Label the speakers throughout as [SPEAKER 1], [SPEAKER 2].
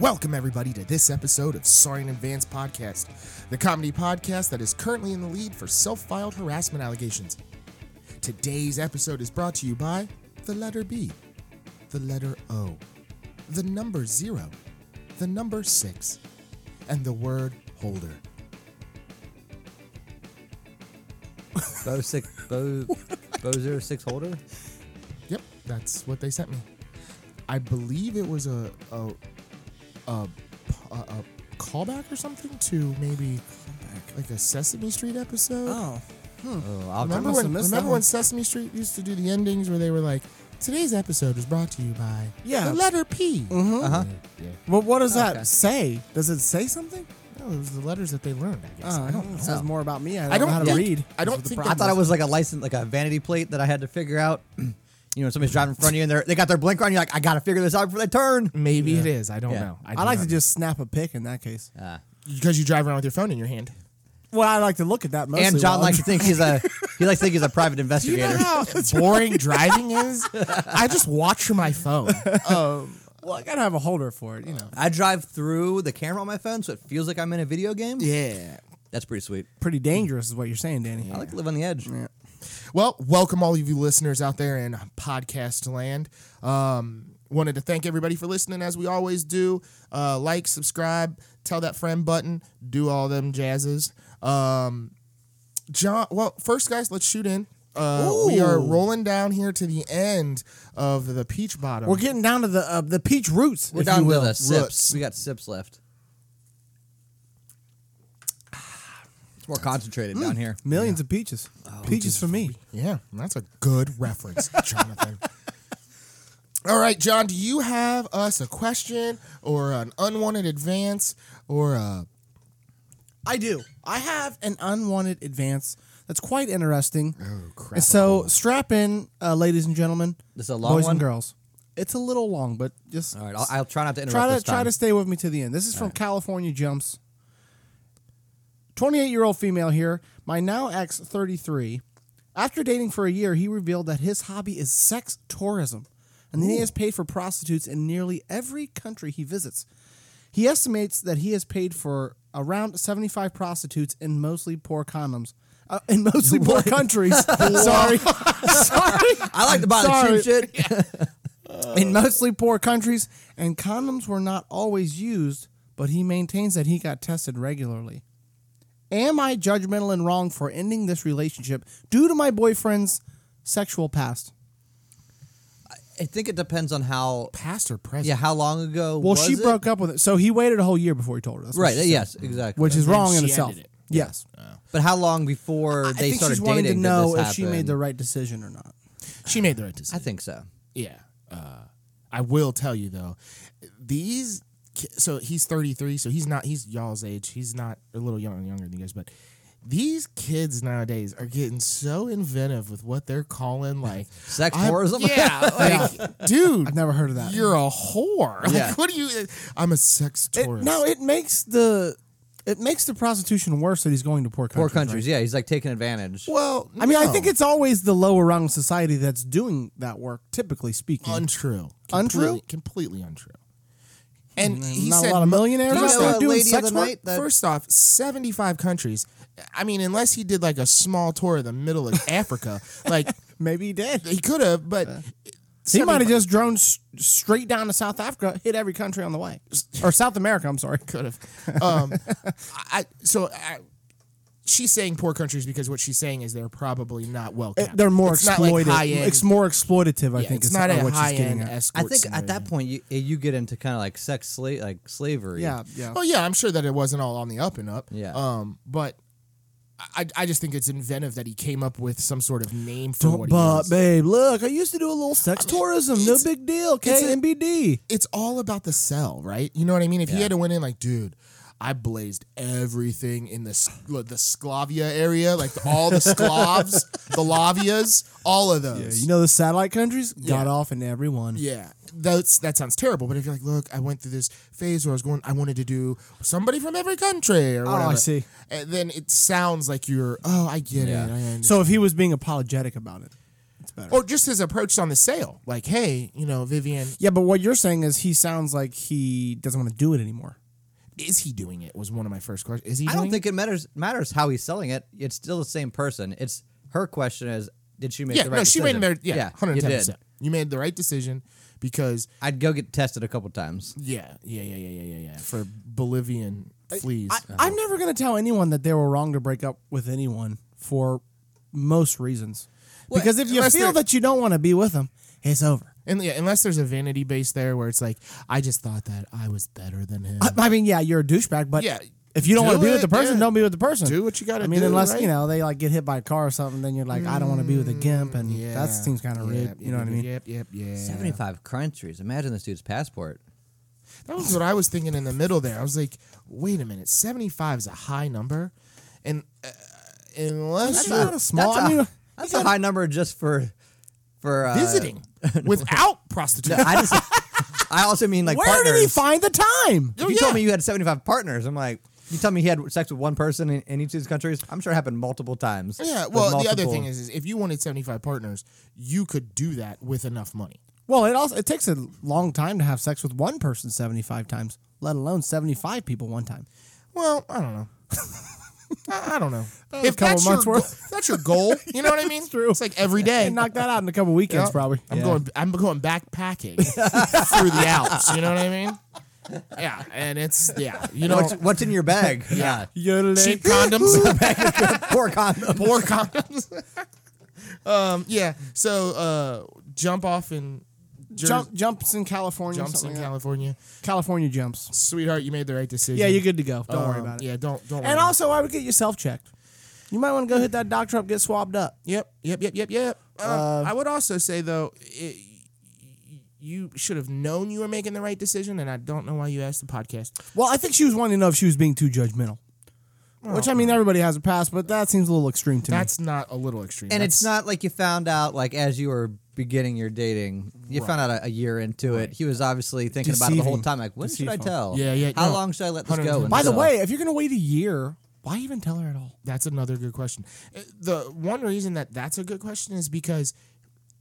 [SPEAKER 1] Welcome, everybody, to this episode of Sorry in Advance Podcast, the comedy podcast that is currently in the lead for self filed harassment allegations. Today's episode is brought to you by the letter B, the letter O, the number zero, the number six, and the word holder.
[SPEAKER 2] Bo six Bo Bo zero six holder.
[SPEAKER 1] Yep, that's what they sent me. I believe it was a a a, a, a callback or something to maybe like a Sesame Street episode.
[SPEAKER 3] Oh,
[SPEAKER 2] Oh,
[SPEAKER 1] remember
[SPEAKER 2] I'll
[SPEAKER 3] I
[SPEAKER 1] when
[SPEAKER 3] must have missed
[SPEAKER 1] remember
[SPEAKER 3] that
[SPEAKER 1] when
[SPEAKER 3] one.
[SPEAKER 1] Sesame Street used to do the endings where they were like, "Today's episode is brought to you by
[SPEAKER 3] Yeah.
[SPEAKER 1] the letter P." Uh,
[SPEAKER 3] mm-hmm.
[SPEAKER 2] Uh-huh.
[SPEAKER 1] Yeah,
[SPEAKER 3] Well, what does that
[SPEAKER 2] Oh, Okay.
[SPEAKER 3] say? Does it say something?
[SPEAKER 1] no, it was the letters that they learned. I guess.
[SPEAKER 3] Oh,
[SPEAKER 1] I don't know.
[SPEAKER 3] It says more about me. I don't,
[SPEAKER 1] I don't
[SPEAKER 3] know how
[SPEAKER 1] think-
[SPEAKER 3] to read.
[SPEAKER 1] I don't
[SPEAKER 3] That's the
[SPEAKER 1] think
[SPEAKER 3] problem.
[SPEAKER 1] that-
[SPEAKER 2] I thought it was like a license, like a vanity plate that I had to figure out. You know, somebody's driving in front of you and they are they got their blinker on. You're like, I gotta figure this out before they turn.
[SPEAKER 1] Maybe it is. I don't
[SPEAKER 2] Yeah.
[SPEAKER 1] know.
[SPEAKER 3] I like to just snap a pic in that case.
[SPEAKER 2] Ah.
[SPEAKER 1] because you drive around with your phone in your hand.
[SPEAKER 3] Well, I like to look at that mostly.
[SPEAKER 2] and John
[SPEAKER 3] while
[SPEAKER 2] likes
[SPEAKER 3] I'm-
[SPEAKER 2] to think he's a he likes to think he's a private
[SPEAKER 1] Do you know
[SPEAKER 2] investigator.
[SPEAKER 1] how boring driving is? I just watch my phone.
[SPEAKER 3] Well, I gotta have a holder for it, you know.
[SPEAKER 2] I drive through the camera on my phone, so it feels like I'm in a video game.
[SPEAKER 3] Yeah,
[SPEAKER 2] That's pretty sweet.
[SPEAKER 3] pretty dangerous is what you're saying, Danny.
[SPEAKER 2] I like to live on the edge.
[SPEAKER 1] Well, welcome all of you listeners out there in podcast land. Um, wanted to thank everybody for listening as we always do. Uh, like, subscribe, tell that friend button, do all them jazzes. Um, John, well, first guys, let's shoot in. Uh, we are
[SPEAKER 3] Ooh.
[SPEAKER 1] rolling down here to the end of the peach bottom.
[SPEAKER 3] We're getting down to the uh, the peach roots.
[SPEAKER 2] We're
[SPEAKER 3] if
[SPEAKER 2] down
[SPEAKER 3] you
[SPEAKER 2] with
[SPEAKER 3] will.
[SPEAKER 2] a
[SPEAKER 1] Roots.
[SPEAKER 2] sips. We got sips left. It's more concentrated
[SPEAKER 3] Mm.
[SPEAKER 2] down here.
[SPEAKER 3] Millions of peaches.
[SPEAKER 2] Oh,
[SPEAKER 3] peaches for me.
[SPEAKER 1] yeah, that's a good reference, Jonathan. All right, John, do you have us a question or an unwanted advance or a
[SPEAKER 3] I do. I have an unwanted advance that's quite interesting.
[SPEAKER 1] oh crap?
[SPEAKER 3] And so strap in, uh, ladies and gentlemen.
[SPEAKER 2] This a long
[SPEAKER 3] boys
[SPEAKER 2] one?
[SPEAKER 3] and girls. It's a little long, but just
[SPEAKER 2] All right, I'll, I'll try not to interrupt
[SPEAKER 3] try to
[SPEAKER 2] this time.
[SPEAKER 3] try to stay with me to the end. This is from California Jumps. Twenty-eight-year-old female here. My now ex, thirty-three. After dating for a year, he revealed that his hobby is sex tourism, and that he has paid for prostitutes in nearly every country he visits. He estimates that he has paid for around seventy-five prostitutes in mostly poor condoms. Uh, in mostly poor countries. Sorry. Sorry.
[SPEAKER 2] I like to buy the
[SPEAKER 3] Sorry.
[SPEAKER 2] cheap shit.
[SPEAKER 3] in mostly poor countries, and condoms were not always used, but he maintains that he got tested regularly. Am I judgmental and wrong for ending this relationship due to my boyfriend's sexual past?
[SPEAKER 2] I think it depends on how
[SPEAKER 1] past or present?
[SPEAKER 2] yeah how long ago.
[SPEAKER 3] Well,
[SPEAKER 2] was
[SPEAKER 3] she
[SPEAKER 2] it?
[SPEAKER 3] broke up with it, so he waited a whole year before he told her. That's what
[SPEAKER 2] Right.
[SPEAKER 3] she said.
[SPEAKER 2] Yes. Exactly.
[SPEAKER 3] which is
[SPEAKER 1] then
[SPEAKER 3] wrong
[SPEAKER 1] she
[SPEAKER 3] in
[SPEAKER 1] ended
[SPEAKER 3] itself.
[SPEAKER 1] it.
[SPEAKER 3] Yes, Uh,
[SPEAKER 2] But how long before
[SPEAKER 3] I
[SPEAKER 2] they
[SPEAKER 3] think
[SPEAKER 2] started
[SPEAKER 3] she's wanting
[SPEAKER 2] dating
[SPEAKER 3] to
[SPEAKER 2] did
[SPEAKER 3] know
[SPEAKER 2] this
[SPEAKER 3] if she made the
[SPEAKER 2] happen?
[SPEAKER 3] right decision or not.
[SPEAKER 1] She made the right
[SPEAKER 2] I
[SPEAKER 1] decision.
[SPEAKER 2] think so.
[SPEAKER 1] yeah. Uh, I will tell you though, these. ki- So he's 33, so he's not. He's y'all's age. He's not a little young, younger than you guys, but. These kids nowadays are getting so inventive with what they're calling like
[SPEAKER 2] Sex
[SPEAKER 1] I'm-
[SPEAKER 2] tourism?
[SPEAKER 1] Yeah, like dude,
[SPEAKER 3] I've never heard of that.
[SPEAKER 1] You're a whore. Like,
[SPEAKER 2] Yeah.
[SPEAKER 1] what do you? I'm a sex
[SPEAKER 3] Mm. It-
[SPEAKER 1] tourist.
[SPEAKER 3] no, it makes the it makes the prostitution worse that he's going to poor countries.
[SPEAKER 2] Poor
[SPEAKER 3] right?
[SPEAKER 2] countries. Yeah. He's like taking advantage.
[SPEAKER 1] well,
[SPEAKER 3] I mean, I
[SPEAKER 1] no.
[SPEAKER 3] think it's always the lower rung of society that's doing that work, typically speaking.
[SPEAKER 1] untrue,
[SPEAKER 3] Untrue?
[SPEAKER 1] Completely-
[SPEAKER 3] Mm,
[SPEAKER 1] completely untrue. And he
[SPEAKER 3] not a
[SPEAKER 1] said
[SPEAKER 3] lot of millionaires
[SPEAKER 1] First
[SPEAKER 2] out there
[SPEAKER 1] off-
[SPEAKER 2] doing Lady of sex the work? night that-
[SPEAKER 1] First off, seventy-five countries. I mean, unless he did like a small tour of the middle of Africa, like
[SPEAKER 3] Maybe he did.
[SPEAKER 1] he could have, but
[SPEAKER 3] He might have just droned s- straight down to South Africa, hit every country on the way, or South America. I'm sorry.
[SPEAKER 1] could have. Um, I so I, she's saying poor countries because what she's saying is they're probably not well.
[SPEAKER 3] It-
[SPEAKER 1] kept.
[SPEAKER 3] Eh, they're more
[SPEAKER 1] it's
[SPEAKER 3] exploited.
[SPEAKER 1] Not like high-end-
[SPEAKER 3] it's more exploitative. I
[SPEAKER 1] yeah,
[SPEAKER 3] think
[SPEAKER 1] it's
[SPEAKER 3] is
[SPEAKER 1] not
[SPEAKER 3] uh,
[SPEAKER 1] a
[SPEAKER 3] what she's getting
[SPEAKER 1] high-end
[SPEAKER 3] at.
[SPEAKER 2] I
[SPEAKER 1] escort.
[SPEAKER 2] think at
[SPEAKER 1] scenario.
[SPEAKER 2] that point you you get into kind of like sex slave like slavery.
[SPEAKER 3] Yeah, yeah.
[SPEAKER 1] Well, Oh, yeah, I'm sure that it wasn't all on the up and up.
[SPEAKER 2] Yeah.
[SPEAKER 1] Um, but I, I just think it's inventive that he came up with some sort of name for
[SPEAKER 3] Don't
[SPEAKER 1] what
[SPEAKER 3] but,
[SPEAKER 1] he is.
[SPEAKER 3] babe. Look, I used to do a little sex tourism. No big deal.
[SPEAKER 1] a-
[SPEAKER 3] KMBD.
[SPEAKER 1] It's all about the sell, right? You know what I mean? If he
[SPEAKER 2] Yeah.
[SPEAKER 1] had to went in like, dude. I blazed everything in the S- the Sklavia area, like all the Sklavs, the Lavias, all of those.
[SPEAKER 3] Yeah, you know the satellite countries got
[SPEAKER 1] Yeah.
[SPEAKER 3] off in everyone.
[SPEAKER 1] Yeah, that's that sounds terrible. But if you're like, look, I went through this phase where I was going, I wanted to do somebody from every country or
[SPEAKER 3] Oh, I
[SPEAKER 1] whatever.
[SPEAKER 3] see.
[SPEAKER 1] And then it sounds like you're, oh, I get
[SPEAKER 2] Yeah.
[SPEAKER 1] it. I
[SPEAKER 3] So if he was being apologetic about it, it's better.
[SPEAKER 1] Or just his approach on the sale. Like, hey, you know, Vivian,
[SPEAKER 3] yeah, but what you're saying is he sounds like he doesn't want to do it anymore.
[SPEAKER 1] is he doing it? Was one of my first questions. Is he
[SPEAKER 2] I don't
[SPEAKER 1] doing
[SPEAKER 2] think it matters matters how he's selling it. It's still the same person. It's her question is, did she make
[SPEAKER 1] it? Yeah,
[SPEAKER 2] the right
[SPEAKER 1] no, she made
[SPEAKER 2] decision?
[SPEAKER 1] the yeah,
[SPEAKER 2] you
[SPEAKER 1] 110%.
[SPEAKER 2] did.
[SPEAKER 1] You made the right decision because
[SPEAKER 2] I'd go get tested a couple times.
[SPEAKER 1] yeah, yeah, yeah, yeah, yeah, yeah, yeah. For Bolivian fleas. Uh-huh.
[SPEAKER 3] I, I'm never going to tell anyone that they were wrong to break up with anyone for most reasons. because if you
[SPEAKER 1] unless
[SPEAKER 3] feel
[SPEAKER 1] they're-
[SPEAKER 3] that you don't want to be with them, it's over.
[SPEAKER 1] and yeah, unless there's a vanity base there where it's like, I just thought that I was better than him.
[SPEAKER 3] I, I mean, yeah, you're a douchebag, but
[SPEAKER 1] Yeah.
[SPEAKER 3] if you don't
[SPEAKER 1] Do
[SPEAKER 3] want to be with
[SPEAKER 1] it,
[SPEAKER 3] the person,
[SPEAKER 1] yeah.
[SPEAKER 3] don't be with the person.
[SPEAKER 1] Do what you gotta
[SPEAKER 3] I mean,
[SPEAKER 1] do,
[SPEAKER 3] unless
[SPEAKER 1] right?
[SPEAKER 3] you know they like get hit by a car or something, then you're like, I don't want to be with a gimp, and
[SPEAKER 1] Mm,
[SPEAKER 3] that seems kind of rude.
[SPEAKER 1] Yep,
[SPEAKER 3] You know what I
[SPEAKER 1] yep,
[SPEAKER 3] mean?
[SPEAKER 1] Yep, yep, yeah.
[SPEAKER 2] Seventy five countries. Imagine this dude's passport.
[SPEAKER 1] That was what I was thinking in the middle there. I was like, wait a minute, 75 is a high number. And uh, unless
[SPEAKER 3] That's
[SPEAKER 1] you're
[SPEAKER 3] not a small.
[SPEAKER 2] That's,
[SPEAKER 3] I mean,
[SPEAKER 2] a, that's a high number just for for uh,
[SPEAKER 1] visiting without prostitution.
[SPEAKER 2] I just I also mean like
[SPEAKER 3] where
[SPEAKER 2] partners.
[SPEAKER 3] did he find the time?
[SPEAKER 2] If
[SPEAKER 1] Oh,
[SPEAKER 2] you told
[SPEAKER 1] yeah.
[SPEAKER 2] me you had 75 partners, I'm like, you tell me he had sex with one person in, in each of these countries? I'm sure it happened multiple times.
[SPEAKER 1] yeah,
[SPEAKER 2] with
[SPEAKER 1] well, the other
[SPEAKER 2] multiple-
[SPEAKER 1] thing is, is if you wanted 75 partners, you could do that with enough money.
[SPEAKER 3] Well, it also it takes a long time to have sex with one person seventy five times, let alone seventy five people one time.
[SPEAKER 1] Well, I don't know. I, I don't know.
[SPEAKER 3] a couple months'
[SPEAKER 1] your,
[SPEAKER 3] worth.
[SPEAKER 1] go- that's your goal, you know what I mean? true. It's like every day.
[SPEAKER 3] Knock that out in a couple
[SPEAKER 1] You know?
[SPEAKER 3] weekends, probably.
[SPEAKER 1] I'm
[SPEAKER 2] Yeah.
[SPEAKER 1] going. I'm going backpacking through the Alps. You know what I mean? Yeah, and it's yeah. You know,
[SPEAKER 2] What's, what's in your bag? yeah.
[SPEAKER 1] cheap condoms.
[SPEAKER 2] Poor condom.
[SPEAKER 1] Poor condoms. um, yeah. So uh, jump off in Jer-
[SPEAKER 3] Jump, jumps in California.
[SPEAKER 1] jumps in
[SPEAKER 3] something like
[SPEAKER 1] California,
[SPEAKER 3] that. California jumps.
[SPEAKER 1] sweetheart. You made the right decision.
[SPEAKER 3] Yeah, you're good to go. Don't worry
[SPEAKER 1] Um,
[SPEAKER 3] about it.
[SPEAKER 1] Yeah, don't don't. Worry
[SPEAKER 3] And
[SPEAKER 1] about
[SPEAKER 3] also, I would get yourself checked. You might want to go hit that doctor up, get swabbed up.
[SPEAKER 1] it. yep, yep, yep, yep, yep. Um,
[SPEAKER 3] Uh,
[SPEAKER 1] I would also say though. It, you should have known you were making the right decision, and I don't know why you asked the podcast.
[SPEAKER 3] Well, I think she was wanting to know if she was being too judgmental. Which I mean, everybody has a past, but that seems a little extreme to
[SPEAKER 1] Oh, That's not a little extreme.
[SPEAKER 2] And
[SPEAKER 1] That's-
[SPEAKER 2] it's not like you found out, like, as you were beginning your dating, you found out a, a year into it. He was obviously thinking about it the whole
[SPEAKER 3] Deceiving.
[SPEAKER 2] time. Like, when should I
[SPEAKER 3] Deceitful.
[SPEAKER 2] tell?
[SPEAKER 1] Yeah, yeah,
[SPEAKER 2] How
[SPEAKER 1] no.
[SPEAKER 2] long should I let this
[SPEAKER 1] 100%.
[SPEAKER 2] go?
[SPEAKER 3] me. By the
[SPEAKER 2] until-
[SPEAKER 3] way, if you're going to wait a year, why even tell her at all?
[SPEAKER 1] That's another good question. Uh, The one reason that that's a good question is because,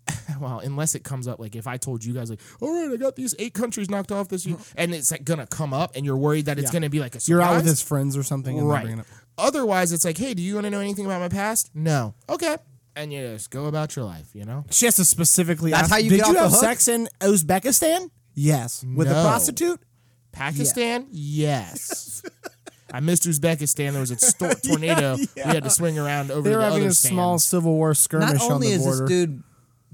[SPEAKER 1] well, unless it comes up, like if I told you guys, like, all right, I got these eight countries knocked off this year, and it's like gonna come up, and you're worried that it's
[SPEAKER 3] Yeah.
[SPEAKER 1] gonna be like a surprise.
[SPEAKER 3] You're out with his friends or something, and they bring it
[SPEAKER 1] right?
[SPEAKER 3] up.
[SPEAKER 1] Otherwise, it's like, hey, do you want to know anything about my past? No. Okay, and you just go about your life. You know.
[SPEAKER 3] She has to specifically.
[SPEAKER 2] That's
[SPEAKER 3] ask,
[SPEAKER 2] how you
[SPEAKER 3] Did
[SPEAKER 2] get off
[SPEAKER 3] you
[SPEAKER 2] the
[SPEAKER 3] have
[SPEAKER 2] hook?
[SPEAKER 3] sex in Uzbekistan? Yes, with a
[SPEAKER 1] No.
[SPEAKER 3] prostitute.
[SPEAKER 1] Pakistan, yes. I missed Uzbekistan. There was a stor- tornado. We had to swing around over
[SPEAKER 3] They
[SPEAKER 1] to
[SPEAKER 3] were
[SPEAKER 1] the
[SPEAKER 3] having
[SPEAKER 1] other
[SPEAKER 3] a
[SPEAKER 1] stand.
[SPEAKER 3] small civil war skirmish
[SPEAKER 2] not
[SPEAKER 3] on
[SPEAKER 2] only
[SPEAKER 3] the
[SPEAKER 2] is this
[SPEAKER 3] border.
[SPEAKER 2] dude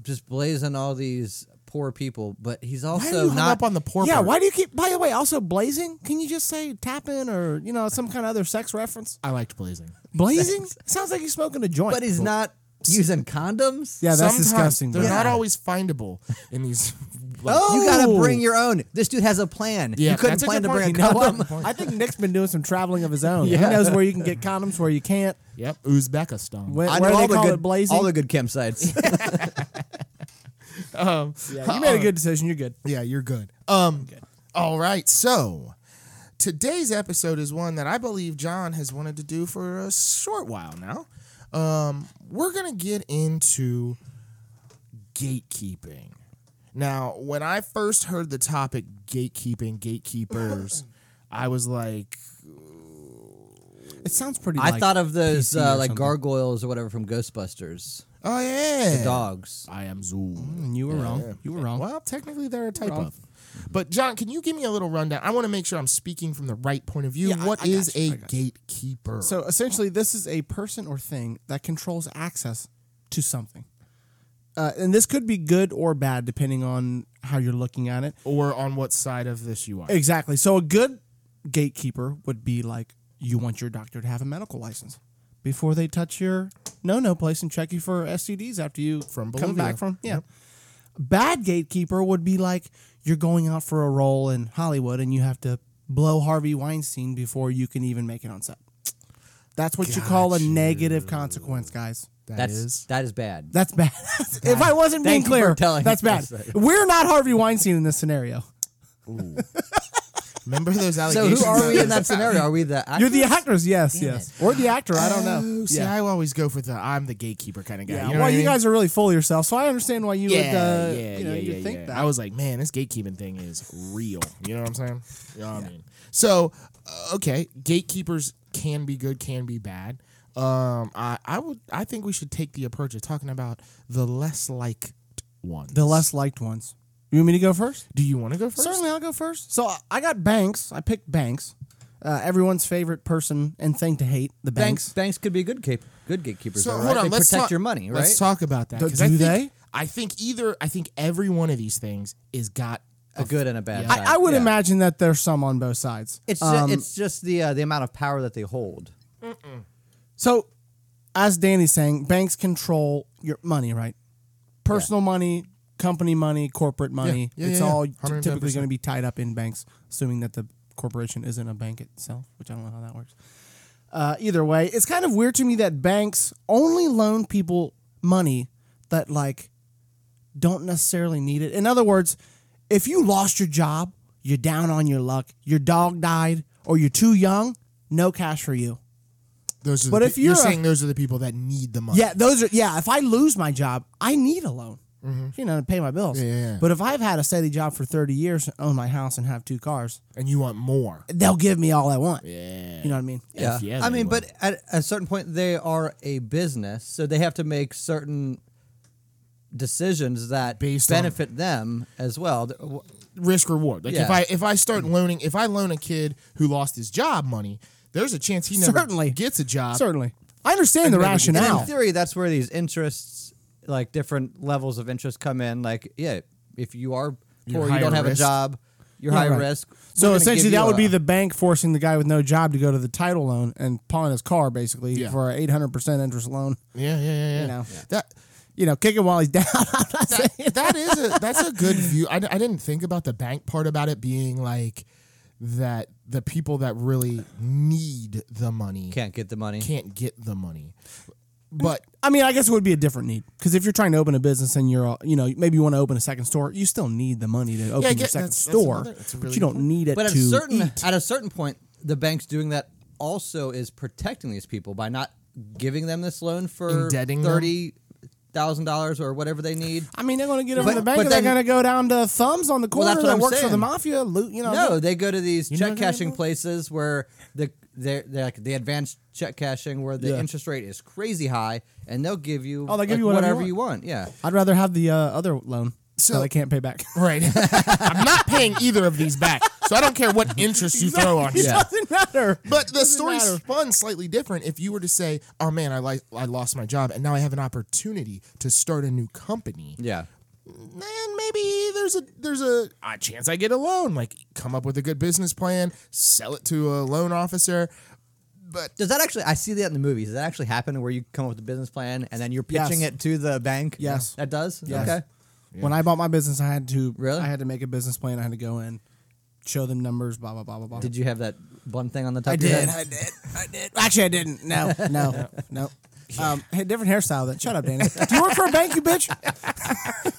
[SPEAKER 2] just blazing all these poor people, but he's
[SPEAKER 1] Why are
[SPEAKER 2] also
[SPEAKER 1] you hung
[SPEAKER 2] not
[SPEAKER 1] up on the poor?
[SPEAKER 3] yeah,
[SPEAKER 1] part?
[SPEAKER 3] why do you keep? By the way, also blazing. Can you just say tapping or you know some kind of other sex reference?
[SPEAKER 1] I liked blazing.
[SPEAKER 3] Blazing sounds like he's smoking a joint.
[SPEAKER 2] but he's not using condoms.
[SPEAKER 3] yeah, that's
[SPEAKER 1] Sometimes
[SPEAKER 3] disgusting.
[SPEAKER 1] They're
[SPEAKER 3] bro.
[SPEAKER 1] not always findable in these. like,
[SPEAKER 2] You gotta
[SPEAKER 3] Oh.
[SPEAKER 2] bring your own. This dude has a plan.
[SPEAKER 1] Yeah,
[SPEAKER 2] you couldn't
[SPEAKER 1] that's a
[SPEAKER 2] plan
[SPEAKER 1] good
[SPEAKER 2] to bring a
[SPEAKER 1] point. You know what?
[SPEAKER 2] condom.
[SPEAKER 3] I think Nick's been doing some traveling of his own. He knows where you can get condoms, where you can't.
[SPEAKER 1] Yep, Uzbekistan.
[SPEAKER 3] Where,
[SPEAKER 2] I
[SPEAKER 3] where
[SPEAKER 2] know all
[SPEAKER 3] they
[SPEAKER 2] the
[SPEAKER 3] call
[SPEAKER 2] good
[SPEAKER 3] it blazing.
[SPEAKER 2] all the good campsites.
[SPEAKER 1] um,
[SPEAKER 3] yeah, you made a good decision. You're good. Uh,
[SPEAKER 1] yeah, you're good. Um, all right. So today's episode is one that I believe John has wanted to do for a short while now. Um, we're gonna get into gatekeeping. Now, when I first heard the topic gatekeeping, gatekeepers, I was like,
[SPEAKER 3] It sounds pretty.
[SPEAKER 2] I
[SPEAKER 3] like
[SPEAKER 2] thought of those
[SPEAKER 3] PC or
[SPEAKER 2] uh, like
[SPEAKER 3] something.
[SPEAKER 2] gargoyles or whatever from Ghostbusters.
[SPEAKER 1] "Oh yeah,
[SPEAKER 2] Dogs.
[SPEAKER 1] I am Zool."
[SPEAKER 3] And Mm, you were wrong. You were wrong.
[SPEAKER 1] Well, technically they're a type of. But John, can you give me a little rundown? I want to make sure I'm speaking from the right point of view.
[SPEAKER 3] Yeah, I-
[SPEAKER 1] What
[SPEAKER 3] I
[SPEAKER 1] is
[SPEAKER 3] got you, I
[SPEAKER 1] a
[SPEAKER 3] got
[SPEAKER 1] gatekeeper?
[SPEAKER 3] So essentially, this is a person or thing that controls access to something. Uh, and this could be good or bad, depending on how you're looking at it.
[SPEAKER 1] or on what side of this you are?
[SPEAKER 3] Exactly. So a good gatekeeper would be like you want your doctor to have a medical license before they touch your no-no place and check you for STDs after you
[SPEAKER 1] From
[SPEAKER 3] come
[SPEAKER 1] Bolivia.
[SPEAKER 3] back from yeah. Bad gatekeeper would be like you're going out for a role in Hollywood and you have to blow Harvey Weinstein before you can even make it on set. That's what you call a negative consequence, guys.
[SPEAKER 2] That's that is bad.
[SPEAKER 3] That's bad. if I wasn't being
[SPEAKER 2] Thank you for
[SPEAKER 3] clear,
[SPEAKER 2] telling
[SPEAKER 3] that's bad.
[SPEAKER 2] us that.
[SPEAKER 3] We're not Harvey Weinstein in this scenario.
[SPEAKER 1] Remember those
[SPEAKER 2] So
[SPEAKER 1] allegations?
[SPEAKER 2] who are we in
[SPEAKER 1] about-
[SPEAKER 2] that scenario? Are we the
[SPEAKER 3] You're the
[SPEAKER 2] actors?
[SPEAKER 3] actors, yes,
[SPEAKER 2] Damn
[SPEAKER 3] yes, or the actor. I don't know.
[SPEAKER 1] Oh, see,
[SPEAKER 3] yeah.
[SPEAKER 1] I always go for the I'm the gatekeeper kind of guy.
[SPEAKER 3] Yeah.
[SPEAKER 1] You know
[SPEAKER 3] well,
[SPEAKER 1] what I
[SPEAKER 3] you
[SPEAKER 1] mean?
[SPEAKER 3] guys are really full of yourself, so I understand why you
[SPEAKER 1] yeah,
[SPEAKER 3] would, uh,
[SPEAKER 1] yeah,
[SPEAKER 3] you know,
[SPEAKER 1] yeah,
[SPEAKER 3] you
[SPEAKER 1] yeah,
[SPEAKER 3] think
[SPEAKER 1] yeah.
[SPEAKER 3] that.
[SPEAKER 1] I was like, man, this gatekeeping thing is real. You know what I'm saying? You know what I mean? So, uh, okay, gatekeepers can be good, can be bad. Um, I, I would, I think we should take the approach of talking about the less liked ones.
[SPEAKER 3] the less liked ones. You want me to go first?
[SPEAKER 1] Do you want to go first?
[SPEAKER 3] Certainly, I'll go first. So I got Banks. I picked Banks, uh, everyone's favorite person and thing to hate. The
[SPEAKER 2] Banks.
[SPEAKER 3] Banks.
[SPEAKER 2] Banks could be good cape, good gatekeepers.
[SPEAKER 1] So
[SPEAKER 2] though,
[SPEAKER 1] hold
[SPEAKER 2] right?
[SPEAKER 1] on,
[SPEAKER 2] They
[SPEAKER 1] let's
[SPEAKER 2] protect
[SPEAKER 1] talk,
[SPEAKER 2] your money, right?
[SPEAKER 1] Let's talk about that.
[SPEAKER 3] Do-
[SPEAKER 1] 'cause I
[SPEAKER 3] do
[SPEAKER 1] think,
[SPEAKER 3] they?
[SPEAKER 1] I think either. I think every one of these things is got.
[SPEAKER 2] a good and a bad. side.
[SPEAKER 3] I, I would
[SPEAKER 2] Yeah.
[SPEAKER 3] imagine that there's some on both sides.
[SPEAKER 2] It's ju- it's just the uh, the amount of power that they hold.
[SPEAKER 3] So, as Danny's saying, banks control your money, right? Personal money, company money, corporate money.
[SPEAKER 1] Yeah, yeah,
[SPEAKER 3] it's
[SPEAKER 1] yeah,
[SPEAKER 3] all
[SPEAKER 1] yeah.
[SPEAKER 3] typically
[SPEAKER 1] 110%.
[SPEAKER 3] going to be tied up in banks, assuming that the corporation isn't a bank itself, which I don't know how that works. Uh, either way, it's kind of weird to me that banks only loan people money that, like, don't necessarily need it. In other words, if you lost your job, you're down on your luck, your dog died, or you're too young, no cash for you.
[SPEAKER 1] Those are
[SPEAKER 3] But
[SPEAKER 1] the,
[SPEAKER 3] if
[SPEAKER 1] pe- you're
[SPEAKER 3] you're a-
[SPEAKER 1] saying those are the people that need the money.
[SPEAKER 3] Yeah, those are. Yeah, if I lose my job, I need a loan. You know, to pay my bills.
[SPEAKER 1] Yeah, yeah, yeah.
[SPEAKER 3] But if I've had a steady job for thirty years, own my house, and have two cars,
[SPEAKER 1] and you want more.
[SPEAKER 3] they'll give me all I want. Yeah, you know what I mean.
[SPEAKER 2] Yeah,
[SPEAKER 1] yeah,
[SPEAKER 2] I
[SPEAKER 1] they
[SPEAKER 2] mean,
[SPEAKER 1] would.
[SPEAKER 2] but at a certain point, they are a business, so they have to make certain decisions that
[SPEAKER 1] Based on-
[SPEAKER 2] benefit them as well. Th- w-
[SPEAKER 1] risk reward. Like if
[SPEAKER 2] Yeah.
[SPEAKER 1] I if I start loaning if I loan a kid who lost his job money, there's a chance he never
[SPEAKER 3] Certainly.
[SPEAKER 1] gets a job.
[SPEAKER 3] Certainly, I understand the
[SPEAKER 1] never get-
[SPEAKER 2] And
[SPEAKER 3] rationale.
[SPEAKER 2] in theory, that's where these interests, like different levels of interest, come in. Like, yeah, if you are
[SPEAKER 1] You're
[SPEAKER 2] poor, you don't
[SPEAKER 1] higher
[SPEAKER 2] have
[SPEAKER 1] risk.
[SPEAKER 2] a job, you're
[SPEAKER 3] Yeah,
[SPEAKER 2] high
[SPEAKER 3] right.
[SPEAKER 2] risk. we're
[SPEAKER 3] So
[SPEAKER 2] gonna give
[SPEAKER 3] essentially,
[SPEAKER 2] you
[SPEAKER 3] that would be
[SPEAKER 2] a-
[SPEAKER 3] the bank forcing the guy with no job to go to the title loan and pawn his car, basically
[SPEAKER 1] Yeah.
[SPEAKER 3] for an eight hundred percent interest loan.
[SPEAKER 1] Yeah, yeah, yeah, yeah.
[SPEAKER 3] You know.
[SPEAKER 1] That
[SPEAKER 3] You know, kick him while he's down.
[SPEAKER 1] that, that is a that's a good view. I, I didn't think about the bank part about it being like that the people that really need the money
[SPEAKER 2] can't get the money.
[SPEAKER 1] can't get the money. But
[SPEAKER 3] I mean, I guess it would be a different need because if you're trying to open a business and you're, uh, you know, maybe you want to open a second store, you still need the money to open
[SPEAKER 1] I
[SPEAKER 3] your
[SPEAKER 1] get-
[SPEAKER 3] second
[SPEAKER 1] that's- that's
[SPEAKER 3] store,
[SPEAKER 1] another- that's a
[SPEAKER 3] but
[SPEAKER 1] really
[SPEAKER 3] you
[SPEAKER 1] good
[SPEAKER 3] don't
[SPEAKER 1] point.
[SPEAKER 3] need it
[SPEAKER 2] But at
[SPEAKER 3] to
[SPEAKER 2] a certain
[SPEAKER 3] eat.
[SPEAKER 2] at a certain point, the banks doing that also is protecting these people by not giving them this loan for
[SPEAKER 1] Indebting them?
[SPEAKER 2] thirty thousand dollars or whatever they need.
[SPEAKER 3] I mean, they're going to get it from
[SPEAKER 2] But-
[SPEAKER 3] the bank,
[SPEAKER 2] but
[SPEAKER 3] and they're
[SPEAKER 2] then-
[SPEAKER 3] going to go down to thumbs on the corner
[SPEAKER 2] Well, that's what
[SPEAKER 3] that
[SPEAKER 2] I'm
[SPEAKER 3] works for the
[SPEAKER 2] saying.
[SPEAKER 3] mafia. Loot, you know,
[SPEAKER 2] No, they go to these
[SPEAKER 1] know
[SPEAKER 2] check
[SPEAKER 1] what I
[SPEAKER 2] cashing
[SPEAKER 1] mean?
[SPEAKER 2] places where the they're, they're like the advanced check cashing where the
[SPEAKER 3] Yeah.
[SPEAKER 2] interest rate is crazy high, and they'll give you
[SPEAKER 3] Oh, they'll
[SPEAKER 2] like,
[SPEAKER 3] give you whatever you
[SPEAKER 2] you want. Yeah,
[SPEAKER 3] I'd rather have the uh, other loan so
[SPEAKER 1] So-
[SPEAKER 3] that I can't pay back.
[SPEAKER 1] right. I'm not paying either of these back. So I don't care what interest you throw on
[SPEAKER 3] it
[SPEAKER 1] here.
[SPEAKER 2] Yeah.
[SPEAKER 3] doesn't matter.
[SPEAKER 1] But the
[SPEAKER 3] Doesn't
[SPEAKER 1] story
[SPEAKER 3] matter.
[SPEAKER 1] spun slightly different. If you were to say, "Oh man, I like I lost my job and now I have an opportunity to start a new company,"
[SPEAKER 2] yeah.
[SPEAKER 1] then maybe there's a there's a, a chance I get a loan. Like, come up with a good business plan, sell it to a loan officer. But
[SPEAKER 2] Does that actually? I see that in the movies. Does that actually happen where you come up with a business plan and then you're
[SPEAKER 3] Yes.
[SPEAKER 2] pitching it to the bank?
[SPEAKER 3] Yes.
[SPEAKER 2] that does.
[SPEAKER 3] Yes.
[SPEAKER 2] Okay.
[SPEAKER 3] When I bought my business, I had to
[SPEAKER 2] Really?
[SPEAKER 3] I had to make a business plan. I had to go in, show them numbers, blah blah blah blah blah.
[SPEAKER 2] Did you have that one thing on the top?
[SPEAKER 3] I
[SPEAKER 2] of your
[SPEAKER 3] did.
[SPEAKER 2] head?
[SPEAKER 3] I did. I did. Actually, I didn't. No, no, no. Um, hey, different hairstyle then. Shut up, Danny. Do you work for a bank, you bitch?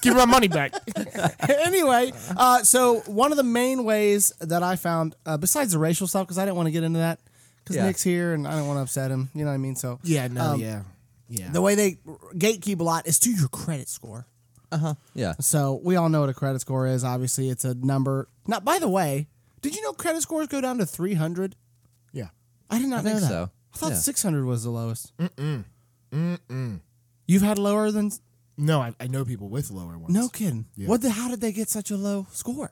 [SPEAKER 1] give my money back.
[SPEAKER 3] anyway, uh, so one of the main ways that I found, uh, besides the racial stuff, because I didn't want to get into that, because
[SPEAKER 2] Yeah.
[SPEAKER 3] Nick's here and I don't want to upset him. You know what I mean? So
[SPEAKER 1] yeah, no,
[SPEAKER 3] um,
[SPEAKER 1] yeah, yeah.
[SPEAKER 3] The way they gatekeep a lot is to your credit score.
[SPEAKER 2] Yeah.
[SPEAKER 3] So we all know what a credit score is. Obviously, it's a number. Now, by the way, did you know credit scores go down to three hundred?
[SPEAKER 1] yeah.
[SPEAKER 3] I did not
[SPEAKER 2] think
[SPEAKER 3] know that.
[SPEAKER 2] so.
[SPEAKER 3] I thought
[SPEAKER 2] Yeah.
[SPEAKER 3] 600 was the lowest. Mm-mm. Mm-mm. You've had lower than
[SPEAKER 1] No, I, I know people with lower ones.
[SPEAKER 3] no kidding. What the? How did they get such a low score?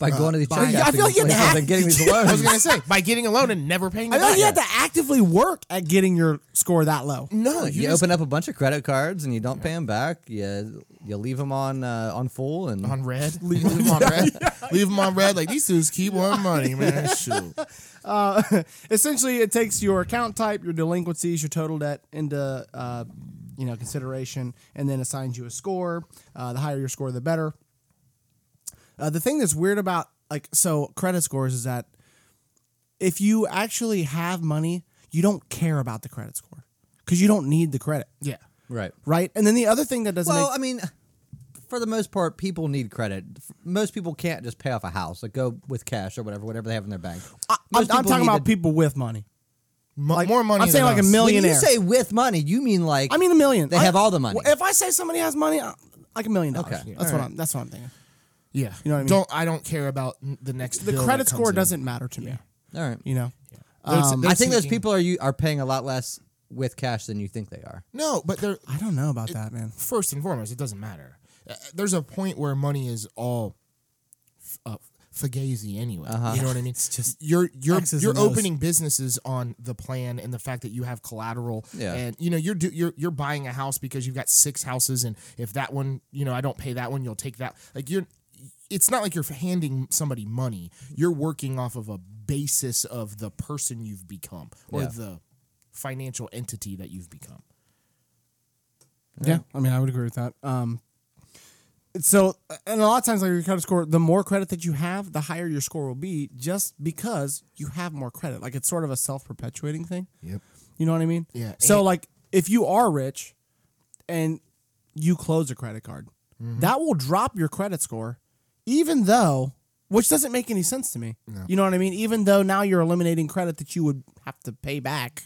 [SPEAKER 2] By going to these
[SPEAKER 3] by-
[SPEAKER 2] check
[SPEAKER 3] I
[SPEAKER 2] cashing
[SPEAKER 3] feel like you
[SPEAKER 2] places
[SPEAKER 3] had-
[SPEAKER 2] and getting these
[SPEAKER 1] I was
[SPEAKER 2] loans.
[SPEAKER 1] gonna say by getting a loan and never paying.
[SPEAKER 3] I
[SPEAKER 1] it
[SPEAKER 3] feel like
[SPEAKER 1] back.
[SPEAKER 3] you had to actively work at getting your score that low.
[SPEAKER 1] No,
[SPEAKER 2] You,
[SPEAKER 1] you, just
[SPEAKER 2] open up a bunch of credit cards and you don't pay 'em pay them back. You you leave them on uh, on full and
[SPEAKER 1] on red. Leave them on red. Leave them on red. Like these dudes keep on money, man. Shoot.
[SPEAKER 3] Essentially, it takes your account type, your delinquencies, your total debt into uh, you know consideration, and then assigns you a score. Uh, the higher your score, the better. Uh, the thing that's weird about like so credit scores is that if you actually have money, you don't care about the credit score because you don't need the credit,
[SPEAKER 1] Yeah.
[SPEAKER 2] right.
[SPEAKER 3] right? And then the other thing that doesn't
[SPEAKER 2] Well,
[SPEAKER 3] make
[SPEAKER 2] I mean, for the most part, people need credit. F- Most people can't just pay off a house, like go with cash or whatever, whatever they have in their bank.
[SPEAKER 3] I, am
[SPEAKER 2] Most people
[SPEAKER 3] talking
[SPEAKER 2] need
[SPEAKER 3] about
[SPEAKER 2] to-
[SPEAKER 3] people with money.
[SPEAKER 1] Mo- more money.
[SPEAKER 3] I'm saying
[SPEAKER 1] than
[SPEAKER 3] like a
[SPEAKER 1] us.
[SPEAKER 3] million-
[SPEAKER 2] When you
[SPEAKER 3] millionaire.
[SPEAKER 2] say with money, you mean like
[SPEAKER 3] I mean a million.
[SPEAKER 2] They
[SPEAKER 3] I-
[SPEAKER 2] have all the money.
[SPEAKER 3] Well, If I say somebody has money, I- like a million dollars.
[SPEAKER 2] Okay.
[SPEAKER 3] That's
[SPEAKER 1] All
[SPEAKER 3] what
[SPEAKER 1] right.
[SPEAKER 3] I'm. That's what I'm thinking.
[SPEAKER 1] Yeah,
[SPEAKER 3] You know what I mean?
[SPEAKER 1] Don't I don't care about n- the next.
[SPEAKER 3] The
[SPEAKER 1] bill that
[SPEAKER 3] credit
[SPEAKER 1] comes
[SPEAKER 3] score
[SPEAKER 1] in.
[SPEAKER 3] doesn't matter to me.
[SPEAKER 2] all right.
[SPEAKER 3] You know.
[SPEAKER 1] They're t-
[SPEAKER 3] Um,
[SPEAKER 1] they're
[SPEAKER 2] I think those
[SPEAKER 1] taking-
[SPEAKER 2] people are you are paying a lot less with cash than you think they are.
[SPEAKER 1] No, but they're
[SPEAKER 3] I don't know about that, man.
[SPEAKER 1] first and foremost, it doesn't matter. Uh, there's a point where money is all f- uh, fugazi anyway. You know what I mean?
[SPEAKER 3] Uh-huh. It's just
[SPEAKER 1] you're you're
[SPEAKER 3] X's
[SPEAKER 1] you're
[SPEAKER 3] and O's.
[SPEAKER 1] opening businesses on the plan and the fact that you have collateral.
[SPEAKER 2] Yeah.
[SPEAKER 1] And you know you're do, you're you're buying a house because you've got six houses, and if that one you know I don't pay that one, you'll take that. Like you're. It's not like you're handing somebody money. You're working off of a basis of the person you've become or
[SPEAKER 2] Yeah.
[SPEAKER 1] the financial entity that you've become.
[SPEAKER 3] Yeah, I mean, I would agree with that. Um, so, and a lot of times, like your credit score, the more credit that you have, the higher your score will be, just because you have more credit. Like it's sort of a self perpetuating thing.
[SPEAKER 1] Yep.
[SPEAKER 3] You know what I mean?
[SPEAKER 1] Yeah,
[SPEAKER 3] So,
[SPEAKER 1] and-
[SPEAKER 3] like, if you are rich, and you close a credit card,
[SPEAKER 2] Mm-hmm.
[SPEAKER 3] that will drop your credit score, even though, which doesn't make any sense to me. You know what I mean? Even though now you're eliminating credit that you would have to pay back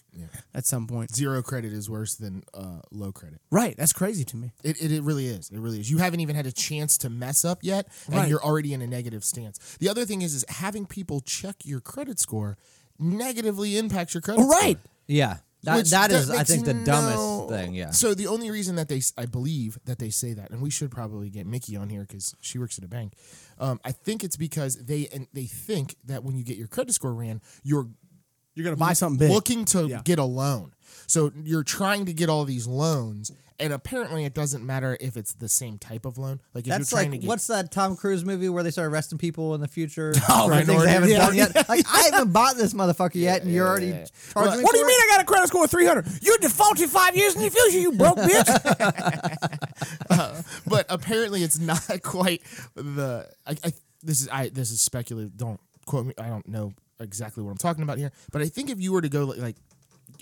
[SPEAKER 3] at some point.
[SPEAKER 1] Zero credit is worse than uh, low credit.
[SPEAKER 3] Right. That's crazy to me.
[SPEAKER 1] It, it, it really is. It really is. You haven't even had a chance to mess up yet, and
[SPEAKER 3] Right.
[SPEAKER 1] you're already in a negative stance. The other thing is, is having people check your credit score negatively impacts your credit score.
[SPEAKER 3] Right.
[SPEAKER 2] Yeah, that
[SPEAKER 1] Which
[SPEAKER 2] that is I
[SPEAKER 1] makes
[SPEAKER 2] think the
[SPEAKER 1] no-
[SPEAKER 2] dumbest thing. Yeah,
[SPEAKER 1] So the only reason that they, s- I believe that they say that, and we should probably get Mickey on here because she works at a bank. Um, I think it's because they and they think that when you get your credit score ran, you're
[SPEAKER 3] You're gonna buy something big.
[SPEAKER 1] looking to
[SPEAKER 3] Yeah.
[SPEAKER 1] get a loan. So you're trying to get all these loans, and apparently it doesn't matter if it's the same type of loan. Like if
[SPEAKER 2] that's
[SPEAKER 1] you're trying
[SPEAKER 2] like
[SPEAKER 1] to get
[SPEAKER 2] what's that Tom Cruise movie where they start arresting people in the future?
[SPEAKER 3] Oh,
[SPEAKER 2] for
[SPEAKER 3] Right
[SPEAKER 2] things
[SPEAKER 3] Order.
[SPEAKER 2] they haven't
[SPEAKER 3] Yeah.
[SPEAKER 2] done yet. Like I haven't bought this motherfucker yet, and you're already charging me.
[SPEAKER 3] What do you
[SPEAKER 2] for it?
[SPEAKER 3] mean I got a credit score of 300? You defaulted five years in the future, you broke bitch.
[SPEAKER 1] but apparently it's not quite the I, I this is I this is speculative don't quote me I don't know exactly what I'm talking about here but I think if you were to go like, like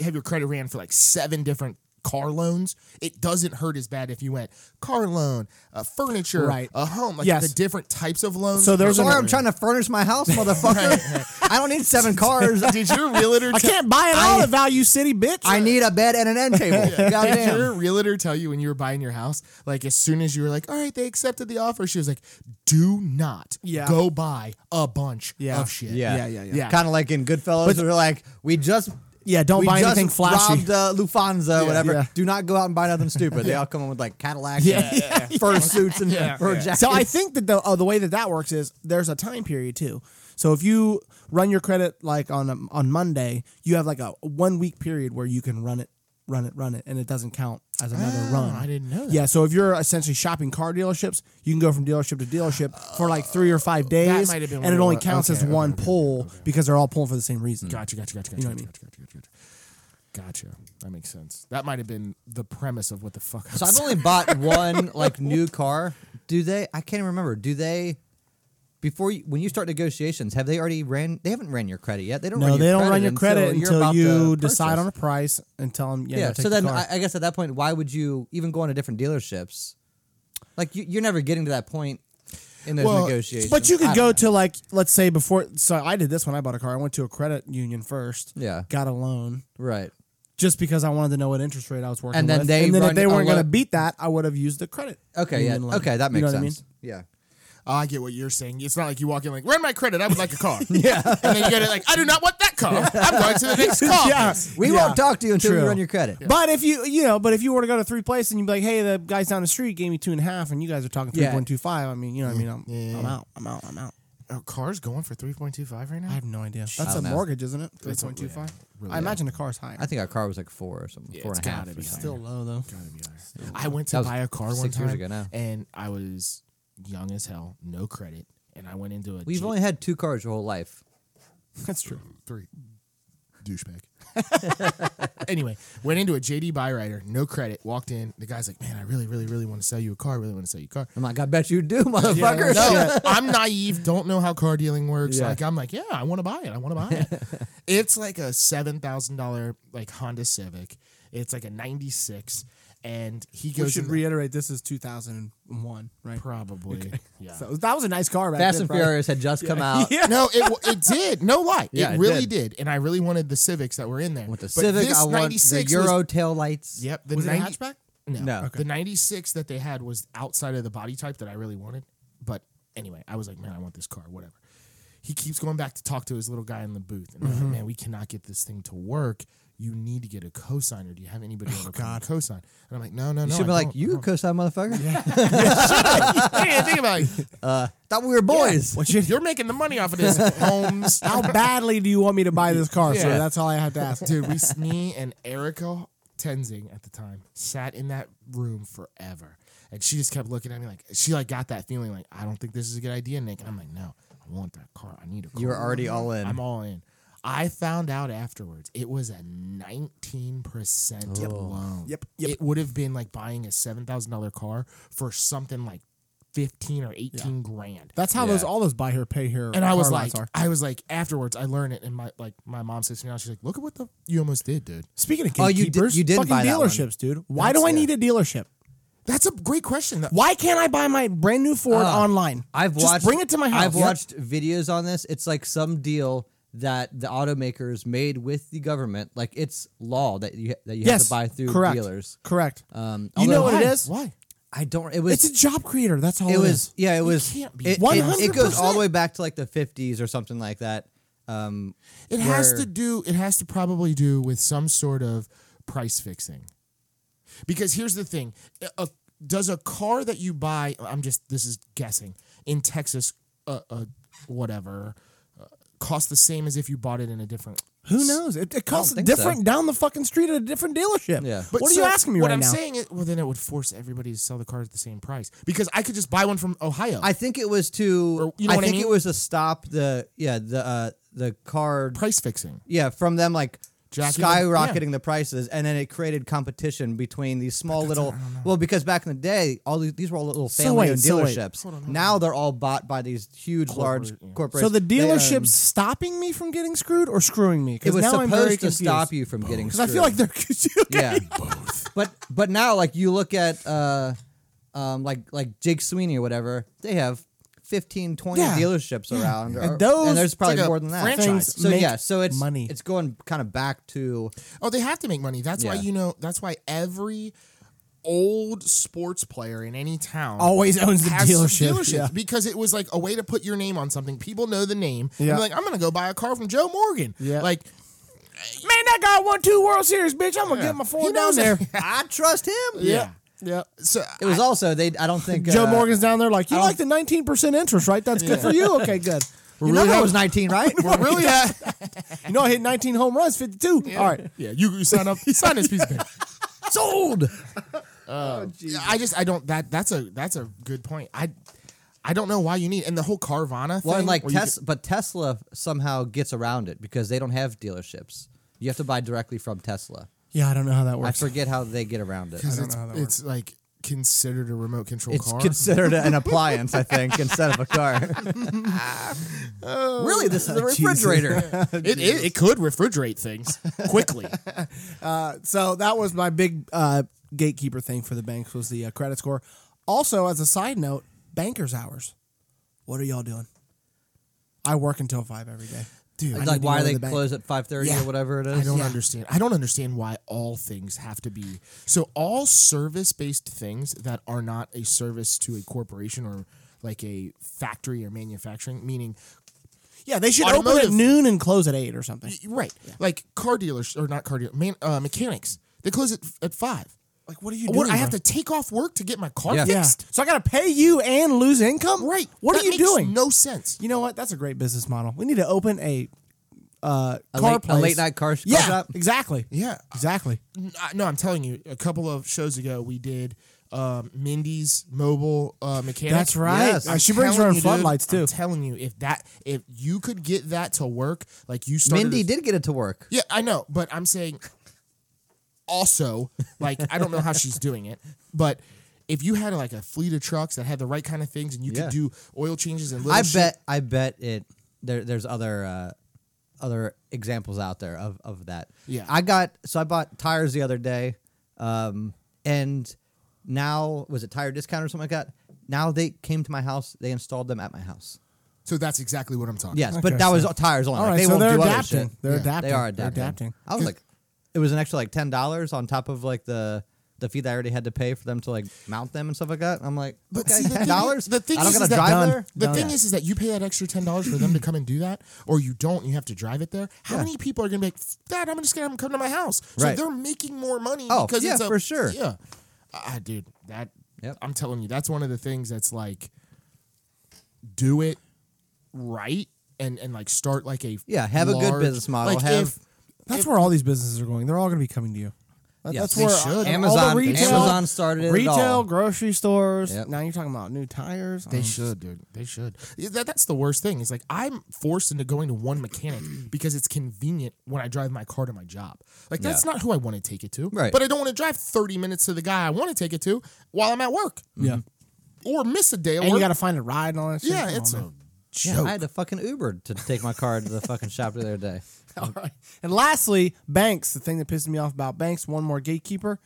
[SPEAKER 1] have your credit ran for like seven different car loans it doesn't hurt as bad if you went car loan uh, furniture
[SPEAKER 3] Right.
[SPEAKER 1] a home like
[SPEAKER 3] Yes.
[SPEAKER 1] the different types of loans
[SPEAKER 3] So there's
[SPEAKER 2] Sorry,
[SPEAKER 3] an-
[SPEAKER 2] I'm trying to furnish my house, motherfucker. I don't need seven cars.
[SPEAKER 1] did your realtor
[SPEAKER 3] I
[SPEAKER 1] tell-
[SPEAKER 3] can't buy it all at Value City, bitch.
[SPEAKER 2] I need a bed and an end table.
[SPEAKER 1] Did
[SPEAKER 2] Goddamn.
[SPEAKER 1] your realtor tell you when you were buying your house, like as soon as you were like, all right, they accepted the offer, she was like, do not
[SPEAKER 3] Yeah.
[SPEAKER 1] go buy a bunch
[SPEAKER 3] Yeah.
[SPEAKER 1] of shit.
[SPEAKER 3] Yeah, yeah, yeah.
[SPEAKER 2] Kind of like in Goodfellas, where like we just
[SPEAKER 3] Yeah, don't
[SPEAKER 2] we
[SPEAKER 3] buy
[SPEAKER 2] just
[SPEAKER 3] anything flashy.
[SPEAKER 2] Robbed, uh, Lufthansa, whatever.
[SPEAKER 3] yeah.
[SPEAKER 2] Do not go out and buy nothing stupid. They all come in with like Cadillacs,
[SPEAKER 3] Yeah,
[SPEAKER 2] and fur suits, and fur jackets.
[SPEAKER 3] So I think that the uh, the way that that works is there's a time period too. So if you run your credit like on um, on Monday, you have like a one week period where you can run it, run it, run it, and it doesn't count as another
[SPEAKER 1] Oh,
[SPEAKER 3] run.
[SPEAKER 1] I didn't know that.
[SPEAKER 3] Yeah. So if you're essentially shopping car dealerships, you can go from dealership to dealership for like three or five days,
[SPEAKER 1] might have been what
[SPEAKER 3] and it
[SPEAKER 1] it
[SPEAKER 3] only
[SPEAKER 1] was.
[SPEAKER 3] counts
[SPEAKER 1] Okay,
[SPEAKER 3] as
[SPEAKER 1] okay,
[SPEAKER 3] one
[SPEAKER 1] okay,
[SPEAKER 3] pull because they're all pulling for the same reason.
[SPEAKER 1] Gotcha, gotcha, gotcha, gotcha,
[SPEAKER 3] know what
[SPEAKER 1] gotcha,
[SPEAKER 3] I mean?
[SPEAKER 1] gotcha, gotcha, gotcha. Gotcha. That makes sense. That might have been the premise of what the fuck. I
[SPEAKER 2] So
[SPEAKER 1] was-
[SPEAKER 2] I've only bought one like new car. Do they? I can't even remember. Do they? Before you, when you start negotiations, have they already ran? They haven't ran your credit yet. They don't.
[SPEAKER 3] No,
[SPEAKER 2] run
[SPEAKER 3] they
[SPEAKER 2] your
[SPEAKER 3] don't run your credit
[SPEAKER 2] you're
[SPEAKER 3] until,
[SPEAKER 2] about to
[SPEAKER 3] you decide
[SPEAKER 2] purchase.
[SPEAKER 3] on a price and tell them. Yeah.
[SPEAKER 2] Yeah.
[SPEAKER 3] no,
[SPEAKER 2] so
[SPEAKER 3] take the
[SPEAKER 2] then
[SPEAKER 3] car.
[SPEAKER 2] I, I guess at that point, why would you even go into different dealerships? Like you, you're never getting to that point in those
[SPEAKER 1] Well,
[SPEAKER 2] negotiations.
[SPEAKER 3] But you
[SPEAKER 2] I
[SPEAKER 3] could
[SPEAKER 2] don't
[SPEAKER 3] go
[SPEAKER 2] know.
[SPEAKER 3] to like let's say before. So I did this when I bought a car. I went to a credit union first.
[SPEAKER 2] Yeah.
[SPEAKER 3] Got a loan
[SPEAKER 2] right.
[SPEAKER 3] just because I wanted to know what interest rate I was working
[SPEAKER 2] And then
[SPEAKER 3] with.
[SPEAKER 2] they
[SPEAKER 3] and then if
[SPEAKER 2] run
[SPEAKER 3] they
[SPEAKER 2] a
[SPEAKER 3] weren't going to
[SPEAKER 2] loan-
[SPEAKER 3] beat that, I would have used the credit.
[SPEAKER 2] Okay. Yeah.
[SPEAKER 3] union loan.
[SPEAKER 2] Okay. That
[SPEAKER 3] You
[SPEAKER 2] makes
[SPEAKER 3] know what I mean?
[SPEAKER 2] sense. Yeah.
[SPEAKER 1] Oh, I get what you're saying. It's not like you walk in like, run my credit. I would like a car. yeah. And then you get it like, I do not want that car. I'm going to the next car.
[SPEAKER 3] Yeah.
[SPEAKER 2] We
[SPEAKER 3] Yeah.
[SPEAKER 2] won't talk to you until
[SPEAKER 3] True.
[SPEAKER 2] we run your credit.
[SPEAKER 3] But if you you know, but if you were to go to three places and you'd be like, hey, the guys down the street gave me two and a half, and you guys are talking three
[SPEAKER 2] Yeah.
[SPEAKER 3] point two five. I mean, you know, what I mean, I'm, I'm out, I'm out, I'm out.
[SPEAKER 1] Oh, car's going for 3.25 right now?
[SPEAKER 3] I have no idea. That's a
[SPEAKER 2] don't know.
[SPEAKER 3] mortgage, isn't it? Three
[SPEAKER 1] That's
[SPEAKER 3] point two five.
[SPEAKER 1] really
[SPEAKER 3] I imagine the car's higher.
[SPEAKER 2] I think our car was like four or something.
[SPEAKER 1] Yeah,
[SPEAKER 2] four
[SPEAKER 1] it's
[SPEAKER 2] and a half.
[SPEAKER 1] gotta
[SPEAKER 2] or
[SPEAKER 1] be.
[SPEAKER 2] something.
[SPEAKER 3] Still low though.
[SPEAKER 1] I went
[SPEAKER 2] That
[SPEAKER 1] to
[SPEAKER 2] was
[SPEAKER 1] buy a car one
[SPEAKER 2] six
[SPEAKER 1] time,
[SPEAKER 2] years ago now.
[SPEAKER 1] and I was young as hell, no credit, and I went into a.
[SPEAKER 2] We've
[SPEAKER 1] Jeep-
[SPEAKER 2] only had two cars your whole life.
[SPEAKER 3] That's true.
[SPEAKER 1] three, douchebag. anyway, went into a JD buy rider, no credit. Walked in, the guy's like, "Man, I really, really, really want to sell you a car. Really want to sell you a car."
[SPEAKER 2] I'm like, I bet you do, motherfucker.
[SPEAKER 1] No, I'm naive. Don't know how car dealing works.
[SPEAKER 2] Yeah.
[SPEAKER 1] Like I'm like, yeah, I want to buy it. I want to buy it. it's like a seven thousand dollar like Honda Civic. It's like a ninety six, and he
[SPEAKER 3] We
[SPEAKER 1] goes.
[SPEAKER 3] should
[SPEAKER 1] in the-
[SPEAKER 3] reiterate this is 2001, right?
[SPEAKER 1] probably. Yeah.
[SPEAKER 3] So that was a nice car back
[SPEAKER 2] Fast
[SPEAKER 3] then,
[SPEAKER 2] and
[SPEAKER 3] probably.
[SPEAKER 2] Furious had just come out.
[SPEAKER 3] Yeah.
[SPEAKER 1] No, it w- it did. No lie.
[SPEAKER 2] Yeah,
[SPEAKER 1] it
[SPEAKER 2] it
[SPEAKER 1] really did.
[SPEAKER 2] did.
[SPEAKER 1] and I really wanted the Civics that were in there.
[SPEAKER 2] With the
[SPEAKER 1] But
[SPEAKER 2] Civic,
[SPEAKER 1] this
[SPEAKER 2] I want the
[SPEAKER 1] 96 was-
[SPEAKER 2] Euro tail lights.
[SPEAKER 1] Yep. The
[SPEAKER 3] Was it a
[SPEAKER 1] 90
[SPEAKER 3] hatchback?
[SPEAKER 1] No.
[SPEAKER 2] No.
[SPEAKER 1] The 96 that they had was outside of the body type that I really wanted. But anyway, I was like, man, I want this car, whatever. He keeps going back to talk to his little guy in the booth. And they're
[SPEAKER 2] Mm-hmm.
[SPEAKER 1] like, man, we cannot get this thing to work. You need to get a cosigner. Do you have anybody ever come to cosign? And I'm like, no, no, no.
[SPEAKER 2] Oh, You should
[SPEAKER 1] I
[SPEAKER 2] be like,
[SPEAKER 1] don't,
[SPEAKER 2] you
[SPEAKER 1] I don't."
[SPEAKER 2] cuss that motherfucker.
[SPEAKER 1] I didn't think about it.
[SPEAKER 2] Thought we were boys.
[SPEAKER 1] What you- You're making the money off of this, Holmes.
[SPEAKER 3] How badly do you want me to buy this car, sir?
[SPEAKER 1] Yeah.
[SPEAKER 3] That's all I had to ask.
[SPEAKER 1] Dude, we, me and Erica Tenzing at the time sat in that room forever. And she just kept looking at me like, she like got that feeling like, I don't think this is a good idea, Nick. And I'm like, no, I want that car. I need a car.
[SPEAKER 2] You were already all in.
[SPEAKER 1] I'm all in. I found out afterwards it was a 19%
[SPEAKER 2] Oh.
[SPEAKER 1] loan.
[SPEAKER 3] Yep, yep.
[SPEAKER 1] It would have been like buying a $7,000 car for something like 15 or 18 grand.
[SPEAKER 3] That's how
[SPEAKER 2] Yeah.
[SPEAKER 3] those all those buy here, pay here.
[SPEAKER 1] And I
[SPEAKER 3] car
[SPEAKER 1] was like,
[SPEAKER 3] lots are.
[SPEAKER 1] I was like, afterwards, I learned it, and my like my mom sits me down. She's like, "Look at what the you almost did, dude."
[SPEAKER 3] speaking of
[SPEAKER 2] Oh, you did-
[SPEAKER 3] gatekeepers,
[SPEAKER 2] you did
[SPEAKER 3] fucking
[SPEAKER 2] buy that one.
[SPEAKER 3] dealerships, dude. Why
[SPEAKER 2] That's-
[SPEAKER 3] do I
[SPEAKER 2] yeah.
[SPEAKER 3] need a dealership?
[SPEAKER 1] That's a great question. That-
[SPEAKER 3] Why can't I buy my brand new Ford online?
[SPEAKER 2] Oh. I've
[SPEAKER 3] Just
[SPEAKER 2] watched.
[SPEAKER 3] Bring it to my house.
[SPEAKER 2] I've
[SPEAKER 3] Yep.
[SPEAKER 2] watched videos on this. It's like some deal that the automakers made with the government. Like it's law that you that you have
[SPEAKER 3] Yes,
[SPEAKER 2] to buy through
[SPEAKER 3] correct.
[SPEAKER 2] dealers.
[SPEAKER 3] Correct.
[SPEAKER 2] Um,
[SPEAKER 3] You know
[SPEAKER 2] although-
[SPEAKER 3] what it
[SPEAKER 1] Why?
[SPEAKER 3] is?
[SPEAKER 1] Why?
[SPEAKER 2] I don't. It was.
[SPEAKER 3] It's a job creator. That's all
[SPEAKER 2] it
[SPEAKER 3] is.
[SPEAKER 2] was. Yeah. It was.
[SPEAKER 1] can't be
[SPEAKER 2] It, it, it goes
[SPEAKER 1] 100%.
[SPEAKER 2] all the way back to like the fifties or something like that. Um,
[SPEAKER 1] It has
[SPEAKER 2] where-
[SPEAKER 1] to do. It has to probably do with some sort of price fixing. Because here's the thing: A- a- does a car that you buy? I'm just this is guessing in Texas, uh, uh, whatever, uh, cost the same as if you bought it in a different.
[SPEAKER 3] Who knows? It, it costs
[SPEAKER 2] think so.
[SPEAKER 3] different down the fucking street at a different dealership.
[SPEAKER 2] Yeah.
[SPEAKER 3] what are
[SPEAKER 1] so
[SPEAKER 3] you asking me
[SPEAKER 1] What
[SPEAKER 3] right
[SPEAKER 1] I'm
[SPEAKER 3] now?
[SPEAKER 1] saying is, well, then it would force everybody to sell the cars at the same price because I could just buy one from Ohio.
[SPEAKER 2] I think it was to.
[SPEAKER 1] Or, you know
[SPEAKER 2] I
[SPEAKER 1] what I
[SPEAKER 2] think
[SPEAKER 1] mean?
[SPEAKER 2] it was to stop the yeah the uh, the car
[SPEAKER 1] price fixing.
[SPEAKER 2] yeah from them like
[SPEAKER 1] Jacking them-
[SPEAKER 2] skyrocketing
[SPEAKER 1] yeah.
[SPEAKER 2] the prices, and then it created competition between these small little well because back in the day all these, these were all little
[SPEAKER 3] So
[SPEAKER 2] family
[SPEAKER 3] wait,
[SPEAKER 2] owned
[SPEAKER 3] so wait.
[SPEAKER 2] dealerships. now they're all bought by these huge large
[SPEAKER 1] Corporate, yeah.
[SPEAKER 2] corporations.
[SPEAKER 3] So the
[SPEAKER 2] They, um,
[SPEAKER 3] dealership's stopping me from getting screwed or screwing me?
[SPEAKER 2] it
[SPEAKER 3] Because
[SPEAKER 2] was
[SPEAKER 3] now I'm very
[SPEAKER 2] supposed to
[SPEAKER 3] confused.
[SPEAKER 2] stop you from getting
[SPEAKER 3] Because I feel like they're okay.
[SPEAKER 2] yeah both but but now like you look at uh um like like jake sweeney or whatever they have 15 20
[SPEAKER 3] Yeah.
[SPEAKER 2] dealerships around
[SPEAKER 3] And
[SPEAKER 2] or-
[SPEAKER 3] those-
[SPEAKER 2] and there's
[SPEAKER 3] it's
[SPEAKER 2] probably
[SPEAKER 1] like a
[SPEAKER 2] more than that
[SPEAKER 1] franchise.
[SPEAKER 2] so
[SPEAKER 3] Make
[SPEAKER 2] yeah so it's
[SPEAKER 3] money.
[SPEAKER 2] it's going kind of back to
[SPEAKER 1] Oh, they have to make money. That's why
[SPEAKER 2] Yeah.
[SPEAKER 1] you know. That's why every old sports player in any town
[SPEAKER 3] Always owns the
[SPEAKER 1] has some
[SPEAKER 3] dealership,
[SPEAKER 1] dealerships
[SPEAKER 3] yeah.
[SPEAKER 1] because it was like a way to put your name on something. People know the name. And
[SPEAKER 3] Yeah.
[SPEAKER 1] be like I'm gonna go buy a car from Joe Morgan.
[SPEAKER 3] Yeah.
[SPEAKER 1] Like
[SPEAKER 3] Man, that guy won two World Series, bitch. I'm gonna
[SPEAKER 1] Yeah.
[SPEAKER 3] get my
[SPEAKER 1] He
[SPEAKER 3] Ford down
[SPEAKER 1] knows
[SPEAKER 3] there.
[SPEAKER 1] it.
[SPEAKER 2] i trust him
[SPEAKER 1] yeah,
[SPEAKER 3] yeah.
[SPEAKER 1] so
[SPEAKER 2] it was also they i don't think
[SPEAKER 3] Joe
[SPEAKER 2] uh,
[SPEAKER 3] Morgan's down there like, you
[SPEAKER 2] I don't-
[SPEAKER 3] like the 19% interest, right? That's good for you? Okay, good.
[SPEAKER 2] you know that was 19 right
[SPEAKER 1] we're really ha-
[SPEAKER 3] You know, I hit 19 home runs, 52. All right.
[SPEAKER 1] yeah. You, you sign up. Sign this piece of paper.
[SPEAKER 2] sold
[SPEAKER 3] Oh,
[SPEAKER 1] Yeah, I just I don't that that's a that's a good point. I I don't know why you need and the whole Carvana thing.
[SPEAKER 2] well and like
[SPEAKER 1] where you
[SPEAKER 2] Tes- but tesla somehow gets around it because they don't have dealerships you have to buy directly from tesla
[SPEAKER 3] Yeah, I don't know how that
[SPEAKER 2] i
[SPEAKER 3] works.
[SPEAKER 2] forget how they get around it
[SPEAKER 1] Because
[SPEAKER 3] don't
[SPEAKER 1] it's,
[SPEAKER 3] know how that
[SPEAKER 1] it's like considered a remote control
[SPEAKER 2] It's
[SPEAKER 1] car.
[SPEAKER 2] considered an appliance, I think, instead of a car. really, this is a
[SPEAKER 3] Oh.
[SPEAKER 2] refrigerator.
[SPEAKER 1] it, it, it could refrigerate things quickly.
[SPEAKER 3] So that was my big uh, gatekeeper thing for the banks was the uh, credit score. Also, as a side note, bankers hours. What are y'all doing? I work until five every day.
[SPEAKER 1] Dude,
[SPEAKER 3] I need
[SPEAKER 2] like,
[SPEAKER 3] to
[SPEAKER 2] why are
[SPEAKER 3] go to
[SPEAKER 2] they
[SPEAKER 3] the bank.
[SPEAKER 2] close at five thirty
[SPEAKER 3] Yeah.
[SPEAKER 2] or whatever it is?
[SPEAKER 1] I don't
[SPEAKER 3] Yeah.
[SPEAKER 1] understand. I don't understand why all things have to be so. All service-based things that are not a service to a corporation or like a factory or manufacturing, meaning
[SPEAKER 3] Yeah, they should open
[SPEAKER 1] Automotive.
[SPEAKER 3] at noon and close at eight or something.
[SPEAKER 1] right, like car dealers or not car dealers, man, uh, mechanics. They close at at five.
[SPEAKER 3] Like, what are you
[SPEAKER 1] What,
[SPEAKER 3] doing?
[SPEAKER 1] I have
[SPEAKER 3] bro?
[SPEAKER 1] to take off work to get my car
[SPEAKER 2] Yeah.
[SPEAKER 3] Yeah.
[SPEAKER 1] fixed.
[SPEAKER 3] So I got to pay you and lose income.
[SPEAKER 1] Right?
[SPEAKER 3] What
[SPEAKER 1] That
[SPEAKER 3] are you
[SPEAKER 1] makes
[SPEAKER 3] doing?
[SPEAKER 1] No sense.
[SPEAKER 3] You know what? That's a great business model. We need to open a uh,
[SPEAKER 2] A
[SPEAKER 3] car
[SPEAKER 2] late- a
[SPEAKER 3] place.
[SPEAKER 2] late-night car sh- car
[SPEAKER 3] Yeah,
[SPEAKER 2] shop?
[SPEAKER 3] exactly.
[SPEAKER 1] Yeah.
[SPEAKER 3] exactly.
[SPEAKER 1] N- I- No, I'm telling you, a couple of shows ago we did um, Mindy's mobile uh, mechanic.
[SPEAKER 3] That's right.
[SPEAKER 2] Yes.
[SPEAKER 3] Uh, she brings her
[SPEAKER 1] telling
[SPEAKER 3] own
[SPEAKER 1] you, dude,
[SPEAKER 3] floodlights
[SPEAKER 1] I'm
[SPEAKER 3] too.
[SPEAKER 1] telling you, if that if you could get that to work, like you started.
[SPEAKER 2] Mindy
[SPEAKER 1] as-
[SPEAKER 2] did get it to work.
[SPEAKER 1] Yeah, I know, but I'm saying also, like I don't know how she's doing it, but if you had like a fleet of trucks that had the right kind of things and you
[SPEAKER 2] Yeah.
[SPEAKER 1] could do oil changes and little
[SPEAKER 2] I
[SPEAKER 1] shit-
[SPEAKER 2] bet. I bet it. There, there's other uh, other examples out there of of that.
[SPEAKER 1] Yeah.
[SPEAKER 2] I got so I bought tires the other day. Um, and now was it tire discount or something like that? Now they came to my house. They installed them at my house.
[SPEAKER 1] So that's exactly what I'm talking.
[SPEAKER 2] Yes,
[SPEAKER 3] Okay,
[SPEAKER 2] but that was
[SPEAKER 3] so-
[SPEAKER 2] all tires only.
[SPEAKER 3] All
[SPEAKER 2] Like,
[SPEAKER 3] right,
[SPEAKER 2] they
[SPEAKER 3] so
[SPEAKER 2] won't
[SPEAKER 3] they're
[SPEAKER 2] do other
[SPEAKER 3] adapting.
[SPEAKER 2] shit.
[SPEAKER 3] They're
[SPEAKER 2] Yeah,
[SPEAKER 3] adapting.
[SPEAKER 2] They are
[SPEAKER 3] They're
[SPEAKER 2] adapting.
[SPEAKER 3] adapting.
[SPEAKER 2] I was like, it was an extra like ten dollars on top of like the the fee that I already had to pay for them to like mount them and stuff like that. I'm like,
[SPEAKER 1] But
[SPEAKER 2] okay,
[SPEAKER 1] see, the
[SPEAKER 2] ten dollars.
[SPEAKER 1] thing- the thing
[SPEAKER 2] I don't
[SPEAKER 1] is-
[SPEAKER 2] gotta
[SPEAKER 1] is that-
[SPEAKER 2] drive
[SPEAKER 3] Done.
[SPEAKER 2] there.
[SPEAKER 1] The
[SPEAKER 3] No.
[SPEAKER 1] thing
[SPEAKER 3] Yeah.
[SPEAKER 1] is, is that you pay that extra ten dollars for them to come and do that, or you don't. and You have to drive it there. How many people are going to be like, "F- Dad? I'm just going to have them come to my house. So
[SPEAKER 2] Right.
[SPEAKER 1] they're making more money.
[SPEAKER 2] Oh,
[SPEAKER 1] because
[SPEAKER 2] yeah,
[SPEAKER 1] it's a,
[SPEAKER 2] for sure.
[SPEAKER 1] Yeah, ah, dude, that.
[SPEAKER 2] Yep.
[SPEAKER 1] I'm telling you, that's one of the things that's like, do it right and and like start like a
[SPEAKER 2] Yeah, have a good
[SPEAKER 1] large-
[SPEAKER 2] business model,
[SPEAKER 1] Like
[SPEAKER 2] have-
[SPEAKER 1] if,
[SPEAKER 3] That's where all these businesses are going. They're all going to be coming to you. That-
[SPEAKER 2] Yes,
[SPEAKER 3] that's
[SPEAKER 2] they
[SPEAKER 3] where
[SPEAKER 1] should.
[SPEAKER 3] all the
[SPEAKER 2] Amazon-
[SPEAKER 3] retail-
[SPEAKER 2] Amazon started it
[SPEAKER 3] retail,
[SPEAKER 2] all.
[SPEAKER 3] grocery stores.
[SPEAKER 2] Yep.
[SPEAKER 3] Now you're talking about new tires.
[SPEAKER 1] They
[SPEAKER 2] Mm.
[SPEAKER 3] Um,
[SPEAKER 1] should, dude. They should. Yeah, That, that's the worst thing. Is like I'm forced into going to one mechanic because it's convenient when I drive my car to my job. Like that's
[SPEAKER 2] Yeah.
[SPEAKER 1] not who I want to take it to.
[SPEAKER 2] Right.
[SPEAKER 1] But I don't want to drive 30 minutes to the guy I want to take it to while I'm at work
[SPEAKER 2] Mm-hmm.
[SPEAKER 3] Yeah,
[SPEAKER 1] or miss a day. Of
[SPEAKER 3] and
[SPEAKER 1] work.
[SPEAKER 3] you got to find a ride and all that. Shit.
[SPEAKER 1] yeah,
[SPEAKER 3] Come
[SPEAKER 1] it's
[SPEAKER 3] on,
[SPEAKER 1] a
[SPEAKER 3] man.
[SPEAKER 2] Yeah,
[SPEAKER 1] joke.
[SPEAKER 2] I had to fucking Uber to take my car to the fucking shop the other day.
[SPEAKER 3] All right. And lastly, banks. The thing that pisses me off about banks, one more gatekeeper.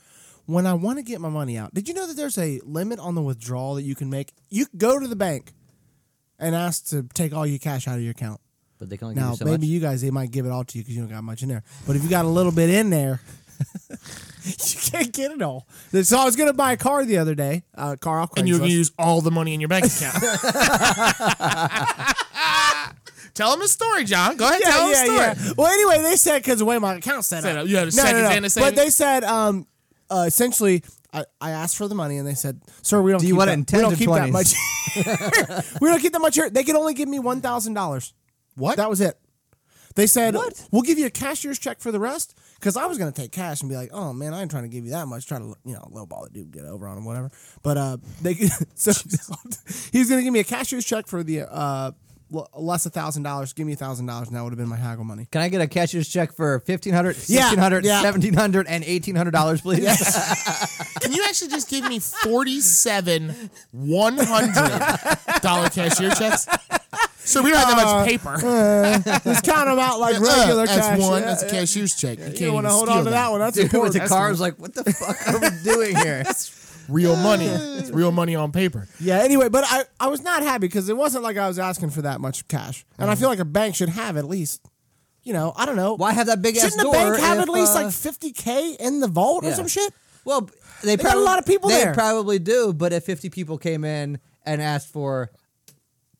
[SPEAKER 3] When I want to get my money out, did you know that there's a limit on the withdrawal that you can make? You can go to the bank and ask to take all your cash out of your account.
[SPEAKER 2] But they can only give
[SPEAKER 3] Now,
[SPEAKER 2] you so
[SPEAKER 3] maybe
[SPEAKER 2] much.
[SPEAKER 3] you guys, they might give it all to you because you don't got much in there. But if you got a little bit in there, you can't get it all. So I was going to buy a car the other day, a car off Craigslist.
[SPEAKER 1] and you're gonna use all the money in your bank account. tell him a story, John. Go ahead, tell him a story.
[SPEAKER 3] Well, anyway, they said because the way my account's set,
[SPEAKER 1] Set
[SPEAKER 3] up.
[SPEAKER 1] up. You had a savings and a
[SPEAKER 3] But
[SPEAKER 1] savings?
[SPEAKER 3] they said, um, uh, essentially, I, I asked for the money, and they said, "Sir, we don't.
[SPEAKER 2] Do you
[SPEAKER 3] keep
[SPEAKER 2] want
[SPEAKER 3] that,
[SPEAKER 2] it in
[SPEAKER 3] we
[SPEAKER 2] 10s
[SPEAKER 3] don't
[SPEAKER 2] or
[SPEAKER 3] keep that
[SPEAKER 2] 20s?
[SPEAKER 3] much. we don't keep that much here. They could only give me one thousand dollars.
[SPEAKER 1] What?
[SPEAKER 3] That was it. They said,
[SPEAKER 2] What?
[SPEAKER 3] "We'll give you a cashier's check for the rest." Because I was gonna take cash and be like, "Oh man, I ain't trying to give you that much. Try to you know lowball the dude, get over on him, whatever." But uh, they so he's gonna give me a cashier's check for the uh l- less a thousand dollars. Give me a thousand dollars, and that would have been my haggle money.
[SPEAKER 2] Can I get a cashier's check for $1,500,
[SPEAKER 3] Yeah,
[SPEAKER 2] $1,600,
[SPEAKER 3] yeah.
[SPEAKER 2] $1,700, and $1,800, please?
[SPEAKER 1] Can you actually just give me 47 $100 dollar cashier checks? So we don't have that much paper.
[SPEAKER 3] Just count them out like
[SPEAKER 1] Uh,
[SPEAKER 3] Uh, regular
[SPEAKER 1] that's
[SPEAKER 3] cash.
[SPEAKER 1] one.
[SPEAKER 3] Yeah,
[SPEAKER 1] That's a
[SPEAKER 3] yeah.
[SPEAKER 1] cashier's check. You, can't
[SPEAKER 3] You want to
[SPEAKER 1] even
[SPEAKER 3] hold on
[SPEAKER 1] steal
[SPEAKER 3] to that, one? That's
[SPEAKER 2] Dude, with
[SPEAKER 3] important.
[SPEAKER 2] the
[SPEAKER 3] That's-
[SPEAKER 2] car, I was like, what the fuck are we doing here?
[SPEAKER 1] Real money. It's real money on paper.
[SPEAKER 3] Yeah. Anyway, but I, I was not happy because it wasn't like I was asking for that much cash, and I feel like a bank should have at least, you know, I don't know.
[SPEAKER 2] Why have that big ass
[SPEAKER 3] Shouldn't
[SPEAKER 2] door?
[SPEAKER 3] a bank have
[SPEAKER 2] if,
[SPEAKER 3] at least
[SPEAKER 2] uh,
[SPEAKER 3] like fifty k in the vault or
[SPEAKER 2] yeah.
[SPEAKER 3] some shit?
[SPEAKER 2] Well, b- they,
[SPEAKER 3] got a
[SPEAKER 2] probably-
[SPEAKER 3] lot of people
[SPEAKER 2] they
[SPEAKER 3] there.
[SPEAKER 2] probably do, but if 50 people came in and asked for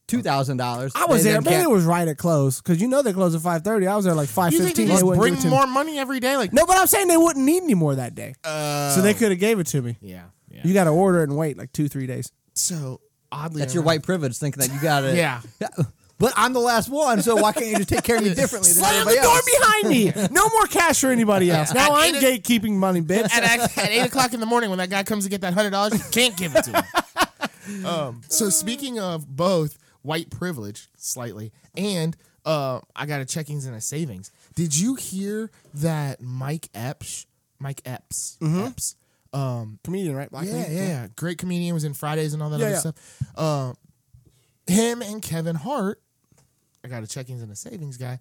[SPEAKER 2] $2,000,
[SPEAKER 3] I was
[SPEAKER 2] they
[SPEAKER 3] there.
[SPEAKER 2] then
[SPEAKER 3] Maybe
[SPEAKER 2] can't-
[SPEAKER 3] it was right at close because you know they close at five thirty. I was there like five
[SPEAKER 1] You think they
[SPEAKER 3] fifteen. They
[SPEAKER 1] just
[SPEAKER 3] wouldn't
[SPEAKER 1] bring
[SPEAKER 3] give it to me.
[SPEAKER 1] more money every day? Like,
[SPEAKER 3] No, but I'm saying they wouldn't need any more that day,
[SPEAKER 2] Oh.
[SPEAKER 3] so they could have gave it to me.
[SPEAKER 1] yeah. yeah.
[SPEAKER 3] You got to order it and wait like two three days.
[SPEAKER 1] so oddly,
[SPEAKER 2] That's your
[SPEAKER 1] enough-
[SPEAKER 2] white privilege thinking that you got it.
[SPEAKER 1] Yeah.
[SPEAKER 2] But I'm the last one, so why can't you just take care of me differently than
[SPEAKER 3] Slam
[SPEAKER 2] everybody
[SPEAKER 3] the door
[SPEAKER 2] else?
[SPEAKER 3] behind me. No more cash for anybody else. Now
[SPEAKER 1] I
[SPEAKER 3] I'm
[SPEAKER 1] get
[SPEAKER 3] gatekeeping money, bitch.
[SPEAKER 1] At, at, at 8 o'clock in the morning when that guy comes to get that $100, you can't give it to him. Um, so speaking of both white privilege, slightly, and uh, I got a checkings and a savings. Did you hear that Mike Epps, Mike Epps, Epps, um,
[SPEAKER 3] Comedian, right? Black
[SPEAKER 1] yeah,
[SPEAKER 3] comedian?
[SPEAKER 1] yeah, yeah. Great comedian was in Fridays and all that
[SPEAKER 3] Yeah,
[SPEAKER 1] other
[SPEAKER 3] yeah.
[SPEAKER 1] stuff. Uh, him and Kevin Hart, I got a check-ins and a savings guy,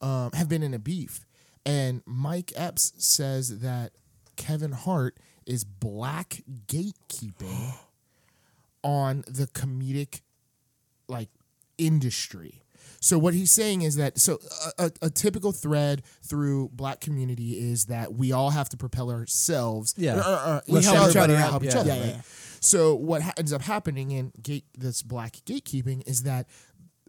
[SPEAKER 1] um, have been in a beef, and Mike Epps says that Kevin Hart is black gatekeeping on the comedic like industry. So what he's saying is that so a, a, a typical thread through black community is that we all have to propel ourselves.
[SPEAKER 2] Yeah.
[SPEAKER 1] or- or- or
[SPEAKER 3] Let's
[SPEAKER 1] we
[SPEAKER 3] help
[SPEAKER 1] help
[SPEAKER 3] each
[SPEAKER 1] each
[SPEAKER 3] other
[SPEAKER 1] other
[SPEAKER 3] out.
[SPEAKER 1] help each
[SPEAKER 2] Yeah.
[SPEAKER 1] other.
[SPEAKER 3] Yeah,
[SPEAKER 1] right?
[SPEAKER 3] yeah.
[SPEAKER 1] So what ha- ends up happening in gate this black gatekeeping is that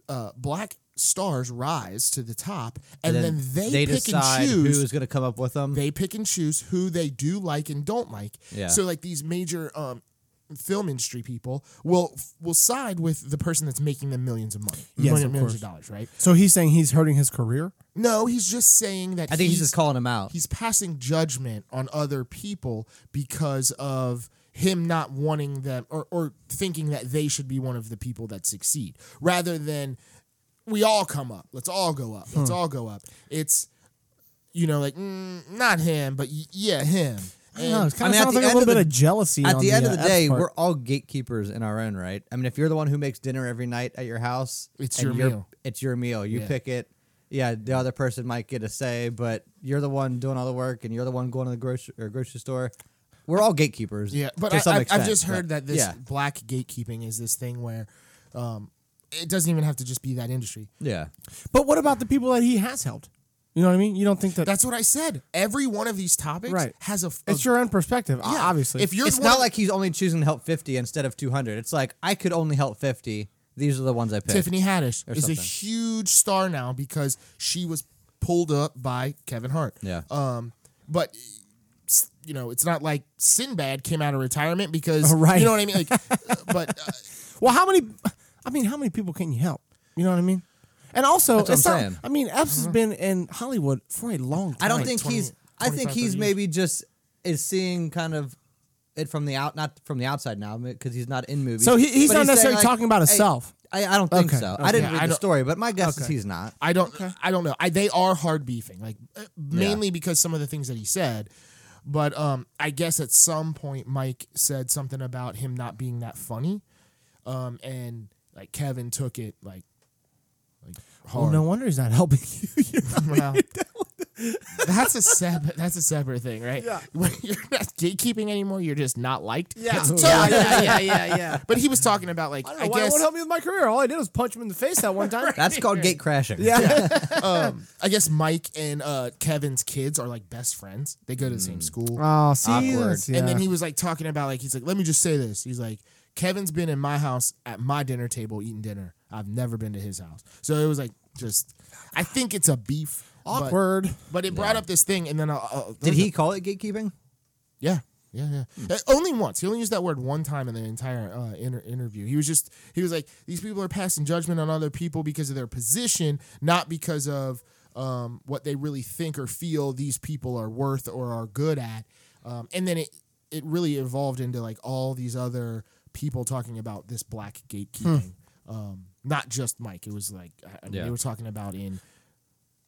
[SPEAKER 1] uh, black stars rise to the top, and, then, they, pick
[SPEAKER 2] decide
[SPEAKER 1] and choose
[SPEAKER 2] who's going to come up with them.
[SPEAKER 1] they pick and choose who they do like and don't like.
[SPEAKER 2] Yeah.
[SPEAKER 1] So like these major um, film industry people will will side with the person that's making them millions of money,
[SPEAKER 3] Yes,
[SPEAKER 1] million-
[SPEAKER 3] of
[SPEAKER 1] millions
[SPEAKER 3] course.
[SPEAKER 1] of dollars, right?
[SPEAKER 3] So he's saying he's hurting his career.
[SPEAKER 1] No, he's just saying that.
[SPEAKER 2] I think he's, just calling him out.
[SPEAKER 1] He's passing judgment on other people because of him not wanting them or, or thinking that they should be one of the people that succeed rather than we all come up. Let's all go up.
[SPEAKER 2] Hmm.
[SPEAKER 1] Let's all go up. It's, you know, like, mm, not him, but y- yeah, him. And-
[SPEAKER 3] No, it kind
[SPEAKER 2] I
[SPEAKER 3] of
[SPEAKER 2] mean, at
[SPEAKER 3] sounds
[SPEAKER 2] the
[SPEAKER 3] like a
[SPEAKER 2] end
[SPEAKER 3] little
[SPEAKER 2] of the-
[SPEAKER 3] bit of jealousy.
[SPEAKER 2] at
[SPEAKER 3] on
[SPEAKER 2] the end
[SPEAKER 3] uh,
[SPEAKER 2] of the day,
[SPEAKER 3] F's part.
[SPEAKER 2] we're all gatekeepers in our own right. I mean, if you're the one who makes dinner every night at your house,
[SPEAKER 1] It's
[SPEAKER 2] and
[SPEAKER 1] your
[SPEAKER 2] you're-
[SPEAKER 1] meal.
[SPEAKER 2] It's your meal. You
[SPEAKER 1] Yeah.
[SPEAKER 2] pick it. Yeah, the other person might get a say, but you're the one doing all the work, and you're the one going to the grocery or grocery store. We're all gatekeepers.
[SPEAKER 1] Yeah, but
[SPEAKER 2] to some
[SPEAKER 1] I, I,
[SPEAKER 2] extent,
[SPEAKER 1] I've just
[SPEAKER 2] but-
[SPEAKER 1] heard that this
[SPEAKER 2] Yeah.
[SPEAKER 1] black gatekeeping is this thing where um, it doesn't even have to just be that industry.
[SPEAKER 2] Yeah.
[SPEAKER 3] But what about the people that he has helped? You know what I mean? You don't think that
[SPEAKER 1] That's what I said. Every one of these topics
[SPEAKER 3] Right.
[SPEAKER 1] has a. f- a-
[SPEAKER 3] it's your own perspective, o-
[SPEAKER 1] yeah,
[SPEAKER 3] obviously.
[SPEAKER 1] If you're
[SPEAKER 2] It's
[SPEAKER 1] the one
[SPEAKER 2] not
[SPEAKER 1] that-
[SPEAKER 2] like he's only choosing to help 50 instead of 200. It's like, I could only help 50. These are the ones I picked.
[SPEAKER 1] Tiffany Haddish is a
[SPEAKER 2] something.
[SPEAKER 1] huge star now because she was pulled up by Kevin Hart.
[SPEAKER 2] Yeah.
[SPEAKER 1] Um, but s- you know, it's not like Sinbad came out of retirement because
[SPEAKER 3] Oh, right.
[SPEAKER 1] you know what I mean. Like, but uh,
[SPEAKER 3] well, how many? I mean, how many people can you help? You know what I mean? And also,
[SPEAKER 2] That's what
[SPEAKER 3] it's
[SPEAKER 2] I'm
[SPEAKER 3] not-
[SPEAKER 2] saying.
[SPEAKER 3] I mean, Epps
[SPEAKER 1] Uh-huh.
[SPEAKER 3] has been in Hollywood for a long time.
[SPEAKER 2] I don't
[SPEAKER 1] like
[SPEAKER 2] think
[SPEAKER 1] 20
[SPEAKER 2] he's. I think
[SPEAKER 1] 25,
[SPEAKER 2] he's
[SPEAKER 1] 30 years.
[SPEAKER 2] maybe just is seeing kind of it from the out, not from the outside now, because he's not in movies.
[SPEAKER 3] So he- he's
[SPEAKER 2] But
[SPEAKER 3] not
[SPEAKER 2] saying,
[SPEAKER 3] necessarily
[SPEAKER 2] like,
[SPEAKER 3] talking about
[SPEAKER 2] hey,
[SPEAKER 3] himself.
[SPEAKER 2] I, I don't think
[SPEAKER 3] Okay,
[SPEAKER 2] so.
[SPEAKER 3] okay.
[SPEAKER 2] I didn't
[SPEAKER 1] Yeah,
[SPEAKER 2] read
[SPEAKER 1] I
[SPEAKER 2] the
[SPEAKER 1] don't-
[SPEAKER 2] story, but my guess is he's not.
[SPEAKER 1] I don't. I don't know. I, they are hard beefing, like uh, mainly because some of the things that he said. But um, I guess at some point Mike said something about him not being that funny, um, and like Kevin took it like like
[SPEAKER 3] Well,
[SPEAKER 1] hard.
[SPEAKER 3] no wonder he's not helping you. You
[SPEAKER 1] Wow.
[SPEAKER 3] know?
[SPEAKER 1] that's a separate. That's a separate thing, right? Yeah. When you're not gatekeeping anymore, you're just not liked. That's
[SPEAKER 3] yeah,
[SPEAKER 1] totally-
[SPEAKER 3] yeah, yeah, yeah, yeah.
[SPEAKER 1] But he was talking about like I,
[SPEAKER 3] Why it
[SPEAKER 1] guess
[SPEAKER 3] won't help me with my career? All I did was punch him in the face that one time.
[SPEAKER 2] That's called gate crashing.
[SPEAKER 3] yeah.
[SPEAKER 1] um, I guess Mike and uh, Kevin's kids are like best friends. They go to the same school.
[SPEAKER 3] Oh, see,
[SPEAKER 2] Awkward.
[SPEAKER 3] that's- yeah.
[SPEAKER 1] And then he was like talking about like he's like, let me just say this. He's like, Kevin's been in my house at my dinner table eating dinner. I've never been to his house. So it was like just, I think it's a beef. but-
[SPEAKER 3] awkward.
[SPEAKER 1] But, it brought up this thing, and then I'll, I'll-
[SPEAKER 2] Did he call it gatekeeping?
[SPEAKER 1] Yeah. Yeah, yeah. Uh, Only once. He only used that word one time in the entire uh, inter- interview. He was just, he was like, these people are passing judgment on other people because of their position, not because of um, what they really think or feel these people are worth or are good at. Um, and then it, it really evolved into like all these other people talking about this black gatekeeping. Um, not just Mike. It was like, I, I mean,
[SPEAKER 2] Yeah.
[SPEAKER 1] they were talking about in,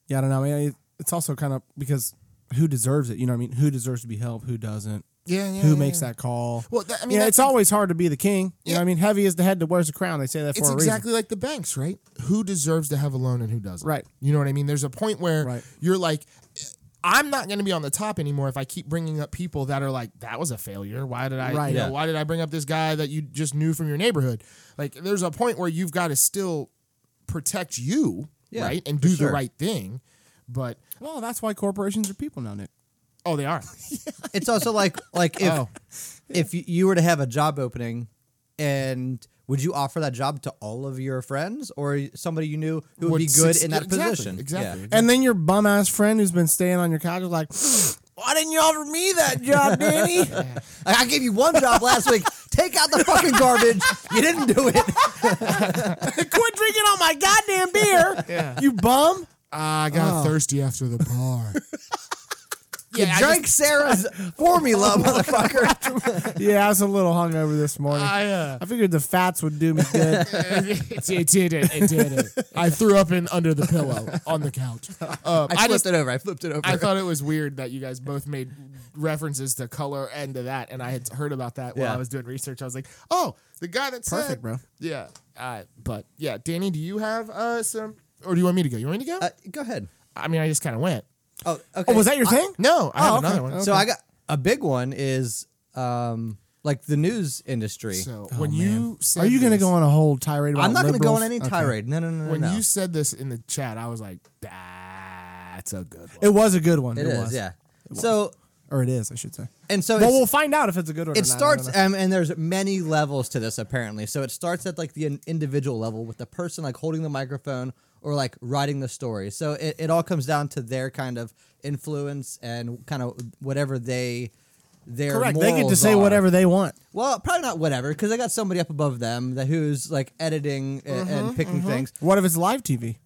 [SPEAKER 3] Yeah, I don't know. I mean, it's also kind of because who deserves it? You know what I mean? Who deserves to be helped? Who doesn't?
[SPEAKER 1] yeah, yeah.
[SPEAKER 3] who
[SPEAKER 1] yeah,
[SPEAKER 3] makes
[SPEAKER 1] yeah.
[SPEAKER 3] that call?
[SPEAKER 1] Well, that- I
[SPEAKER 3] I
[SPEAKER 1] mean,
[SPEAKER 3] mean,
[SPEAKER 1] that-
[SPEAKER 3] it's always hard to be the king. You
[SPEAKER 1] Yeah.
[SPEAKER 3] know what I mean? Heavy is the head that wears the crown. They say that for
[SPEAKER 1] it's
[SPEAKER 3] a
[SPEAKER 1] exactly like the banks, right? Who deserves to have a loan and who doesn't?
[SPEAKER 3] Right.
[SPEAKER 1] You know what I mean? There's a point where
[SPEAKER 3] Right.
[SPEAKER 1] you're like, I'm not going to be on the top anymore if I keep bringing up people that are like, that was a failure. Why did I,
[SPEAKER 3] Right.
[SPEAKER 1] you know,
[SPEAKER 2] Yeah.
[SPEAKER 1] why did I bring up this guy that you just knew from your neighborhood? Like, there's a point where you've got to still protect you,
[SPEAKER 2] Yeah,
[SPEAKER 1] right, and
[SPEAKER 2] for
[SPEAKER 1] do the
[SPEAKER 2] sure.
[SPEAKER 1] right thing. But
[SPEAKER 3] reason. Well, that's why corporations are people now, Nick.
[SPEAKER 1] oh, they are.
[SPEAKER 2] It's also like like if
[SPEAKER 3] Oh.
[SPEAKER 2] if you- you were to have a job opening, and would you offer that job to all of your friends or somebody you knew who would, be good
[SPEAKER 1] suc-
[SPEAKER 2] in that
[SPEAKER 1] exactly,
[SPEAKER 2] position?
[SPEAKER 1] Exactly.
[SPEAKER 2] Yeah.
[SPEAKER 3] And then your bum ass friend who's been staying on your couch is like, "Why didn't you offer me that job, Danny?"
[SPEAKER 2] Like, I gave you one job last week. Take out the fucking garbage. You didn't do it.
[SPEAKER 3] Quit drinking all my goddamn beer,
[SPEAKER 1] Yeah.
[SPEAKER 3] you bum.
[SPEAKER 1] I got
[SPEAKER 3] Oh.
[SPEAKER 1] thirsty after the bar. yeah, I
[SPEAKER 2] you
[SPEAKER 1] just-
[SPEAKER 2] drank Sarah's formula, motherfucker.
[SPEAKER 3] Yeah, I was a little hungover this morning.
[SPEAKER 1] I, uh,
[SPEAKER 3] I figured the fats would do me good.
[SPEAKER 1] it, it did it. It did it. I threw up in under the pillow on the couch. Uh, I,
[SPEAKER 2] I flipped
[SPEAKER 1] just
[SPEAKER 2] it over. I flipped it over.
[SPEAKER 1] I thought it was weird that you guys both made references to color and to that, and I had heard about that while
[SPEAKER 2] Yeah.
[SPEAKER 1] I was doing research. I was like, oh, the guy that said,
[SPEAKER 3] Perfect, bro.
[SPEAKER 1] Yeah, uh, but yeah, Danny, do you have uh, some, or do you want me to go? You want me to go?
[SPEAKER 2] Uh, go ahead.
[SPEAKER 1] I mean, I just kind of went.
[SPEAKER 2] Oh, okay.
[SPEAKER 3] oh, was that your
[SPEAKER 2] I-
[SPEAKER 3] thing?
[SPEAKER 1] No, I have
[SPEAKER 3] Oh, okay.
[SPEAKER 1] another one.
[SPEAKER 2] So I got a big one is um like the news industry.
[SPEAKER 1] So when you said
[SPEAKER 3] Are you going to
[SPEAKER 1] this-
[SPEAKER 3] go on a whole tirade? About
[SPEAKER 2] I'm not going to go
[SPEAKER 3] liberals?
[SPEAKER 2] on any
[SPEAKER 3] Okay.
[SPEAKER 2] tirade. No, no, no, no.
[SPEAKER 1] when
[SPEAKER 2] no.
[SPEAKER 1] you said this in the chat, I was like, that's a good one.
[SPEAKER 3] It was a good one.
[SPEAKER 2] it
[SPEAKER 3] It,
[SPEAKER 2] is,
[SPEAKER 3] was.
[SPEAKER 2] yeah. So
[SPEAKER 3] Or it is, I should say.
[SPEAKER 2] and so
[SPEAKER 3] Well,
[SPEAKER 2] it's-
[SPEAKER 3] we'll find out if it's a good one.
[SPEAKER 2] it
[SPEAKER 3] or not. I don't
[SPEAKER 2] starts
[SPEAKER 3] know.
[SPEAKER 2] um, and there's many levels to this apparently so it starts at like the in- individual level with the person like holding the microphone or like writing the story so it, it all comes down to their kind of influence and kind of whatever they their
[SPEAKER 3] Correct. They get to
[SPEAKER 2] morals
[SPEAKER 3] say
[SPEAKER 2] are.
[SPEAKER 3] whatever they want.
[SPEAKER 2] well probably not whatever because they got somebody up above them that who's like editing a-
[SPEAKER 3] Mm-hmm,
[SPEAKER 2] and picking things
[SPEAKER 3] What if it's live TV?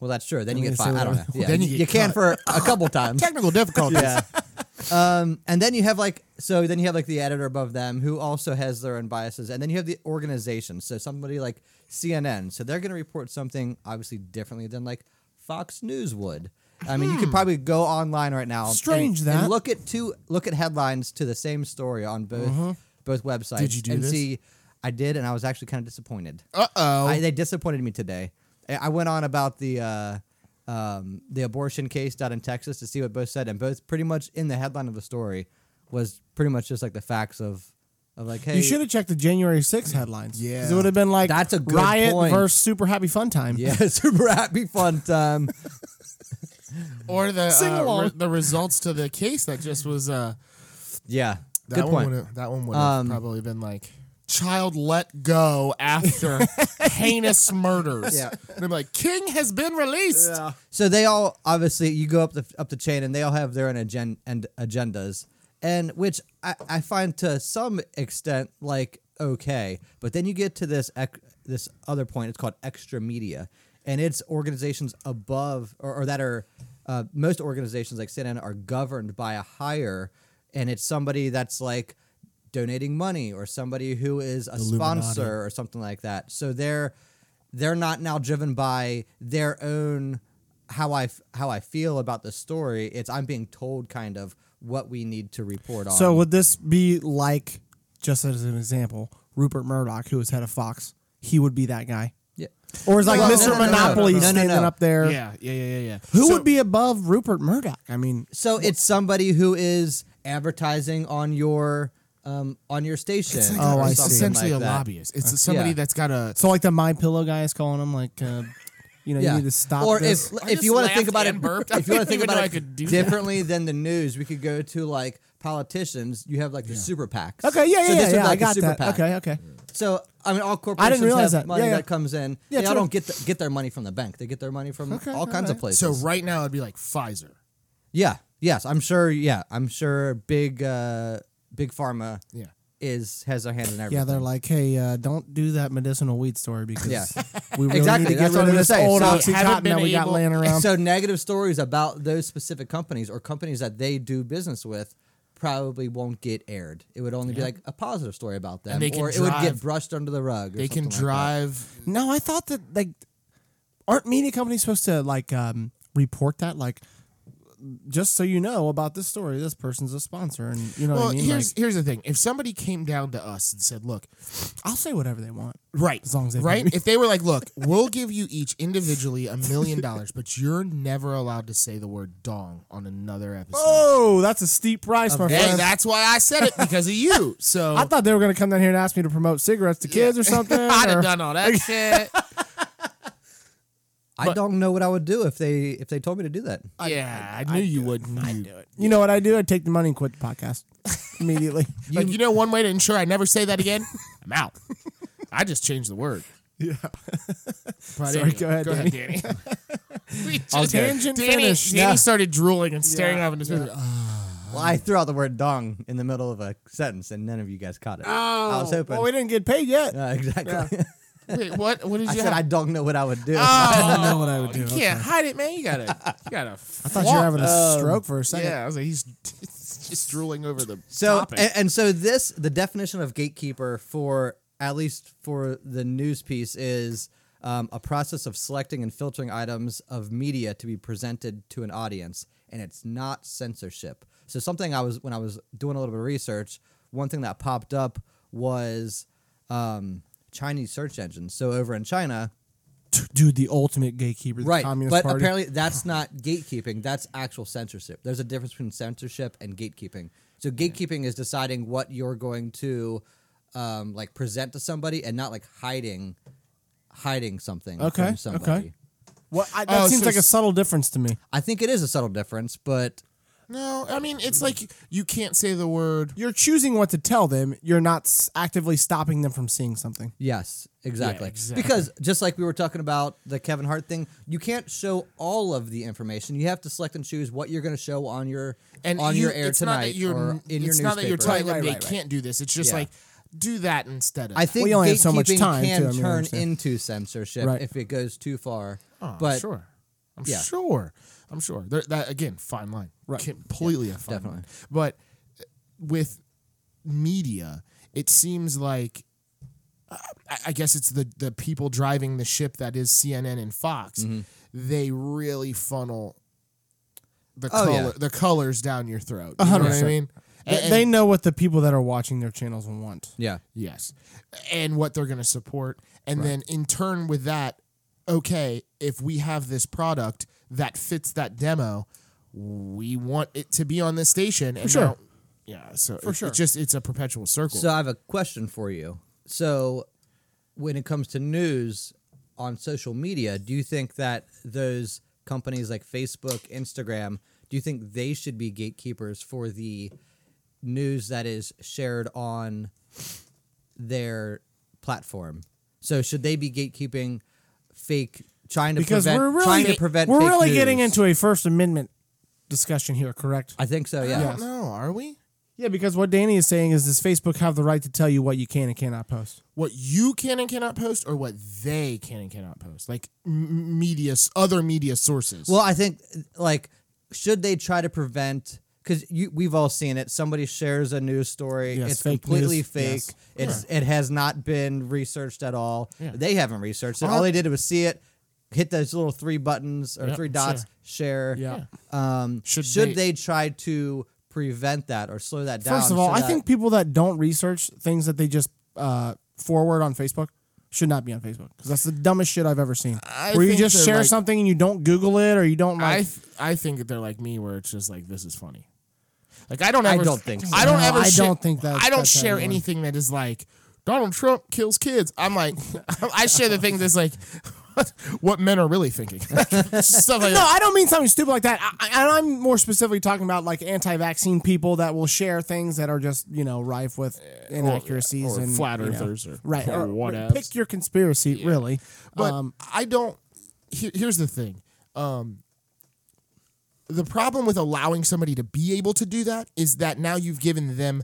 [SPEAKER 2] well that's sure then you
[SPEAKER 3] mean,
[SPEAKER 2] get
[SPEAKER 3] so
[SPEAKER 2] fired i don't know
[SPEAKER 3] what-
[SPEAKER 2] yeah,
[SPEAKER 1] then
[SPEAKER 2] you,
[SPEAKER 1] you get
[SPEAKER 2] you can for a couple times
[SPEAKER 1] Technical difficulties.
[SPEAKER 2] yeah. Um, and then you have like so then you have like the editor above them who also has their own biases, and then you have the organization. So somebody like CNN, so they're going to report something obviously differently than like Fox News would. I mean,
[SPEAKER 1] Hmm.
[SPEAKER 2] you could probably go online right now. and-
[SPEAKER 3] Strange
[SPEAKER 2] and,
[SPEAKER 3] that.
[SPEAKER 2] look at two look at headlines to the same story on both both websites.
[SPEAKER 1] Mm-hmm. Did you do
[SPEAKER 2] and
[SPEAKER 1] this?
[SPEAKER 2] see? I did, and I was actually kind of disappointed.
[SPEAKER 1] Uh oh.
[SPEAKER 2] I, they disappointed me today. I- I went on about the uh, um, the abortion case down in Texas to see what both said, and both pretty much in the headline of the story was pretty much just like the facts of of like hey
[SPEAKER 3] You should have checked the January 6th headlines. 'cause
[SPEAKER 1] Yeah.
[SPEAKER 3] it would have been like
[SPEAKER 2] That's a good
[SPEAKER 3] riot
[SPEAKER 2] point.
[SPEAKER 3] versus super happy fun time.
[SPEAKER 2] yeah super happy fun time
[SPEAKER 1] Or the
[SPEAKER 3] Sing
[SPEAKER 1] uh,
[SPEAKER 3] along.
[SPEAKER 1] re- the results to the case that just was uh,
[SPEAKER 2] yeah
[SPEAKER 1] that
[SPEAKER 2] good
[SPEAKER 1] one
[SPEAKER 2] point
[SPEAKER 1] would've- that one would have
[SPEAKER 2] Um,
[SPEAKER 1] probably been like child let go after heinous murders.
[SPEAKER 2] Yeah.
[SPEAKER 1] and I'm like King has been released.
[SPEAKER 2] So they all obviously you go up the up the chain and they all have their own agen- and agendas, and which I, I find to some extent like okay, but then you get to this ec- this other point. It's called extra media, and it's organizations above or, or that are uh, most organizations like CNN are governed by a higher, and it's somebody that's like donating money or somebody who is a sponsor or something like that. So they're they're not now driven by their own how I f- how I feel about the story. It's I'm being told kind of what we need to report on.
[SPEAKER 3] So would this be like, just as an example, Rupert Murdoch, who was head of Fox? He would be that guy.
[SPEAKER 2] yeah.
[SPEAKER 3] Or is like
[SPEAKER 1] No, no, no,
[SPEAKER 3] Mr.
[SPEAKER 1] no, no,
[SPEAKER 3] Monopoly
[SPEAKER 1] no, no, no.
[SPEAKER 3] standing up there?
[SPEAKER 1] Yeah, yeah, yeah, yeah, yeah.
[SPEAKER 3] Who
[SPEAKER 1] So-
[SPEAKER 3] would be above Rupert Murdoch? I mean,
[SPEAKER 2] So it's somebody who is advertising on your um on your station.
[SPEAKER 1] It's like
[SPEAKER 3] Oh,
[SPEAKER 1] a-
[SPEAKER 2] or
[SPEAKER 3] I
[SPEAKER 1] it's
[SPEAKER 3] see.
[SPEAKER 2] something
[SPEAKER 1] essentially
[SPEAKER 2] like
[SPEAKER 1] a
[SPEAKER 2] that.
[SPEAKER 1] lobbyist. It's somebody
[SPEAKER 2] Yeah.
[SPEAKER 1] that's got a
[SPEAKER 3] so like the My Pillow guy is calling him, like, uh, you know,
[SPEAKER 2] Yeah.
[SPEAKER 3] you need to stop
[SPEAKER 2] or
[SPEAKER 3] this.
[SPEAKER 2] if
[SPEAKER 1] I
[SPEAKER 2] if
[SPEAKER 1] just
[SPEAKER 2] you want to
[SPEAKER 1] laughed
[SPEAKER 2] think about it,
[SPEAKER 1] and burped. I
[SPEAKER 2] if you want
[SPEAKER 1] didn't
[SPEAKER 2] to
[SPEAKER 1] even
[SPEAKER 2] think about
[SPEAKER 1] know I
[SPEAKER 2] it
[SPEAKER 1] could do that.
[SPEAKER 2] differently than the news, we could go to like politicians. You have like the super PACs.
[SPEAKER 3] okay, yeah,
[SPEAKER 2] so
[SPEAKER 3] yeah,
[SPEAKER 2] this would
[SPEAKER 3] yeah,
[SPEAKER 2] be
[SPEAKER 3] yeah I
[SPEAKER 2] like a
[SPEAKER 3] got
[SPEAKER 2] super
[SPEAKER 3] that.
[SPEAKER 2] PAC.
[SPEAKER 3] Okay, okay.
[SPEAKER 2] So I mean, all corporations
[SPEAKER 3] realize
[SPEAKER 2] have
[SPEAKER 3] that.
[SPEAKER 2] money
[SPEAKER 3] Yeah, yeah.
[SPEAKER 2] that comes in.
[SPEAKER 3] Yeah,
[SPEAKER 2] they all
[SPEAKER 3] true.
[SPEAKER 2] don't get th- get their money from the bank. They get their money from
[SPEAKER 3] Okay,
[SPEAKER 2] all kinds of
[SPEAKER 3] alright.
[SPEAKER 2] places.
[SPEAKER 1] So right now it'd be like Pfizer.
[SPEAKER 2] yeah, yes, I'm sure. Yeah, I'm sure. Big uh, big pharma
[SPEAKER 1] Yeah.
[SPEAKER 2] is has their hand in everything.
[SPEAKER 3] Yeah, they're like, hey, uh, don't do that medicinal weed story because
[SPEAKER 2] Yeah.
[SPEAKER 3] we really
[SPEAKER 2] Exactly,
[SPEAKER 3] need to get
[SPEAKER 2] that's what
[SPEAKER 3] rid
[SPEAKER 2] I'm
[SPEAKER 3] of this
[SPEAKER 2] gonna say.
[SPEAKER 3] old
[SPEAKER 2] So
[SPEAKER 1] haven't
[SPEAKER 3] OxyContin that
[SPEAKER 1] been
[SPEAKER 3] we got
[SPEAKER 1] able-
[SPEAKER 3] laying around.
[SPEAKER 2] So negative stories about those specific companies or companies that they do business with probably won't get aired. It would only be like a positive story about them,
[SPEAKER 1] they can
[SPEAKER 2] or it would get
[SPEAKER 1] drive-
[SPEAKER 2] brushed under the rug. Or
[SPEAKER 1] They can
[SPEAKER 2] something like
[SPEAKER 1] drive
[SPEAKER 3] No, I thought that like aren't media companies supposed to like um, report that like just so you know about this story, this person's a sponsor and you know
[SPEAKER 1] Well,
[SPEAKER 3] what I mean?
[SPEAKER 1] here's
[SPEAKER 3] Like,
[SPEAKER 1] here's the thing. If somebody came down to us and said, "Look,
[SPEAKER 3] I'll say whatever they want.
[SPEAKER 1] right,
[SPEAKER 3] As long as they
[SPEAKER 1] right,
[SPEAKER 3] pay me.
[SPEAKER 1] if they were like, "Look, we'll give you each individually a million dollars, but you're never allowed to say the word dong on another episode."
[SPEAKER 3] Oh, that's a steep price, my
[SPEAKER 1] Hey,
[SPEAKER 3] friend.
[SPEAKER 1] that's why I said it because of you. So
[SPEAKER 3] I thought they were gonna come down here and ask me to promote cigarettes to kids or something.
[SPEAKER 1] I'd
[SPEAKER 3] or-
[SPEAKER 1] have done all that shit.
[SPEAKER 2] that. I don't know what I would do if they if they told me to do that.
[SPEAKER 1] yeah, I, knew you would. I knew it.
[SPEAKER 3] You know what I do? I take the money and quit the podcast immediately.
[SPEAKER 1] Like you know, one way to ensure I never say that again, I'm out. I just changed the word.
[SPEAKER 3] yeah.
[SPEAKER 1] But
[SPEAKER 3] Sorry,
[SPEAKER 1] anyway,
[SPEAKER 3] go ahead,
[SPEAKER 1] Danny. We
[SPEAKER 3] I'll
[SPEAKER 1] just-
[SPEAKER 3] tangent
[SPEAKER 1] Danny,
[SPEAKER 3] finish.
[SPEAKER 1] Danny
[SPEAKER 3] Yeah.
[SPEAKER 1] started drooling and staring off into space. Ugh.
[SPEAKER 2] Well, I threw out the word dong in the middle of a sentence, and none of you guys caught it. I was hoping.
[SPEAKER 3] Well, we didn't get paid yet.
[SPEAKER 2] Yeah, exactly.
[SPEAKER 1] Wait, what? What did
[SPEAKER 2] I
[SPEAKER 1] you?
[SPEAKER 2] said
[SPEAKER 1] have? Oh,
[SPEAKER 2] I don't know what I would do.
[SPEAKER 1] I
[SPEAKER 3] don't know what I would do.
[SPEAKER 1] You
[SPEAKER 3] Okay.
[SPEAKER 1] can't hide it, man. You gotta, you gotta. I
[SPEAKER 3] I thought you were having a stroke for a second.
[SPEAKER 1] Yeah, I was like, he's just drooling over the
[SPEAKER 2] So
[SPEAKER 1] topic.
[SPEAKER 3] eh,
[SPEAKER 2] and, and so this the definition of gatekeeper for at least for the news piece is um, a process of selecting and filtering items of media to be presented to an audience, and it's not censorship. So something I was when I was doing a little bit of research, one thing that popped up was um, Chinese search engines. So over in China,
[SPEAKER 3] Dude, the ultimate gatekeeper, the
[SPEAKER 2] right?
[SPEAKER 3] Communist
[SPEAKER 2] but
[SPEAKER 3] Party.
[SPEAKER 2] apparently that's not gatekeeping. That's actual censorship. There's a difference between censorship and gatekeeping. So gatekeeping is deciding what you're going to um, like present to somebody, and not like hiding hiding something
[SPEAKER 3] Okay, okay.
[SPEAKER 2] from somebody.
[SPEAKER 3] Well, I, that
[SPEAKER 1] Oh,
[SPEAKER 3] seems
[SPEAKER 1] so
[SPEAKER 3] like a
[SPEAKER 1] s-
[SPEAKER 3] subtle difference to me.
[SPEAKER 2] I think it is a subtle difference, but
[SPEAKER 1] no, I mean it's like you can't say the word.
[SPEAKER 3] You're choosing what to tell them. You're not s- actively stopping them from seeing something.
[SPEAKER 2] yes, exactly.
[SPEAKER 1] exactly.
[SPEAKER 2] Because just like we were talking about the Kevin Hart thing, you can't show all of the information. You have to select and choose what you're going to show on your
[SPEAKER 1] And
[SPEAKER 2] on
[SPEAKER 1] you,
[SPEAKER 2] your air
[SPEAKER 1] it's
[SPEAKER 2] tonight
[SPEAKER 1] not that you're,
[SPEAKER 2] or in your
[SPEAKER 1] It's
[SPEAKER 2] newspaper.
[SPEAKER 1] not that you're telling
[SPEAKER 3] Right,
[SPEAKER 1] them
[SPEAKER 3] right,
[SPEAKER 1] they
[SPEAKER 3] right, right.
[SPEAKER 1] can't do this. It's just
[SPEAKER 2] Yeah.
[SPEAKER 1] like do that instead of.
[SPEAKER 2] I
[SPEAKER 1] that.
[SPEAKER 2] think
[SPEAKER 3] We only have so much
[SPEAKER 2] gatekeeping
[SPEAKER 3] time,
[SPEAKER 2] can
[SPEAKER 3] too, I mean, I
[SPEAKER 2] turn
[SPEAKER 3] understand.
[SPEAKER 2] into censorship
[SPEAKER 3] Right.
[SPEAKER 2] if it goes too far.
[SPEAKER 1] Oh,
[SPEAKER 2] but
[SPEAKER 1] sure. I'm
[SPEAKER 2] yeah.
[SPEAKER 1] sure. I'm sure. There, that again, fine line.
[SPEAKER 3] Right.
[SPEAKER 1] Completely a fine
[SPEAKER 2] definitely.
[SPEAKER 1] line. But uh, with media, it seems like uh, I, I guess it's the the people driving the ship that is CNN and Fox.
[SPEAKER 2] Mm-hmm.
[SPEAKER 1] They really funnel the
[SPEAKER 2] Oh,
[SPEAKER 1] color
[SPEAKER 2] yeah.
[SPEAKER 1] the colors down your throat. You know what I
[SPEAKER 3] 100%.
[SPEAKER 1] mean?
[SPEAKER 3] They-
[SPEAKER 1] And-
[SPEAKER 3] they know what the people that are watching their channels want.
[SPEAKER 2] yeah,
[SPEAKER 1] Yes. And what they're going to support. And then in turn with that, okay, if we have this product that fits that demo, we want it to be on this station. And
[SPEAKER 3] Sure.
[SPEAKER 1] now Yeah, so
[SPEAKER 3] For
[SPEAKER 1] it-
[SPEAKER 3] sure.
[SPEAKER 1] It's just it's a perpetual circle.
[SPEAKER 2] So I have a question for you. So when it comes to news on social media, do you think that those companies like Facebook, Instagram, do you think they should be gatekeepers for the news that is shared on their platform? So should they be gatekeeping fake trying to
[SPEAKER 3] because
[SPEAKER 2] prevent
[SPEAKER 3] we're really
[SPEAKER 2] trying to prevent
[SPEAKER 3] we're
[SPEAKER 2] fake
[SPEAKER 3] really getting
[SPEAKER 2] news?
[SPEAKER 3] into a First Amendment discussion here, correct?
[SPEAKER 2] I think so,
[SPEAKER 1] I
[SPEAKER 2] yeah.
[SPEAKER 1] don't know. Are we?
[SPEAKER 3] Yeah, because what Danny is saying is, does Facebook have the right to tell you what you can and cannot post?
[SPEAKER 1] What you can and cannot post, or what they can and cannot post, like m- media, s- other media sources.
[SPEAKER 2] Well, I think like should they try to prevent because we've all seen it. Somebody shares a news story.
[SPEAKER 3] Yes,
[SPEAKER 2] it's
[SPEAKER 3] fake
[SPEAKER 2] completely
[SPEAKER 3] news.
[SPEAKER 2] fake. It's
[SPEAKER 3] Yes.
[SPEAKER 2] it has not been researched at all.
[SPEAKER 1] Yeah.
[SPEAKER 2] They haven't researched it.
[SPEAKER 1] Uh,
[SPEAKER 2] all they did was see it, hit those little three buttons or
[SPEAKER 1] Yeah,
[SPEAKER 2] three dots, share.
[SPEAKER 3] Yeah.
[SPEAKER 2] Um,
[SPEAKER 1] Should
[SPEAKER 2] should
[SPEAKER 1] they-
[SPEAKER 2] they, try to prevent that or slow that down?
[SPEAKER 3] First of all,
[SPEAKER 2] so
[SPEAKER 3] I
[SPEAKER 2] that-
[SPEAKER 3] think people that don't research things that they just uh, forward on Facebook should not be on Facebook because that's the dumbest shit I've ever seen.
[SPEAKER 1] I
[SPEAKER 3] Where you
[SPEAKER 1] think
[SPEAKER 3] just
[SPEAKER 1] they're
[SPEAKER 3] share
[SPEAKER 1] like-
[SPEAKER 3] something and you don't Google it or you don't
[SPEAKER 1] I
[SPEAKER 3] like.
[SPEAKER 1] th- I think that they're like me, where it's just like this is funny. Like I don't ever.
[SPEAKER 2] don't think so.
[SPEAKER 1] I don't
[SPEAKER 3] No,
[SPEAKER 1] ever.
[SPEAKER 3] I
[SPEAKER 1] sha-
[SPEAKER 3] don't think that-
[SPEAKER 1] I don't
[SPEAKER 3] that's
[SPEAKER 1] share
[SPEAKER 3] anyone.
[SPEAKER 1] anything that is like Donald Trump kills kids. I'm like, I share the things that's like. What men are really thinking? Stuff like
[SPEAKER 3] no,
[SPEAKER 1] that.
[SPEAKER 3] I don't mean something stupid like that. I, I, and I'm more specifically talking about like anti-vaccine people that will share things that are just you know rife with inaccuracies
[SPEAKER 1] or
[SPEAKER 3] and
[SPEAKER 1] flat
[SPEAKER 3] you know,
[SPEAKER 1] earthers or-
[SPEAKER 3] right.
[SPEAKER 1] or whatevs.
[SPEAKER 3] pick your conspiracy, really.
[SPEAKER 1] But
[SPEAKER 3] um,
[SPEAKER 1] I don't. Here, here's the thing. Um, the problem with allowing somebody to be able to do that is that now you've given them,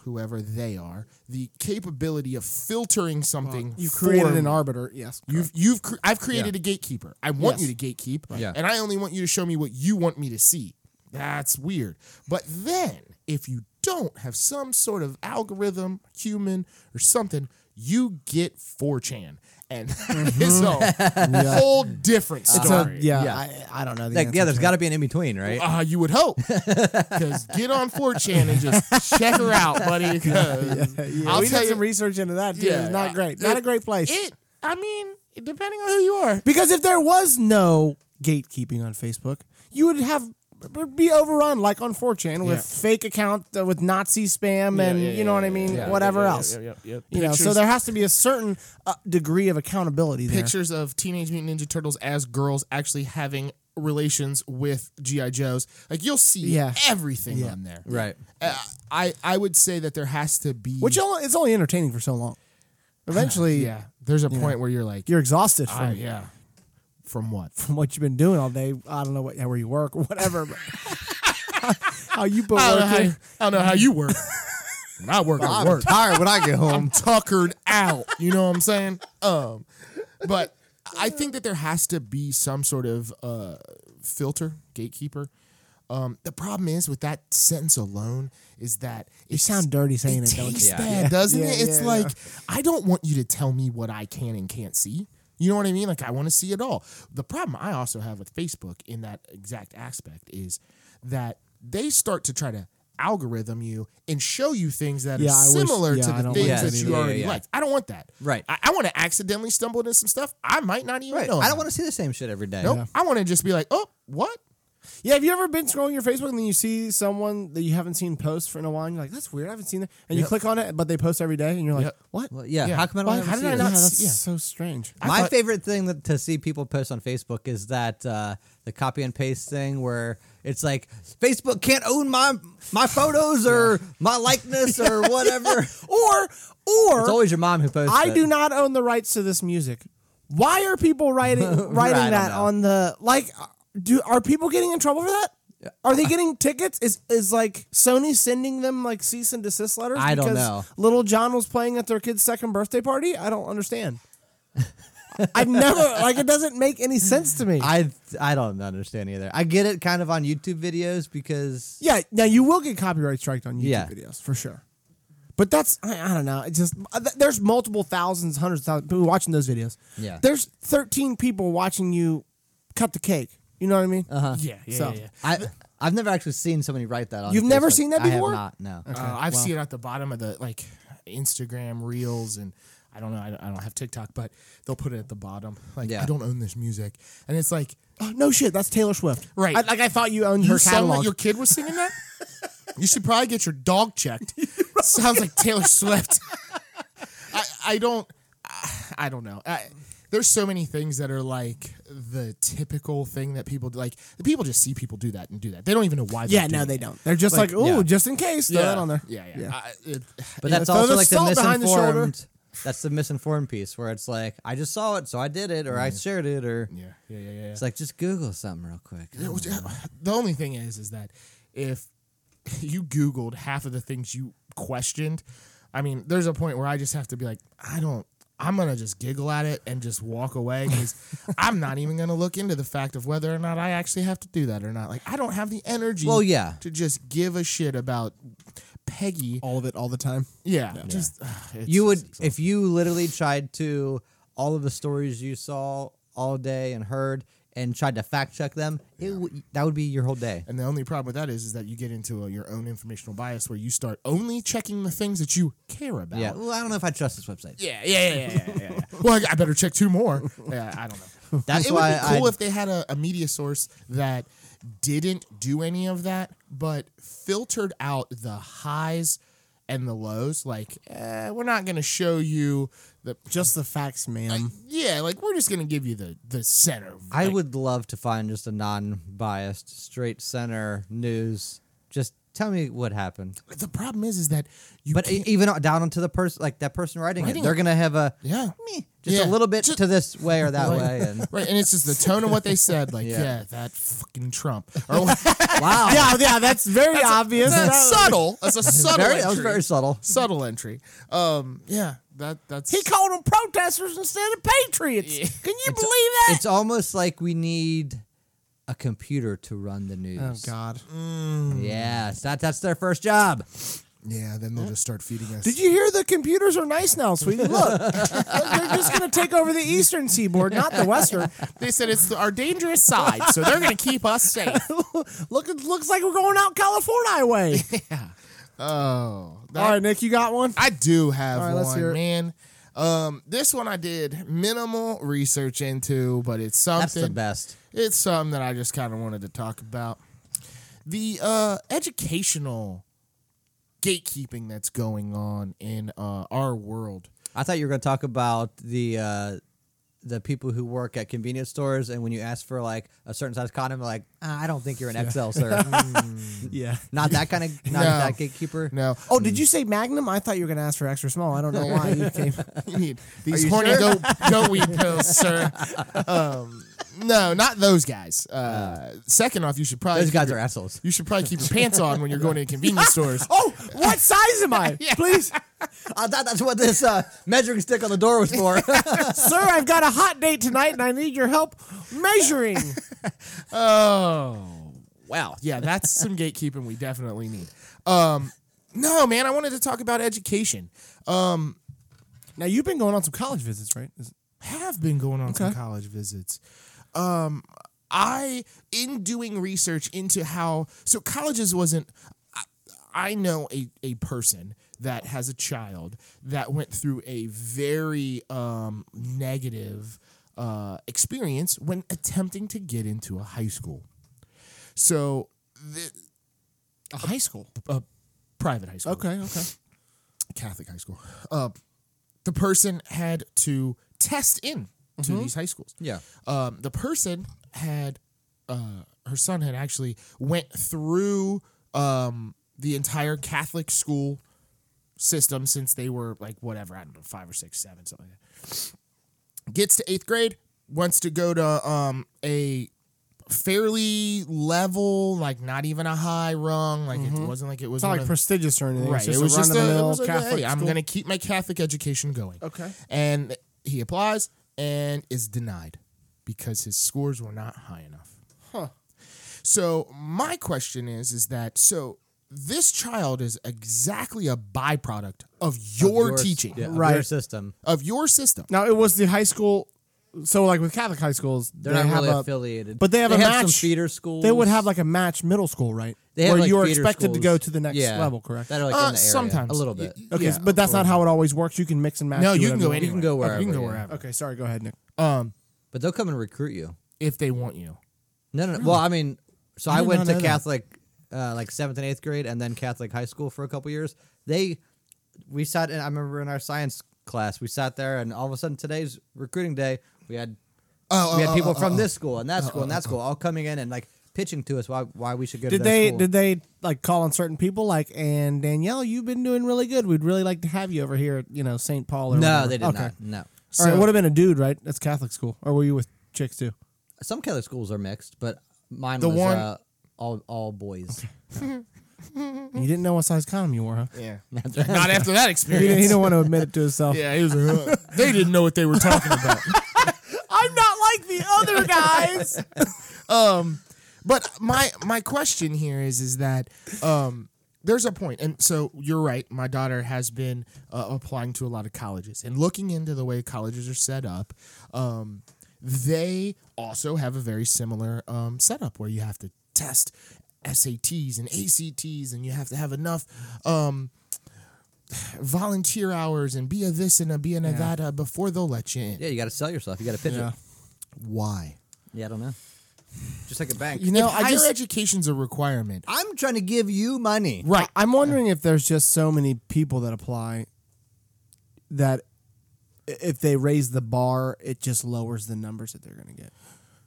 [SPEAKER 1] whoever they are, the capability of filtering something.
[SPEAKER 3] you created
[SPEAKER 1] for
[SPEAKER 3] an
[SPEAKER 1] me.
[SPEAKER 3] arbiter. Yes,
[SPEAKER 1] You've you've cr- I've created a gatekeeper. I want
[SPEAKER 3] Yes.
[SPEAKER 1] you to gatekeep,
[SPEAKER 2] Yeah.
[SPEAKER 1] and I only want you to show me what you want me to see. That's weird. But then, if you don't have some sort of algorithm, human or something, you get 4chan, and it's a whole different
[SPEAKER 3] Mm-hmm. It's a-
[SPEAKER 1] story.
[SPEAKER 3] yeah,
[SPEAKER 2] Yeah.
[SPEAKER 3] I, I don't know. The
[SPEAKER 2] like yeah,
[SPEAKER 3] answer
[SPEAKER 2] there's
[SPEAKER 3] to
[SPEAKER 2] got to be an in between, right?
[SPEAKER 1] Uh, you would hope, because get on 4chan and just check her out, buddy. 'cause
[SPEAKER 3] that. Yeah,
[SPEAKER 1] I'll
[SPEAKER 3] we
[SPEAKER 1] tell
[SPEAKER 3] did some
[SPEAKER 1] you,
[SPEAKER 3] research into that. Too.
[SPEAKER 1] Yeah,
[SPEAKER 3] it's not
[SPEAKER 1] I-
[SPEAKER 3] great. Not
[SPEAKER 1] it-
[SPEAKER 3] a great place.
[SPEAKER 1] it. I mean, depending on who you are,
[SPEAKER 3] because if there was no gatekeeping on Facebook, you would have be overrun like on 4chan with
[SPEAKER 1] Yeah.
[SPEAKER 3] fake account uh, with Nazi spam and you know what I mean, whatever else. You know, so
[SPEAKER 1] Pictures-
[SPEAKER 3] there has to be a certain uh, degree of accountability there.
[SPEAKER 1] pictures of Teenage Mutant Ninja Turtles as girls actually having relations with GI Joes. Like you'll see
[SPEAKER 3] Yeah.
[SPEAKER 1] everything
[SPEAKER 3] Yeah.
[SPEAKER 1] on there.
[SPEAKER 2] Right.
[SPEAKER 1] Uh, I I would say that there has to be
[SPEAKER 3] Which only, it's only entertaining for so long. Eventually,
[SPEAKER 1] yeah. There's a point where you're like
[SPEAKER 3] you're exhausted
[SPEAKER 1] "Ah,
[SPEAKER 3] from,
[SPEAKER 1] yeah. From what?
[SPEAKER 3] from what you've been doing all day. I don't know what where you work or whatever. But how you been
[SPEAKER 1] I don't, know how,
[SPEAKER 3] working?
[SPEAKER 1] I don't know how you work. When I work, I
[SPEAKER 2] I'm
[SPEAKER 1] work.
[SPEAKER 2] tired when I get home.
[SPEAKER 1] I'm tuckered out. You know what I'm saying? Um, but I think that there has to be some sort of uh, filter, gatekeeper. Um, the problem is with that sentence alone is that it
[SPEAKER 3] You sound dirty saying it, don't you?
[SPEAKER 1] tastes
[SPEAKER 2] Yeah.
[SPEAKER 1] bad, doesn't
[SPEAKER 3] Yeah,
[SPEAKER 1] it? It's
[SPEAKER 3] yeah,
[SPEAKER 1] like I don't want you to tell me what I can and can't see. You know what I mean? Like I want to see it all. The problem I also have with Facebook in that exact aspect is that they start to try to algorithm you and show you things that
[SPEAKER 3] Yeah,
[SPEAKER 1] are
[SPEAKER 3] I wish-
[SPEAKER 1] similar
[SPEAKER 3] yeah,
[SPEAKER 1] to
[SPEAKER 3] I
[SPEAKER 1] the
[SPEAKER 3] don't
[SPEAKER 1] things
[SPEAKER 2] like
[SPEAKER 1] that
[SPEAKER 2] that
[SPEAKER 1] you
[SPEAKER 2] either. Yeah,
[SPEAKER 1] already
[SPEAKER 2] yeah.
[SPEAKER 1] liked. I don't want that.
[SPEAKER 2] Right.
[SPEAKER 1] I, want to accidentally stumble into some stuff I might not even
[SPEAKER 2] Right.
[SPEAKER 1] know.
[SPEAKER 2] I don't want to see the same shit every day.
[SPEAKER 1] Nope. I want to just be like, oh, what?
[SPEAKER 3] Yeah, have you ever been scrolling your Facebook and then you see someone that you haven't seen post for in a while and you're like, that's weird, I haven't seen that. And you click on it, but they post every day and you're like,
[SPEAKER 1] Yep.
[SPEAKER 3] what?
[SPEAKER 2] Well, yeah,
[SPEAKER 1] Yeah.
[SPEAKER 2] How come I don't?
[SPEAKER 3] Why-
[SPEAKER 2] ever
[SPEAKER 3] how did
[SPEAKER 2] see
[SPEAKER 3] I
[SPEAKER 2] this?
[SPEAKER 3] not?
[SPEAKER 1] Yeah,
[SPEAKER 3] see-
[SPEAKER 1] yeah.
[SPEAKER 3] so strange.
[SPEAKER 2] My favorite thing that, to see people post on Facebook is that uh, the copy and paste thing where it's like Facebook can't own my my photos or my likeness or whatever. it's
[SPEAKER 3] or, or
[SPEAKER 2] always your mom who posts.
[SPEAKER 3] I
[SPEAKER 2] it.
[SPEAKER 3] do not own the rights to this music. Why are people writing writing
[SPEAKER 2] Right, I don't
[SPEAKER 3] that
[SPEAKER 2] know.
[SPEAKER 3] on the like? Do are people getting in trouble for that? Are they getting tickets? Is is like Sony sending them like cease and desist letters?
[SPEAKER 2] I don't
[SPEAKER 3] because
[SPEAKER 2] know.
[SPEAKER 3] Little John was playing at their kid's second birthday party. I don't understand. I've never like it doesn't make any sense to me.
[SPEAKER 2] I I don't understand either. I get it kind of on YouTube videos because
[SPEAKER 3] yeah, now you will get copyright striked on YouTube
[SPEAKER 2] Yeah.
[SPEAKER 3] videos for sure. But that's I, I don't know. It just uh, th- there's multiple thousands, hundreds of thousands people watching those videos.
[SPEAKER 2] Yeah.
[SPEAKER 3] there's 13 people watching you cut the cake. You know what I mean? Uh-huh.
[SPEAKER 1] Yeah, yeah,
[SPEAKER 3] So-
[SPEAKER 1] yeah, yeah.
[SPEAKER 2] I I've never actually seen somebody write that on.
[SPEAKER 3] You've never
[SPEAKER 2] Facebook.
[SPEAKER 3] seen that before?
[SPEAKER 2] I have not. No.
[SPEAKER 1] Uh, I've seen it at the bottom of the like Instagram reels and I don't know. I don't, I don't have TikTok, but they'll put it at the bottom. Like
[SPEAKER 2] Yeah.
[SPEAKER 1] I don't own this music, and it's like
[SPEAKER 3] Oh, no shit, that's Taylor Swift.
[SPEAKER 1] Right.
[SPEAKER 3] I, like I thought you owned
[SPEAKER 1] you
[SPEAKER 3] her
[SPEAKER 1] sound like
[SPEAKER 3] catalog.
[SPEAKER 1] your kid was singing that. You should probably get your dog checked. Sounds like Taylor Swift. I, I don't I don't know. I, there's so many things that are like the typical thing that people do. like. People just see people do that and do that. They don't even know why.
[SPEAKER 3] Yeah,
[SPEAKER 1] they're
[SPEAKER 3] no,
[SPEAKER 1] doing
[SPEAKER 3] they
[SPEAKER 1] it.
[SPEAKER 3] don't. They're just like,
[SPEAKER 2] Like,
[SPEAKER 3] ooh,
[SPEAKER 2] yeah.
[SPEAKER 3] just in case, throw
[SPEAKER 1] Yeah.
[SPEAKER 3] that on there.
[SPEAKER 1] Yeah, yeah.
[SPEAKER 3] Yeah.
[SPEAKER 1] I, it,
[SPEAKER 2] But that's
[SPEAKER 3] throw
[SPEAKER 2] also
[SPEAKER 3] the
[SPEAKER 2] like the
[SPEAKER 3] salt behind the shoulder.
[SPEAKER 2] misinformed. that's the misinformed piece where it's like, I just saw it, so I did it, or I shared it, or
[SPEAKER 1] yeah, yeah, yeah, yeah. yeah.
[SPEAKER 2] it's like just Google something real quick.
[SPEAKER 1] It was- uh, the only thing is, is that if you Googled half of the things you questioned, I mean, there's a point where I just have to be like, I don't. I'm gonna just giggle at it and just walk away because I'm not even gonna look into the fact of whether or not I actually have to do that or not. Like I don't have the energy.
[SPEAKER 2] Well, yeah.
[SPEAKER 1] To just give a shit about Peggy.
[SPEAKER 3] All of it, all the time.
[SPEAKER 1] Yeah. Just ugh, it's-
[SPEAKER 2] you would
[SPEAKER 1] it's-
[SPEAKER 2] if you literally tried to all of the stories you saw all day and heard and tried to fact check them it would that would be your whole day
[SPEAKER 1] And the only problem with that is, is that you get into a, your own informational bias where you start only checking the things that you care about.
[SPEAKER 2] yeah well i don't know if i trust this website
[SPEAKER 1] Yeah, yeah, yeah, yeah, yeah, yeah. well, I- I better check two more. Yeah, I don't know.
[SPEAKER 2] That's
[SPEAKER 1] it would
[SPEAKER 2] why
[SPEAKER 1] be cool
[SPEAKER 2] I'd-
[SPEAKER 1] if they had a, a media source that didn't do any of that, but filtered out the highs and the lows. Like, eh, we're not going to show you the.
[SPEAKER 3] Just the facts, ma'am.
[SPEAKER 1] Yeah, like we're just going to give you the the center.
[SPEAKER 2] i
[SPEAKER 1] Like,
[SPEAKER 2] would love to find just a non-biased straight center news just tell me what happened
[SPEAKER 1] the problem is, is that you.
[SPEAKER 2] but e-
[SPEAKER 1] can't,
[SPEAKER 2] even down onto the person like that person writing,
[SPEAKER 1] Writing
[SPEAKER 2] it they're
[SPEAKER 1] it.
[SPEAKER 2] gonna have a
[SPEAKER 1] yeah.
[SPEAKER 2] meh, just
[SPEAKER 1] Yeah.
[SPEAKER 2] a little bit
[SPEAKER 1] Just-
[SPEAKER 2] to this way or that way and
[SPEAKER 1] Right, and it's just the tone of what they said. Like, yeah,
[SPEAKER 2] Yeah.
[SPEAKER 1] that fucking Trump. Or, that's
[SPEAKER 2] wow
[SPEAKER 3] yeah, yeah, that's very obvious.
[SPEAKER 1] subtle. That's a subtle.
[SPEAKER 2] very, that was
[SPEAKER 1] entry.
[SPEAKER 2] very subtle
[SPEAKER 1] subtle entry. Um, yeah, that that's
[SPEAKER 3] he called them protesters instead of patriots. Can you believe that?
[SPEAKER 2] it's almost like we need a computer to run the news
[SPEAKER 3] Oh, God.
[SPEAKER 2] Yes, that, that's their first job.
[SPEAKER 1] yeah. Then they'll just start feeding us.
[SPEAKER 3] Did you hear the computers are nice now, sweetie? Look, they're just going to take over the eastern seaboard, not the western.
[SPEAKER 1] They said it's our dangerous side, so they're gonna keep us safe.
[SPEAKER 3] Look, it looks like we're going out California way.
[SPEAKER 1] Oh, that-
[SPEAKER 3] All right, Nick, you got one?
[SPEAKER 1] I do have
[SPEAKER 3] All right,
[SPEAKER 1] one,
[SPEAKER 3] let's hear it.
[SPEAKER 1] man. Um, this one I did minimal research into, but it's something.
[SPEAKER 2] That's the best.
[SPEAKER 1] It's something that I just kind of wanted to talk about. The uh, educational gatekeeping that's going on in uh, our world.
[SPEAKER 2] I thought you were going to talk about the uh, the people who work at convenience stores, and when you ask for like a certain size condom, they're like, "Ah, I don't think you're an XL, sir.
[SPEAKER 3] Mm. Yeah.
[SPEAKER 2] not that kind of, not
[SPEAKER 1] No.
[SPEAKER 2] that gatekeeper.
[SPEAKER 1] No,
[SPEAKER 3] Oh, did you say Magnum? I thought you were going to ask for extra small. I don't know why you came.
[SPEAKER 1] You need these
[SPEAKER 2] you
[SPEAKER 1] horny
[SPEAKER 2] sure?
[SPEAKER 1] goat, goat weed pills, sir. Um, no, not those guys. Uh, second off, you should probably
[SPEAKER 2] Those
[SPEAKER 1] keep
[SPEAKER 2] guys
[SPEAKER 1] your-
[SPEAKER 2] are assholes.
[SPEAKER 1] You should probably keep your pants on when you're going to convenience stores.
[SPEAKER 3] Oh, what size am I? Please,
[SPEAKER 2] I thought that's what this uh, measuring stick on the door was for.
[SPEAKER 3] sir, I've got a hot date tonight and I need your help measuring.
[SPEAKER 1] Oh, wow. Yeah, that's some gatekeeping we definitely need. Um, no, man, I wanted to talk about education.
[SPEAKER 3] Now, you've been going on some college visits, right? Is-
[SPEAKER 1] have been going on some
[SPEAKER 3] Okay.
[SPEAKER 1] college visits. Um, I in doing research into how so colleges wasn't. I, I know a a person that has a child that went through a very um, negative uh, experience when attempting to get into a high school. So the, a high school, a private high school,
[SPEAKER 3] Okay, okay.
[SPEAKER 1] Catholic high school. Uh, the person had to test in to these high schools.
[SPEAKER 2] Yeah.
[SPEAKER 1] Um, the person had uh, her son had actually went through um, the entire Catholic school system since they were like whatever I don't know five or six seven something like that gets to eighth grade, wants to go to um a fairly level, like not even a high rung, like it wasn't like it was
[SPEAKER 3] Mm-hmm. It's not
[SPEAKER 1] one
[SPEAKER 3] like
[SPEAKER 1] of-
[SPEAKER 3] prestigious or anything.
[SPEAKER 1] right.
[SPEAKER 3] It's just
[SPEAKER 1] it was
[SPEAKER 3] a
[SPEAKER 1] just a, it
[SPEAKER 3] run-of-the-mill
[SPEAKER 1] was like,
[SPEAKER 3] Catholic
[SPEAKER 1] hey, I'm
[SPEAKER 3] school.
[SPEAKER 1] gonna keep my Catholic education going.
[SPEAKER 3] Okay.
[SPEAKER 1] and he applies and is denied because his scores were not high enough. So my question is, is that so? This child is exactly a byproduct of your
[SPEAKER 2] Yours-
[SPEAKER 1] teaching,
[SPEAKER 2] yeah, of
[SPEAKER 3] Right.
[SPEAKER 2] Your system.
[SPEAKER 1] of your system.
[SPEAKER 3] Now it was the high school. So like with Catholic high schools,
[SPEAKER 2] They're
[SPEAKER 3] they
[SPEAKER 2] not
[SPEAKER 3] have
[SPEAKER 2] really
[SPEAKER 3] a,
[SPEAKER 2] affiliated,
[SPEAKER 3] but they have a match.
[SPEAKER 2] some feeder schools.
[SPEAKER 3] They would have like a match middle school, right?
[SPEAKER 2] They have,
[SPEAKER 3] Where
[SPEAKER 2] like,
[SPEAKER 3] you are
[SPEAKER 2] feeder
[SPEAKER 3] expected to go
[SPEAKER 2] schools.
[SPEAKER 3] to the next
[SPEAKER 2] Yeah.
[SPEAKER 3] level, correct?
[SPEAKER 2] that are like
[SPEAKER 1] Uh,
[SPEAKER 2] in the area,
[SPEAKER 1] sometimes
[SPEAKER 2] a little bit.
[SPEAKER 1] Y-
[SPEAKER 3] okay,
[SPEAKER 1] yeah,
[SPEAKER 3] s- but that's not how it always works. You can mix and match.
[SPEAKER 1] No,
[SPEAKER 3] do
[SPEAKER 1] you can go
[SPEAKER 3] whatever
[SPEAKER 1] anywhere.
[SPEAKER 2] You can go
[SPEAKER 1] You can
[SPEAKER 2] wherever,
[SPEAKER 1] go
[SPEAKER 2] yeah.
[SPEAKER 1] wherever.
[SPEAKER 3] Okay, sorry. Go ahead, Nick.
[SPEAKER 2] Oh,
[SPEAKER 1] Um,
[SPEAKER 2] But they'll come and recruit you.
[SPEAKER 1] if they want you.
[SPEAKER 2] No, no. no. Well, I mean, so I,
[SPEAKER 1] did
[SPEAKER 2] went
[SPEAKER 1] not
[SPEAKER 2] to
[SPEAKER 1] know that.
[SPEAKER 2] Catholic uh, like seventh and eighth grade, and then Catholic high school for a couple years. They, we sat, and I remember in our science class, we sat there, and all of a sudden today's recruiting day, we had
[SPEAKER 1] Oh,
[SPEAKER 2] we
[SPEAKER 1] oh,
[SPEAKER 2] had
[SPEAKER 1] oh,
[SPEAKER 2] people
[SPEAKER 1] oh,
[SPEAKER 2] from
[SPEAKER 1] oh,
[SPEAKER 2] this school and that school and that school all coming in and like pitching to us why why we should go to
[SPEAKER 3] Did
[SPEAKER 2] their
[SPEAKER 3] they
[SPEAKER 2] school.
[SPEAKER 3] did they like call on certain people like and Danielle, you've been doing really good. We'd really like to have you over here at, you know, St. Paul or
[SPEAKER 2] no,
[SPEAKER 3] whatever."
[SPEAKER 2] they did
[SPEAKER 3] okay.
[SPEAKER 2] not. No.
[SPEAKER 3] All right,
[SPEAKER 1] So-
[SPEAKER 3] it would have been a dude, right? That's Catholic school. Or were you with chicks too?
[SPEAKER 2] Some Catholic schools are mixed, but mine
[SPEAKER 1] The
[SPEAKER 2] was
[SPEAKER 1] one-
[SPEAKER 2] uh, all all boys. Mm-hmm.
[SPEAKER 3] And you didn't know what size condom you wore, huh?
[SPEAKER 1] Yeah. Not after that
[SPEAKER 3] He didn't,
[SPEAKER 1] experience.
[SPEAKER 3] he didn't want to admit it to himself.
[SPEAKER 1] yeah, he was like, "Huh." they didn't know what they were talking about.
[SPEAKER 3] I'm not like the other guys.
[SPEAKER 1] Um, But my my question here is is that um, there's a point, and so you're right. My daughter has been uh, applying to a lot of colleges and looking into the way colleges are set up. Um, they also have a very similar um, setup where you have to test SATs and ACTs, and you have to have enough. Um, volunteer hours and be a this and a be a that uh, before they'll let you in.
[SPEAKER 2] Yeah, you got to sell yourself. You got to pitch
[SPEAKER 3] Yeah.
[SPEAKER 2] it.
[SPEAKER 1] Why?
[SPEAKER 2] Yeah, I don't know. Just like a bank.
[SPEAKER 1] You know,
[SPEAKER 3] If
[SPEAKER 1] higher
[SPEAKER 3] I just-
[SPEAKER 1] education's a requirement.
[SPEAKER 2] I'm trying to give you money.
[SPEAKER 3] Right. I'm wondering if there's just so many people that apply that i- if they raise the bar, it just lowers the numbers that they're going to get.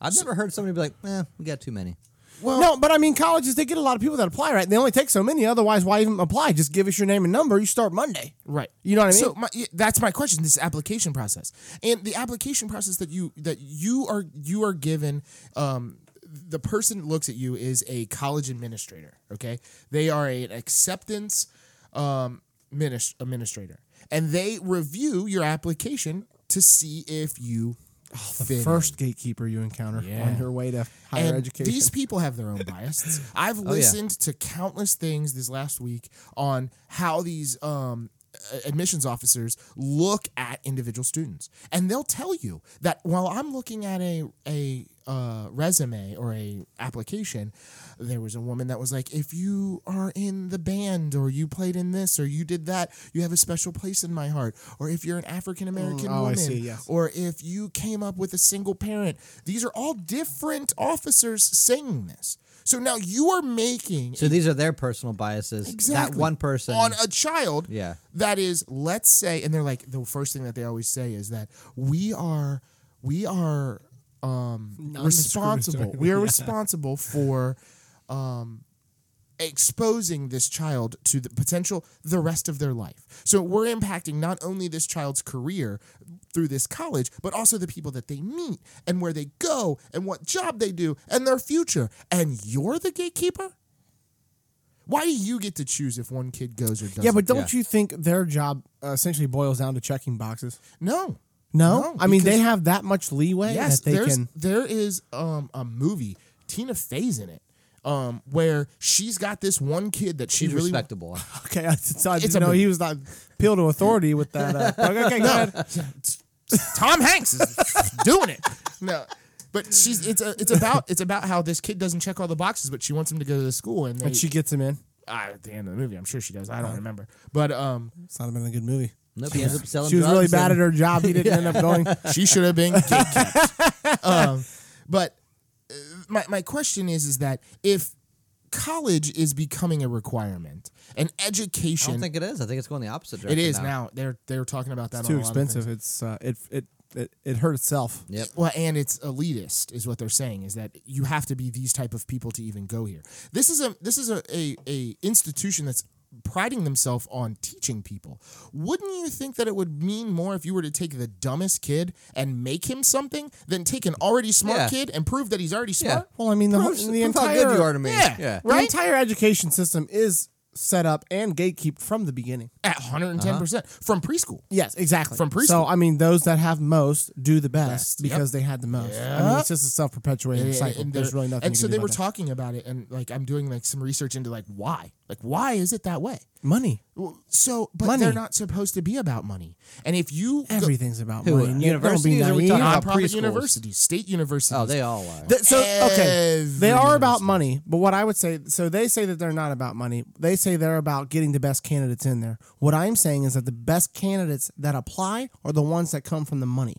[SPEAKER 2] I've never heard somebody be like, "Eh, we got too many."
[SPEAKER 1] Well,
[SPEAKER 3] no, but I mean, colleges, they get a lot of people that apply, right? They only take so many. Otherwise, why even apply? Just give us your name and number. You start Monday.
[SPEAKER 1] Right.
[SPEAKER 3] You know what I mean?
[SPEAKER 1] So my, yeah, that's my question. This application process and the application process that you that you are you are given. Um, the person that looks at you is a college administrator. Okay, they are a- an acceptance um, minis- administrator, and they review your application to see if you fit. in.
[SPEAKER 3] Oh, First gatekeeper you encounter on your way to higher
[SPEAKER 1] and
[SPEAKER 3] education. Oh,
[SPEAKER 1] These people have their own biases. I've listened to countless things this last week on how these um, a- admissions officers look at individual students, and they'll tell you that while I'm looking at a a uh, resume or a application, there was a woman that was like, "If you are in the band, or you played in this, or you did that, you have a special place in my heart. Or if you're an African American
[SPEAKER 3] Mm, oh, I
[SPEAKER 1] woman,
[SPEAKER 3] see, yes.
[SPEAKER 1] or if you came up with a single parent. These are all different officers saying this. So now you are making
[SPEAKER 2] So these are their personal biases.
[SPEAKER 1] exactly
[SPEAKER 2] That one person.
[SPEAKER 1] on a child.
[SPEAKER 2] Yeah.
[SPEAKER 1] That is, let's say, and they're like the first thing that they always say is that we are we are um, responsible. We are responsible for exposing this child to the potential the rest of their life. So we're impacting not only this child's career through this college, but also the people that they meet and where they go and what job they do and their future. And you're the gatekeeper? Why do you get to choose if one kid goes or doesn't?
[SPEAKER 3] yeah, but don't
[SPEAKER 2] Yeah.
[SPEAKER 3] you think their job uh, essentially boils down to checking boxes?
[SPEAKER 1] no.
[SPEAKER 3] No,
[SPEAKER 1] No,
[SPEAKER 3] I mean they
[SPEAKER 1] because-
[SPEAKER 3] have that much leeway
[SPEAKER 1] Yes,
[SPEAKER 3] that they
[SPEAKER 1] there's,
[SPEAKER 3] can.
[SPEAKER 1] there is um, a movie, Tina Fey's in it, um, where she's got this one kid that she
[SPEAKER 2] She's
[SPEAKER 1] really
[SPEAKER 2] respectable.
[SPEAKER 3] Okay, I, so I
[SPEAKER 1] It's
[SPEAKER 3] didn't
[SPEAKER 1] a
[SPEAKER 3] know
[SPEAKER 1] movie.
[SPEAKER 3] he was not appeal to authority with that. Uh, okay, go ahead.
[SPEAKER 1] Tom Hanks is doing it. No, but she's it's a, it's about it's about how this kid doesn't check all the boxes, but she wants him to go to the school, and, Uh-huh. they,
[SPEAKER 3] And she gets him in.
[SPEAKER 1] ah, at the end of the movie, I'm sure she does. I don't remember, but um,
[SPEAKER 3] It's not been a good movie.
[SPEAKER 2] Nope. He ends up selling
[SPEAKER 3] She was really
[SPEAKER 2] drugs
[SPEAKER 3] bad at
[SPEAKER 2] and-
[SPEAKER 3] her job. He didn't end up going.
[SPEAKER 1] she should have been gatekept. um, but uh, my my question is is that if college is becoming a requirement and
[SPEAKER 2] I
[SPEAKER 1] education,
[SPEAKER 2] don't think it is. I think it's going the opposite direction.
[SPEAKER 1] it is now. They're they're talking about that.
[SPEAKER 3] It's
[SPEAKER 1] on
[SPEAKER 3] too
[SPEAKER 1] a lot of
[SPEAKER 3] expensive. It's uh, it it it it hurt itself.
[SPEAKER 2] Yep.
[SPEAKER 1] Well, and it's elitist is what they're saying is that you have to be these type of people to even go here. This is a this is a a, a institution that's priding themselves on teaching people. Wouldn't you think that it would mean more if you were to take the dumbest kid and make him something than take an already smart
[SPEAKER 2] Yeah.
[SPEAKER 1] kid and prove that he's already
[SPEAKER 2] Yeah.
[SPEAKER 1] smart?
[SPEAKER 3] Well, I mean the whole,
[SPEAKER 2] Proves-
[SPEAKER 3] the
[SPEAKER 2] proves how good you are
[SPEAKER 3] entire
[SPEAKER 2] to me.
[SPEAKER 1] Yeah.
[SPEAKER 2] yeah.
[SPEAKER 3] the entire education system is set up and gatekeeped from the beginning.
[SPEAKER 1] At 110% percent
[SPEAKER 3] Uh-huh.
[SPEAKER 1] from preschool.
[SPEAKER 3] Yes, exactly.
[SPEAKER 1] From preschool.
[SPEAKER 3] So I mean, those that have most do the best,
[SPEAKER 1] Best, yep.
[SPEAKER 3] because they had the most. I mean, it's just a self perpetuating
[SPEAKER 1] And-
[SPEAKER 3] cycle.
[SPEAKER 1] and
[SPEAKER 3] There's
[SPEAKER 1] they're-
[SPEAKER 3] really nothing.
[SPEAKER 1] And
[SPEAKER 3] you
[SPEAKER 1] so
[SPEAKER 3] can do
[SPEAKER 1] they
[SPEAKER 3] about
[SPEAKER 1] were
[SPEAKER 3] that.
[SPEAKER 1] talking about it and like I'm doing like some research into like why? Like why is it that way?
[SPEAKER 3] money.
[SPEAKER 1] Well, So, but
[SPEAKER 3] Money.
[SPEAKER 1] they're not supposed to be about money. And if you go-
[SPEAKER 3] Everything's about
[SPEAKER 2] Who,
[SPEAKER 3] money.
[SPEAKER 2] uh,
[SPEAKER 3] Don't be
[SPEAKER 2] universities are we
[SPEAKER 3] naive.
[SPEAKER 2] talking about?
[SPEAKER 1] nonprofit
[SPEAKER 2] preschools.
[SPEAKER 1] universities, state universities.
[SPEAKER 2] Oh, they all are.
[SPEAKER 3] Th- so okay, they
[SPEAKER 1] Every
[SPEAKER 3] are about money, but what I would say, so they say that they're not about money. They say they're about getting the best candidates in there. What I'm saying is that the best candidates that apply are the ones that come from the money.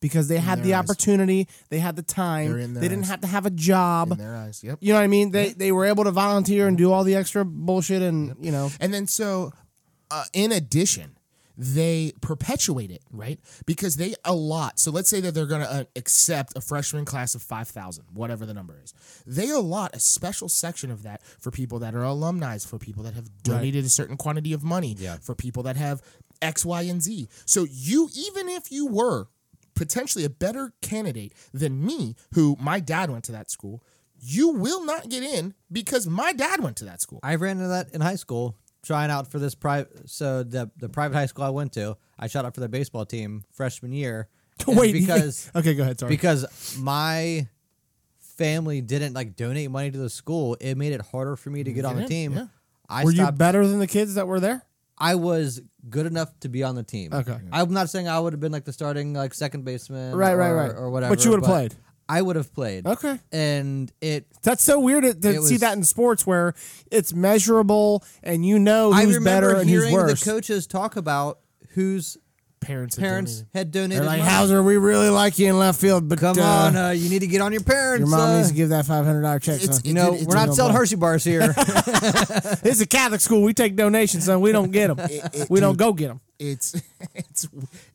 [SPEAKER 3] because they had
[SPEAKER 1] their
[SPEAKER 3] the
[SPEAKER 1] eyes.
[SPEAKER 3] opportunity, they had the time,
[SPEAKER 1] They're in their
[SPEAKER 3] they didn't
[SPEAKER 1] eyes.
[SPEAKER 3] have to have a job.
[SPEAKER 1] in their eyes. Yep.
[SPEAKER 3] You know what I mean? They they were able to volunteer and do all the extra bullshit and you know
[SPEAKER 1] And then so, uh, in addition, they perpetuate it, right? Because they allot. So let's say that they're going to uh, accept a freshman class of 5,000, whatever the number is. They allot a special section of that for people that are alumni, for people that have donated a certain quantity of money,
[SPEAKER 2] Yeah.
[SPEAKER 1] for people that have X, Y, and Z. So you, even if you were potentially a better candidate than me, who my dad went to that school, you will not get in because my dad went to that school.
[SPEAKER 2] I ran into that in high school trying out for this private. So the the private high school I went to, I shot out for the baseball team freshman year. and
[SPEAKER 3] wait
[SPEAKER 2] because
[SPEAKER 3] okay go ahead sorry
[SPEAKER 2] because my family didn't like donate money to the school, it made it harder for
[SPEAKER 3] Mm,
[SPEAKER 2] me to get on the
[SPEAKER 1] Yeah,
[SPEAKER 2] team.
[SPEAKER 1] yeah.
[SPEAKER 2] I
[SPEAKER 3] were you
[SPEAKER 2] stopped.
[SPEAKER 3] better than the kids that were there?
[SPEAKER 2] I was good enough to be on the team.
[SPEAKER 3] Okay.
[SPEAKER 2] I'm not saying I would have been like the starting like second baseman,
[SPEAKER 3] Right, right,
[SPEAKER 2] or-
[SPEAKER 3] right.
[SPEAKER 2] or whatever.
[SPEAKER 3] But you would have played.
[SPEAKER 2] I would have played.
[SPEAKER 3] Okay.
[SPEAKER 2] and it
[SPEAKER 3] That's so weird to, to
[SPEAKER 2] It
[SPEAKER 3] see
[SPEAKER 2] was-
[SPEAKER 3] that in sports where it's measurable and you know
[SPEAKER 2] I
[SPEAKER 3] who's
[SPEAKER 2] remember
[SPEAKER 3] better and
[SPEAKER 2] hearing
[SPEAKER 3] who's worse.
[SPEAKER 2] the coaches talk about whose
[SPEAKER 1] Parents, had
[SPEAKER 2] parents
[SPEAKER 1] donated.
[SPEAKER 2] had donated.
[SPEAKER 3] They're like,
[SPEAKER 2] money.
[SPEAKER 3] Hauser, we really like you in left field, but
[SPEAKER 2] Come
[SPEAKER 3] uh,
[SPEAKER 2] on, uh, you need to get on your parents.
[SPEAKER 3] your mom
[SPEAKER 2] uh,
[SPEAKER 3] needs to give that five hundred dollar check.
[SPEAKER 1] It's-
[SPEAKER 3] son.
[SPEAKER 2] you know,
[SPEAKER 1] It- it's
[SPEAKER 2] we're not
[SPEAKER 3] no
[SPEAKER 2] selling
[SPEAKER 3] blood.
[SPEAKER 2] Hershey bars here.
[SPEAKER 3] This is a Catholic school. We take donations, son. We don't get them.
[SPEAKER 1] it-
[SPEAKER 3] we don't
[SPEAKER 1] dude.
[SPEAKER 3] go get them.
[SPEAKER 1] it's it's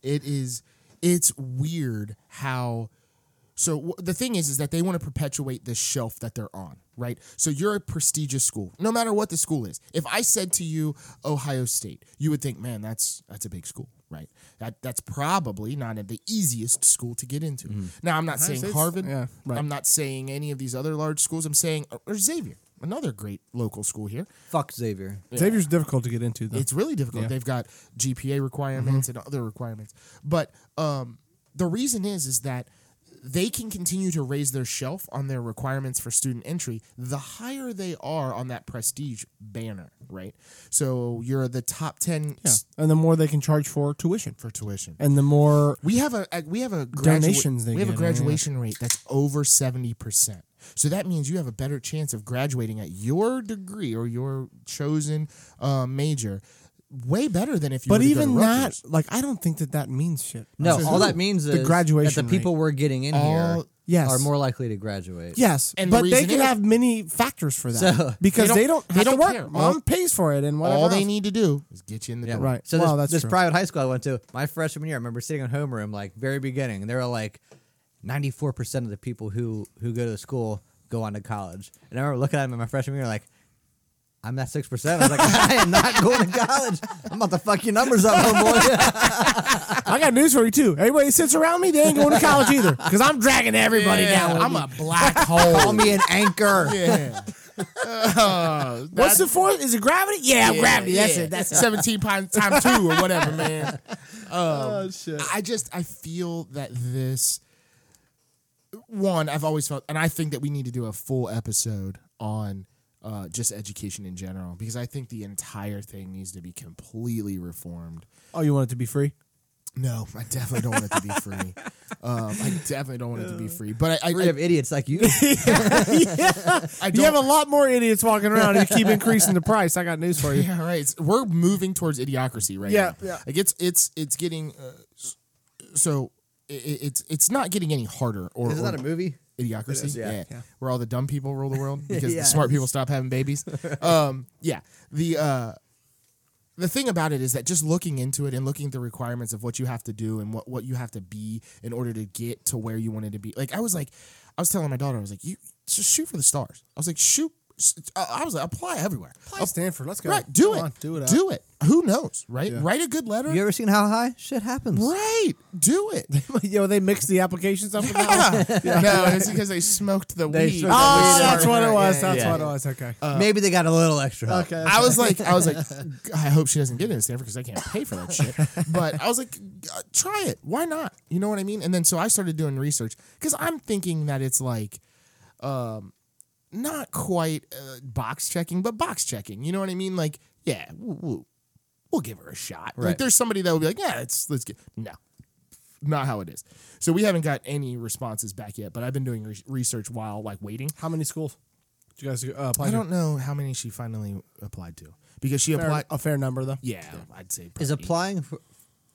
[SPEAKER 1] it is it's weird how so w- the thing is is that they want to perpetuate this shelf that they're on right so you're a prestigious school no matter what the school is if i said to you ohio state you would think man that's that's a big school right that that's probably not the easiest school to get into now i'm not saying
[SPEAKER 3] Mm-hmm. State's-
[SPEAKER 1] harvard
[SPEAKER 3] yeah, right.
[SPEAKER 1] i'm not saying any of these other large schools i'm saying or xavier another great local school here
[SPEAKER 2] Fuck Xavier.
[SPEAKER 3] Xavier's difficult to get into, though.
[SPEAKER 1] it's really difficult. They've got GPA requirements
[SPEAKER 3] Mm-hmm.
[SPEAKER 1] and other requirements. But um, the reason is is that they can continue to raise their shelf on their requirements for student entry the higher they are on that prestige banner, right? So you're the top 10
[SPEAKER 3] yeah.
[SPEAKER 1] s-
[SPEAKER 3] And the more they can charge for tuition,
[SPEAKER 1] for tuition.
[SPEAKER 3] and the more
[SPEAKER 1] We have a a- we have a gradua-
[SPEAKER 3] Donations they
[SPEAKER 1] we have a
[SPEAKER 3] get, yeah.
[SPEAKER 1] graduation rate that's over 70%. So that means you have a better chance of graduating at your degree or your chosen uh, major way better than if you
[SPEAKER 3] But
[SPEAKER 1] were to go
[SPEAKER 3] even
[SPEAKER 1] to
[SPEAKER 3] that,
[SPEAKER 1] Rutgers.
[SPEAKER 3] like, I don't think that that means shit.
[SPEAKER 2] No,
[SPEAKER 1] So
[SPEAKER 2] all
[SPEAKER 1] who-
[SPEAKER 2] that means is
[SPEAKER 3] the
[SPEAKER 2] that
[SPEAKER 3] graduation
[SPEAKER 2] the people we're getting in
[SPEAKER 1] All-
[SPEAKER 2] here
[SPEAKER 3] yes.
[SPEAKER 2] are more likely to graduate.
[SPEAKER 3] Yes,
[SPEAKER 1] And the
[SPEAKER 3] but they
[SPEAKER 1] reason
[SPEAKER 3] can
[SPEAKER 1] is-
[SPEAKER 3] have many factors for that
[SPEAKER 2] So-
[SPEAKER 3] because
[SPEAKER 1] They
[SPEAKER 3] they
[SPEAKER 1] don't-
[SPEAKER 3] don't,
[SPEAKER 1] they
[SPEAKER 3] have
[SPEAKER 1] don't
[SPEAKER 3] to work.
[SPEAKER 1] care.
[SPEAKER 3] Mom pays for it, and whatever.
[SPEAKER 1] all they
[SPEAKER 3] else.
[SPEAKER 1] need to do is get you in the door.
[SPEAKER 3] Right.
[SPEAKER 2] So this,
[SPEAKER 3] Wow, that's
[SPEAKER 2] this
[SPEAKER 3] true.
[SPEAKER 2] private high school I went to, my freshman year, I remember sitting in homeroom, like very beginning, and they were like, ninety four percent of the people who who go to the school go on to college. And I remember looking at them in my freshman year, like, I'm that six percent. I was like, I am not going to college. I'm about to fuck your numbers up, homeboy.
[SPEAKER 3] I got news for you too. Everybody that sits around me, they ain't going to college either because I'm dragging everybody
[SPEAKER 1] Yeah,
[SPEAKER 3] down. with
[SPEAKER 1] I'm
[SPEAKER 3] me.
[SPEAKER 1] a black
[SPEAKER 2] Call
[SPEAKER 1] hole.
[SPEAKER 2] me an
[SPEAKER 3] Oh,
[SPEAKER 2] anchor.
[SPEAKER 1] yeah. Uh,
[SPEAKER 3] What's
[SPEAKER 1] that-
[SPEAKER 3] the force? Is it gravity? Yeah,
[SPEAKER 1] yeah,
[SPEAKER 3] gravity. That's
[SPEAKER 1] yeah.
[SPEAKER 3] it. That's it.
[SPEAKER 1] seventeen times times two or whatever, man.
[SPEAKER 3] Oh shit.
[SPEAKER 1] I just I feel that this one I've always felt, and I think that we need to do a full episode on uh, just education in general because I think the entire thing needs to be completely reformed.
[SPEAKER 3] Oh, you want it to be free?
[SPEAKER 1] No, I definitely don't want it to be free. Um, I definitely don't want it to be free. But I, I,
[SPEAKER 2] We
[SPEAKER 1] I,
[SPEAKER 2] have idiots like you.
[SPEAKER 1] I don't.
[SPEAKER 3] You have a lot more idiots walking around if you keep increasing the price. I got news for you.
[SPEAKER 1] yeah, right. It's- we're moving towards idiocracy right
[SPEAKER 3] Yeah,
[SPEAKER 1] now.
[SPEAKER 3] yeah.
[SPEAKER 1] Like it's it's it's getting uh, s- so i- i it's it's not getting any harder or,
[SPEAKER 2] Isn't
[SPEAKER 1] or
[SPEAKER 2] that a movie?
[SPEAKER 1] idiocracy.
[SPEAKER 2] is, yeah.
[SPEAKER 1] where all the dumb people rule the world because the
[SPEAKER 2] Yes.
[SPEAKER 1] smart people stop having babies. um, yeah, the uh, the thing about it is that just looking into it and looking at the requirements of what you have to do and what what you have to be in order to get to where you wanted to be. Like I was like, I was telling my daughter, I was like, you just shoot for the stars. I was like, shoot. I I was like, apply everywhere. Ap-
[SPEAKER 3] Stanford. Let's go.
[SPEAKER 1] Right, do
[SPEAKER 3] Come
[SPEAKER 1] it.
[SPEAKER 3] on,
[SPEAKER 1] do it.
[SPEAKER 3] up.
[SPEAKER 1] Do it. Who knows, right?
[SPEAKER 3] Yeah.
[SPEAKER 1] Write a good letter.
[SPEAKER 2] You ever seen how high shit happens?
[SPEAKER 1] right. Do it.
[SPEAKER 3] Yo, they mixed the applications up. and all.
[SPEAKER 1] no, it's because they smoked the
[SPEAKER 2] They
[SPEAKER 1] weed.
[SPEAKER 2] smoked the
[SPEAKER 3] Oh,
[SPEAKER 2] weed.
[SPEAKER 3] that's what it was.
[SPEAKER 1] Yeah, yeah,
[SPEAKER 3] That's
[SPEAKER 1] yeah. Uh,
[SPEAKER 3] what it was. Okay.
[SPEAKER 2] Maybe they got a little extra. help.
[SPEAKER 3] Okay.
[SPEAKER 1] I was like, I was like, I hope she doesn't get into Stanford because I can't pay for that shit. But I was like, uh, try it. Why not? You know what I mean? And then so I started doing research because I'm thinking that it's like, um, not quite uh, box checking, but box checking. You know what I mean? Like, yeah, we'll, we'll, we'll give her a shot. Like,
[SPEAKER 2] Right.
[SPEAKER 1] there's somebody that will be like, yeah, let's let's get no. Not how it is. So we haven't got any responses back yet, but I've been doing re- research while like waiting.
[SPEAKER 3] How many schools? Did you guys uh, apply?
[SPEAKER 1] I
[SPEAKER 3] to?
[SPEAKER 1] don't know how many she finally applied to because she
[SPEAKER 3] Fair-
[SPEAKER 1] applied.
[SPEAKER 3] a fair number though.
[SPEAKER 1] Yeah, I'd say
[SPEAKER 2] Is
[SPEAKER 1] probably-
[SPEAKER 2] applying for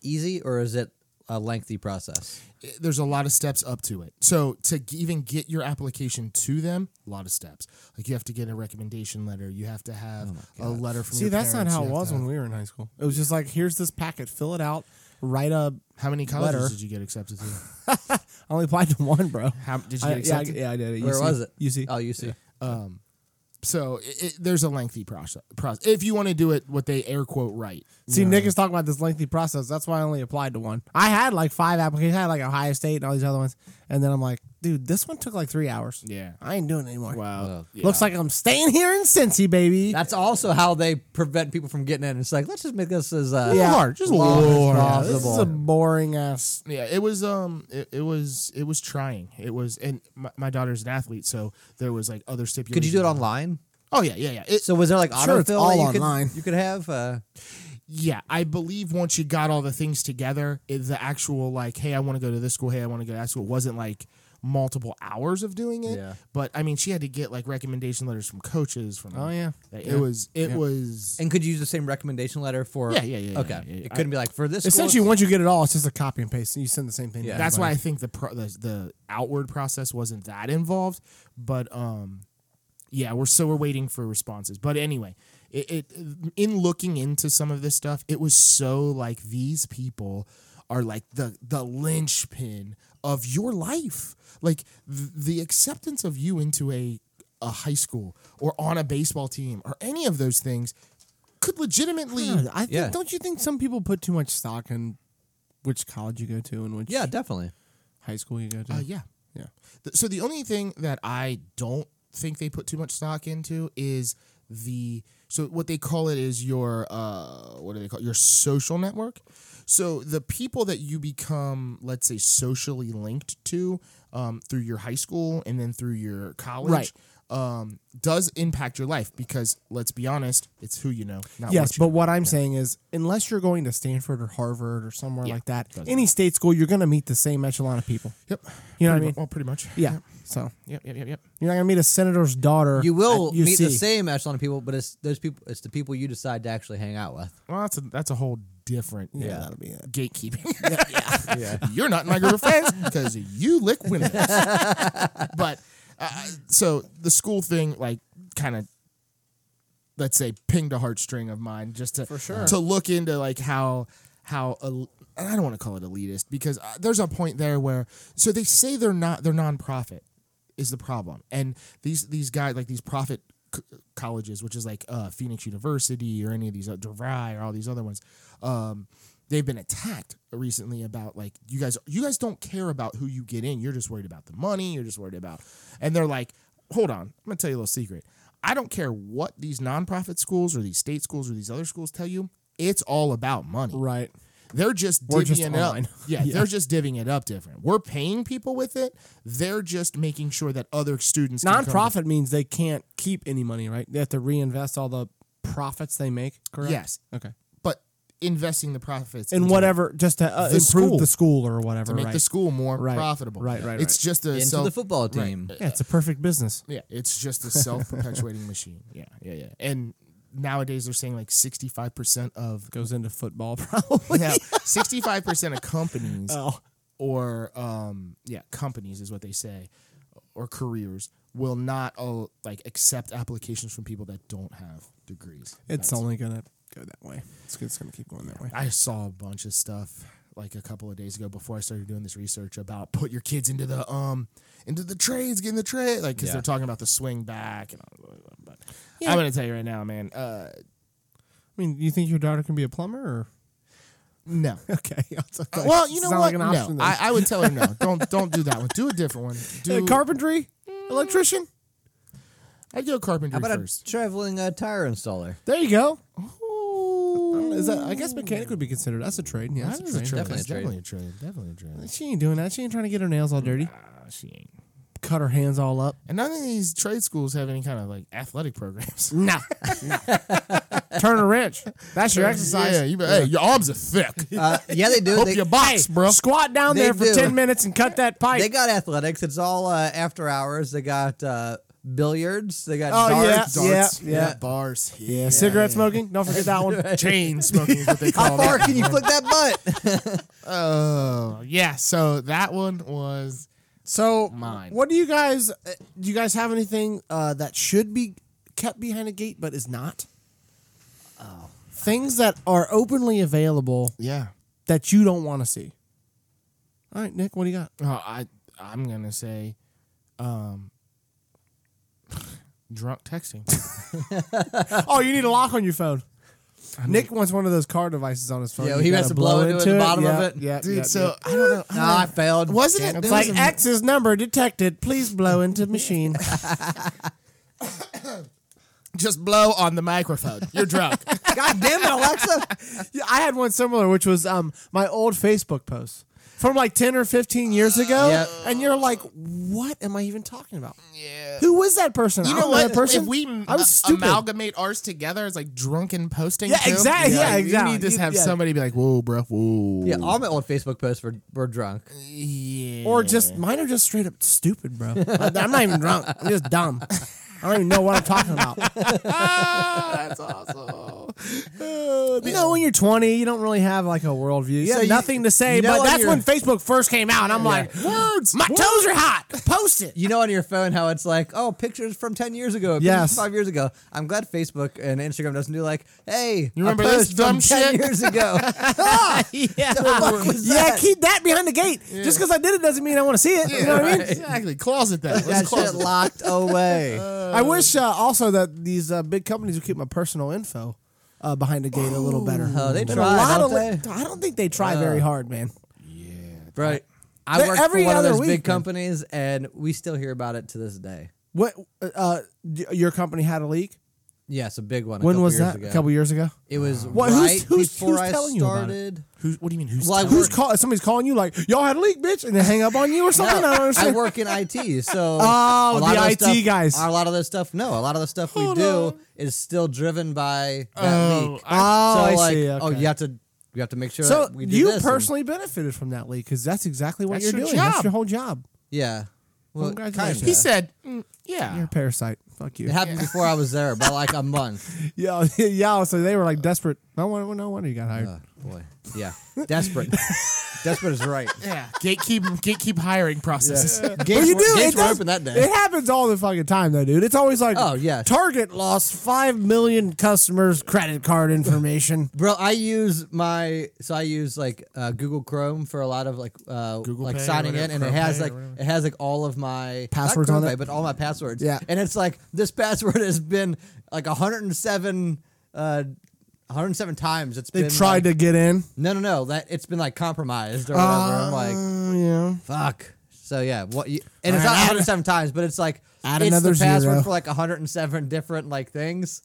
[SPEAKER 2] easy or is it a lengthy process.
[SPEAKER 1] eh, there's a lot of steps up to it. So to g- even get your application to them, a lot of steps. Like you have to get a recommendation letter. You have to
[SPEAKER 2] Oh
[SPEAKER 1] have a letter from.
[SPEAKER 3] See,
[SPEAKER 1] your
[SPEAKER 3] that's not
[SPEAKER 1] parents,
[SPEAKER 3] how
[SPEAKER 1] you
[SPEAKER 3] it
[SPEAKER 1] have to
[SPEAKER 3] was when
[SPEAKER 1] have-
[SPEAKER 3] we were in high school. It was just like, here's this packet, fill it out, write a.
[SPEAKER 1] How many colleges
[SPEAKER 3] Letter.
[SPEAKER 1] did you get accepted to?
[SPEAKER 3] I only applied to one, bro.
[SPEAKER 1] How did you
[SPEAKER 3] I,
[SPEAKER 1] get
[SPEAKER 3] yeah, I,
[SPEAKER 1] accepted?
[SPEAKER 3] yeah, I did. At
[SPEAKER 2] Where
[SPEAKER 3] UC.
[SPEAKER 2] was it?
[SPEAKER 3] UC.
[SPEAKER 2] Oh, UC.
[SPEAKER 1] So it, it, there's a lengthy process. process. If you want to do it, what they air quote right.
[SPEAKER 3] See, Nick is talking about this lengthy process. That's why I only applied to one. I had like five applications. I had like Ohio State and all these other ones. And then I'm like, dude, this one took like three hours.
[SPEAKER 1] Yeah.
[SPEAKER 3] I ain't doing it anymore.
[SPEAKER 1] Wow.
[SPEAKER 3] Looks like I'm staying here in Cincy, baby.
[SPEAKER 2] That's also how they prevent people from getting in. It's like let's just make this as uh,
[SPEAKER 3] Yeah.
[SPEAKER 1] hard, just a
[SPEAKER 2] long as
[SPEAKER 1] little hard.
[SPEAKER 3] Yeah, this is
[SPEAKER 2] possible.
[SPEAKER 3] a boring ass.
[SPEAKER 1] yeah it was um it, it was it was trying it was and my, my daughter's an athlete so there was like other stipulations
[SPEAKER 2] Could you do it online?
[SPEAKER 1] oh yeah yeah yeah it,
[SPEAKER 2] So was there like
[SPEAKER 3] Sure,
[SPEAKER 2] autofill?
[SPEAKER 3] it's all
[SPEAKER 2] that you could-
[SPEAKER 3] online.
[SPEAKER 2] you could have. Uh,
[SPEAKER 1] yeah i believe once you got all the things together it, the actual like hey i want to go to this school hey i want to go to that school wasn't like multiple hours of doing it
[SPEAKER 2] Yeah.
[SPEAKER 1] but i mean she had to get like recommendation letters from coaches from
[SPEAKER 3] Oh, yeah.
[SPEAKER 1] it
[SPEAKER 3] Yeah.
[SPEAKER 1] was it was
[SPEAKER 2] and could you use the same recommendation letter for?
[SPEAKER 1] Yeah, yeah, yeah, yeah,
[SPEAKER 2] Okay,
[SPEAKER 1] yeah, yeah.
[SPEAKER 2] it couldn't be like for this. school,
[SPEAKER 3] Essentially, once you get it all, it's just a copy and paste. You send the same thing.
[SPEAKER 2] Yeah.
[SPEAKER 1] that's why I think the, pro- the the outward process wasn't that involved, but um, yeah, we're so we're waiting for responses. But anyway, it, it in looking into some of this stuff, it was so like these people are like the the linchpin of your life, like th- the acceptance of you into a a high school or on a baseball team or any of those things could legitimately
[SPEAKER 3] Mm, I think,
[SPEAKER 2] Yeah.
[SPEAKER 3] Don't you think some people put too much stock in which college you go to and which
[SPEAKER 2] Yeah, definitely.
[SPEAKER 3] high school you go to?
[SPEAKER 1] Uh, yeah.
[SPEAKER 3] Mm. Yeah.
[SPEAKER 1] Th- So the only thing that I don't think they put too much stock into is the so what they call it is your uh what do they call it? your social network. So the people that you become, let's say, socially linked to um, through your high school and then through your college.
[SPEAKER 3] Right.
[SPEAKER 1] Um, does impact your life because let's be honest, it's who you know. Not
[SPEAKER 3] Yes,
[SPEAKER 1] what you
[SPEAKER 3] but what I'm saying is, unless you're going to Stanford or Harvard or somewhere
[SPEAKER 1] Yeah,
[SPEAKER 3] like that,
[SPEAKER 1] doesn't
[SPEAKER 3] any state school, you're going to meet the same echelon of people.
[SPEAKER 1] yep.
[SPEAKER 3] You know what I
[SPEAKER 1] Pretty
[SPEAKER 3] mean?
[SPEAKER 1] mu- Well, pretty much.
[SPEAKER 3] Yeah. So
[SPEAKER 1] Yep. Yep. Yep. Yep.
[SPEAKER 3] you're not going to meet a senator's daughter.
[SPEAKER 2] You will
[SPEAKER 3] at
[SPEAKER 2] meet the
[SPEAKER 3] UC.
[SPEAKER 2] same echelon of people, but it's those people. It's the people you decide to actually hang out with.
[SPEAKER 1] Well, that's a that's a whole different
[SPEAKER 3] Yeah,
[SPEAKER 1] yeah.
[SPEAKER 3] that'll be it.
[SPEAKER 1] gatekeeping. You're not in my group of friends because you lick windows. but uh, so the school thing, like, kind of, let's say, pinged a heartstring of mine just to
[SPEAKER 3] For sure.
[SPEAKER 1] to look into like how how el- and I don't want to call it elitist because uh, there's a point there where so they say they're not they're nonprofit is the problem and these these guys like these profit c- colleges which is like uh, Phoenix University or any of these uh, DeVry or all these other ones um, they've been attacked recently about like you guys you guys don't care about who you get in you're just worried about the money you're just worried about and they're like hold on I'm gonna tell you a little secret I don't care what these nonprofit schools or these state schools or these other schools tell you. It's all about money.
[SPEAKER 3] Right.
[SPEAKER 1] They're just
[SPEAKER 3] We're
[SPEAKER 1] divvying
[SPEAKER 3] just
[SPEAKER 1] it
[SPEAKER 3] online.
[SPEAKER 1] up. Yeah, they're just divvying it up different. We're paying people with it. They're just making sure that other students can come to-
[SPEAKER 3] Nonprofit means they can't keep any money, right? They have to reinvest all the profits they make, correct?
[SPEAKER 1] Yes.
[SPEAKER 3] Okay.
[SPEAKER 1] but investing the profits
[SPEAKER 3] And
[SPEAKER 1] into
[SPEAKER 3] whatever, just to uh,
[SPEAKER 1] The
[SPEAKER 3] improve
[SPEAKER 1] school.
[SPEAKER 3] the school or whatever,
[SPEAKER 1] to make
[SPEAKER 3] right?
[SPEAKER 1] the school more
[SPEAKER 3] Right,
[SPEAKER 1] profitable.
[SPEAKER 3] right, right,
[SPEAKER 1] It's
[SPEAKER 3] right.
[SPEAKER 1] just a
[SPEAKER 2] Into
[SPEAKER 1] self-
[SPEAKER 2] the football team.
[SPEAKER 3] yeah, it's a perfect business.
[SPEAKER 1] Yeah, it's just a self perpetuating machine. Yeah, yeah, yeah. And nowadays they're saying like sixty five percent of
[SPEAKER 3] Goes into football, probably.
[SPEAKER 1] now sixty five percent of companies
[SPEAKER 3] Oh.
[SPEAKER 1] or um, yeah, companies is what they say, or careers will not uh, like accept applications from people that don't have degrees.
[SPEAKER 3] It's only going to go that way. It's, it's going to keep going that way.
[SPEAKER 1] I saw a bunch of stuff like a couple of days ago before I started doing this research about put your kids into the um into the trades, get in the trade, like because
[SPEAKER 2] Yeah.
[SPEAKER 1] they're talking about the swing back. And all, but I'm gonna tell you right now, man. Uh,
[SPEAKER 3] I mean, you think your daughter can be a plumber or?
[SPEAKER 1] no.
[SPEAKER 3] Okay.
[SPEAKER 1] Uh, well, you know
[SPEAKER 3] Sounds
[SPEAKER 1] what?
[SPEAKER 3] Like an
[SPEAKER 1] no,
[SPEAKER 3] option then.
[SPEAKER 1] I, I would tell her no. Don't don't do that one. Do a different one. Do
[SPEAKER 3] Uh, carpentry, electrician.
[SPEAKER 1] I do a carpentry
[SPEAKER 2] How about
[SPEAKER 1] first.
[SPEAKER 2] a traveling uh, tire installer?
[SPEAKER 3] There you go. Um, Is that, I guess mechanic would be considered. That's a trade. Yeah, that's
[SPEAKER 1] That is a trade.
[SPEAKER 2] Definitely
[SPEAKER 1] That's
[SPEAKER 2] a trade.
[SPEAKER 1] Definitely a trade. Definitely a trade.
[SPEAKER 3] She ain't doing that. She ain't trying to get her nails all dirty.
[SPEAKER 1] Ah, she ain't.
[SPEAKER 3] Cut her hands all up.
[SPEAKER 1] And none of these trade schools have any kind of like athletic programs.
[SPEAKER 3] No. Turn a wrench. That's your exercise.
[SPEAKER 1] Yeah, you, Hey, your arms are thick.
[SPEAKER 2] Uh, yeah, they do.
[SPEAKER 1] Hope
[SPEAKER 2] They,
[SPEAKER 1] you box,
[SPEAKER 3] Hey,
[SPEAKER 1] bro.
[SPEAKER 3] Squat down
[SPEAKER 2] They
[SPEAKER 3] there for
[SPEAKER 2] do.
[SPEAKER 3] ten minutes and cut that pipe.
[SPEAKER 2] they got athletics. It's all uh, after hours. They got uh, billiards. They got
[SPEAKER 3] Oh,
[SPEAKER 2] darts.
[SPEAKER 3] Yeah,
[SPEAKER 1] Darts,
[SPEAKER 3] yeah.
[SPEAKER 1] bars.
[SPEAKER 3] Yeah, cigarette smoking. Don't forget that one.
[SPEAKER 1] Chain smoking is what they
[SPEAKER 2] How
[SPEAKER 1] call
[SPEAKER 2] far
[SPEAKER 1] it.
[SPEAKER 2] can you flick that butt?
[SPEAKER 1] Oh, yeah. So that one was
[SPEAKER 3] So,
[SPEAKER 1] Mine.
[SPEAKER 3] what do you guys? uh, Do you guys have anything uh, that should be kept behind a gate but is not? Oh. Things that are openly available
[SPEAKER 1] yeah.
[SPEAKER 3] that you don't want to see. All right, Nick, what do you got?
[SPEAKER 1] Oh, I I'm gonna say, um, drunk texting.
[SPEAKER 3] Oh, you need a lock on your phone. Nick wants one of those car devices on his phone.
[SPEAKER 2] Yeah,
[SPEAKER 3] You
[SPEAKER 2] he
[SPEAKER 3] gotta
[SPEAKER 2] has to blow into the bottom of
[SPEAKER 3] yeah,
[SPEAKER 2] it.
[SPEAKER 3] Yeah,
[SPEAKER 1] Dude,
[SPEAKER 3] yeah,
[SPEAKER 1] so
[SPEAKER 3] yeah.
[SPEAKER 1] I don't know.
[SPEAKER 2] no, I failed.
[SPEAKER 1] Wasn't it?
[SPEAKER 2] Damn
[SPEAKER 3] it's
[SPEAKER 1] there
[SPEAKER 3] like
[SPEAKER 1] was a-
[SPEAKER 3] X's number detected. Please blow into machine.
[SPEAKER 1] Just blow on the microphone. You're drunk.
[SPEAKER 2] God damn it, Alexa!
[SPEAKER 3] Yeah, I had one similar, which was um my old Facebook post from like ten or fifteen years ago,
[SPEAKER 2] Yep.
[SPEAKER 3] and you're like, "What am I even talking about?
[SPEAKER 1] yeah.
[SPEAKER 3] Who was that person?
[SPEAKER 1] You
[SPEAKER 3] I
[SPEAKER 1] know
[SPEAKER 3] don't
[SPEAKER 1] what?
[SPEAKER 3] That person?
[SPEAKER 1] If we m-
[SPEAKER 3] I was stupid.
[SPEAKER 1] amalgamate ours together, it's like drunken posting.
[SPEAKER 3] Yeah,
[SPEAKER 1] too.
[SPEAKER 3] exact- yeah,
[SPEAKER 1] Like,
[SPEAKER 3] exact.
[SPEAKER 1] You need to
[SPEAKER 3] You-
[SPEAKER 1] have
[SPEAKER 3] yeah.
[SPEAKER 1] somebody be like, "Whoa, bro, whoa."
[SPEAKER 2] Yeah, all my old Facebook posts were, were drunk.
[SPEAKER 1] Yeah.
[SPEAKER 3] or just mine are just straight up stupid, bro. I- I'm not even drunk. I'm just dumb. I don't even know what I'm talking about.
[SPEAKER 1] ah, that's awesome.
[SPEAKER 3] You know, when you're 20, you don't really have like a worldview. You
[SPEAKER 2] So
[SPEAKER 3] have
[SPEAKER 2] you-
[SPEAKER 3] nothing to say.
[SPEAKER 2] you know
[SPEAKER 3] but
[SPEAKER 2] on
[SPEAKER 3] that's
[SPEAKER 2] your-
[SPEAKER 3] when Facebook first came out, and I'm like,
[SPEAKER 1] Words.
[SPEAKER 3] "My toes are hot. Post it."
[SPEAKER 2] You know on your phone how it's like, oh, pictures from ten years ago, pictures
[SPEAKER 3] Yes.
[SPEAKER 2] from five years ago. I'm glad Facebook and Instagram doesn't do like, hey,
[SPEAKER 1] You
[SPEAKER 2] a
[SPEAKER 1] remember this
[SPEAKER 2] post
[SPEAKER 1] dumb
[SPEAKER 2] from 10
[SPEAKER 1] shit?
[SPEAKER 2] years ago?
[SPEAKER 3] yeah.
[SPEAKER 2] fuck was
[SPEAKER 3] yeah,
[SPEAKER 2] that?
[SPEAKER 3] keep that behind the gate. Just because I did it doesn't mean I want to see it. You know what I mean?
[SPEAKER 1] Exactly. Closet that. Let's
[SPEAKER 2] that shit
[SPEAKER 1] closet that.
[SPEAKER 2] locked away.
[SPEAKER 3] I wish uh, also that these uh, big companies would keep my personal info uh, behind the gate a little better.
[SPEAKER 2] Oh, they Uh.
[SPEAKER 3] Been
[SPEAKER 2] try, don't
[SPEAKER 3] of, I don't think they try very hard, man.
[SPEAKER 2] Right.
[SPEAKER 3] They're
[SPEAKER 2] I worked
[SPEAKER 3] every
[SPEAKER 2] for one of
[SPEAKER 3] other
[SPEAKER 2] those
[SPEAKER 3] week,
[SPEAKER 2] big
[SPEAKER 3] man.
[SPEAKER 2] companies, and we still hear about it to this day.
[SPEAKER 3] What uh, uh, y- your company had a leak?
[SPEAKER 2] Yes, a big one. A
[SPEAKER 3] When
[SPEAKER 2] couple
[SPEAKER 3] was
[SPEAKER 2] years
[SPEAKER 3] that?
[SPEAKER 2] Ago.
[SPEAKER 3] A couple years ago.
[SPEAKER 2] It was
[SPEAKER 3] What- who's-
[SPEAKER 2] right
[SPEAKER 3] who's-
[SPEAKER 2] before
[SPEAKER 3] who's
[SPEAKER 2] I
[SPEAKER 3] telling you about it?
[SPEAKER 2] started.
[SPEAKER 1] Who, what do you mean? Who's
[SPEAKER 2] Well, I
[SPEAKER 1] telling
[SPEAKER 3] Who's
[SPEAKER 2] work-
[SPEAKER 3] call? Somebody's calling you like y'all had a leak, bitch, and they hang up on you or something. I don't
[SPEAKER 2] I
[SPEAKER 3] understand.
[SPEAKER 2] work in IT, so
[SPEAKER 3] Oh,
[SPEAKER 2] a lot
[SPEAKER 3] the
[SPEAKER 2] of
[SPEAKER 3] IT
[SPEAKER 2] stuff,
[SPEAKER 3] guys.
[SPEAKER 2] A lot of this stuff, no, a lot of the stuff we
[SPEAKER 3] Hold
[SPEAKER 2] do
[SPEAKER 3] on.
[SPEAKER 2] is still driven by that
[SPEAKER 1] Oh,
[SPEAKER 2] leak.
[SPEAKER 3] I- Oh,
[SPEAKER 2] so
[SPEAKER 3] I
[SPEAKER 2] like,
[SPEAKER 3] see,
[SPEAKER 2] oh,
[SPEAKER 3] okay.
[SPEAKER 2] you have to, you have to make sure
[SPEAKER 3] so
[SPEAKER 2] that we do
[SPEAKER 3] you
[SPEAKER 2] this and-
[SPEAKER 3] personally benefited from that leak because that's exactly what
[SPEAKER 1] That's
[SPEAKER 3] you're
[SPEAKER 1] your
[SPEAKER 3] doing. That's
[SPEAKER 1] job.
[SPEAKER 3] your whole job.
[SPEAKER 2] yeah. Well,
[SPEAKER 3] Congratulations.
[SPEAKER 2] kinda.
[SPEAKER 1] He said, mm,
[SPEAKER 3] You're
[SPEAKER 1] "Yeah."
[SPEAKER 3] a parasite. Fuck you.
[SPEAKER 2] it happened before I was there by like a month.
[SPEAKER 3] Yeah, yeah. So they were like desperate. No wonder, no wonder you got hired.
[SPEAKER 2] Oh, boy, yeah, desperate, desperate is right.
[SPEAKER 1] Yeah. Gatekeep gatekeep hiring processes.
[SPEAKER 2] Gates,
[SPEAKER 3] you
[SPEAKER 2] were-
[SPEAKER 3] do,
[SPEAKER 2] gates
[SPEAKER 3] it
[SPEAKER 2] were
[SPEAKER 3] does-
[SPEAKER 2] open that day.
[SPEAKER 3] It happens all the fucking time, though, dude. It's always like,
[SPEAKER 2] Oh, yeah.
[SPEAKER 3] Target lost five million customers' credit card information.
[SPEAKER 2] Bro, I use my so I use like uh, Google Chrome for a lot of like uh,
[SPEAKER 1] Google
[SPEAKER 2] like
[SPEAKER 1] Pay or
[SPEAKER 2] signing in,
[SPEAKER 1] whatever,
[SPEAKER 2] and it
[SPEAKER 1] Chrome
[SPEAKER 2] has
[SPEAKER 1] Pay or
[SPEAKER 2] like
[SPEAKER 1] whatever.
[SPEAKER 2] it has like all of my not
[SPEAKER 3] Passwords
[SPEAKER 2] Chrome
[SPEAKER 3] on
[SPEAKER 2] Pay,
[SPEAKER 3] it?
[SPEAKER 2] but all my passwords.
[SPEAKER 3] Yeah.
[SPEAKER 2] and it's like this password has been like 107, uh, 107 times. It's
[SPEAKER 3] They
[SPEAKER 2] been
[SPEAKER 3] tried to get in.
[SPEAKER 2] to no no no that it's been like compromised or whatever. I'm like
[SPEAKER 3] Uh, yeah.
[SPEAKER 2] fuck. So yeah, what you and it's
[SPEAKER 3] All right,
[SPEAKER 2] not
[SPEAKER 3] add-
[SPEAKER 2] 107 times, but it's like
[SPEAKER 3] add
[SPEAKER 2] it's
[SPEAKER 3] another
[SPEAKER 2] the password
[SPEAKER 3] zero.
[SPEAKER 2] for like 107 different like things.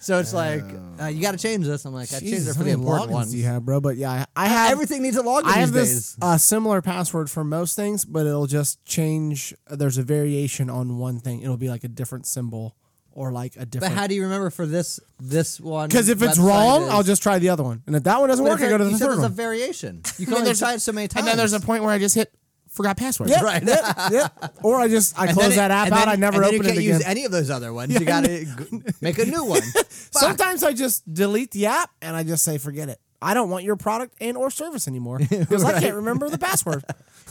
[SPEAKER 2] So it's like
[SPEAKER 1] Oh.
[SPEAKER 2] uh, you got to change this. I'm like I changed it
[SPEAKER 3] Jesus,
[SPEAKER 2] for
[SPEAKER 3] how
[SPEAKER 2] the
[SPEAKER 3] many
[SPEAKER 2] important
[SPEAKER 3] logins
[SPEAKER 2] ones. Uh,
[SPEAKER 3] do you have, bro? But yeah, I, I have
[SPEAKER 2] Everything needs a login
[SPEAKER 3] I have
[SPEAKER 2] these
[SPEAKER 3] this
[SPEAKER 2] days.
[SPEAKER 3] uh, similar password for most things, but it'll just change. uh, There's a variation on one thing. It'll be like a different symbol or like a
[SPEAKER 2] But
[SPEAKER 3] different.
[SPEAKER 2] how do you remember for this this one?
[SPEAKER 3] Because if it's
[SPEAKER 2] website
[SPEAKER 3] wrong,
[SPEAKER 2] is-
[SPEAKER 3] I'll just try the other one, and if that one doesn't
[SPEAKER 2] But if
[SPEAKER 3] work, I go to
[SPEAKER 2] you
[SPEAKER 3] the
[SPEAKER 2] said
[SPEAKER 3] third
[SPEAKER 2] there's a
[SPEAKER 3] one.
[SPEAKER 2] variation. You
[SPEAKER 1] And
[SPEAKER 2] can
[SPEAKER 1] then
[SPEAKER 2] only
[SPEAKER 1] there's
[SPEAKER 2] try it so many times.
[SPEAKER 1] And then there's a point where I just hit forgot password.
[SPEAKER 3] Yeah,
[SPEAKER 2] Right.
[SPEAKER 3] yeah, yeah. Or I just I
[SPEAKER 2] And
[SPEAKER 3] close
[SPEAKER 2] then it-
[SPEAKER 3] that app
[SPEAKER 2] and
[SPEAKER 3] out.
[SPEAKER 2] then-
[SPEAKER 3] I never
[SPEAKER 2] and then
[SPEAKER 3] open
[SPEAKER 2] you
[SPEAKER 3] it
[SPEAKER 2] can't
[SPEAKER 3] again.
[SPEAKER 2] use any of those other ones. You got to g- make a new one.
[SPEAKER 3] Sometimes I just delete the app and I just say forget it. I don't want your product and or service anymore because I can't remember the password.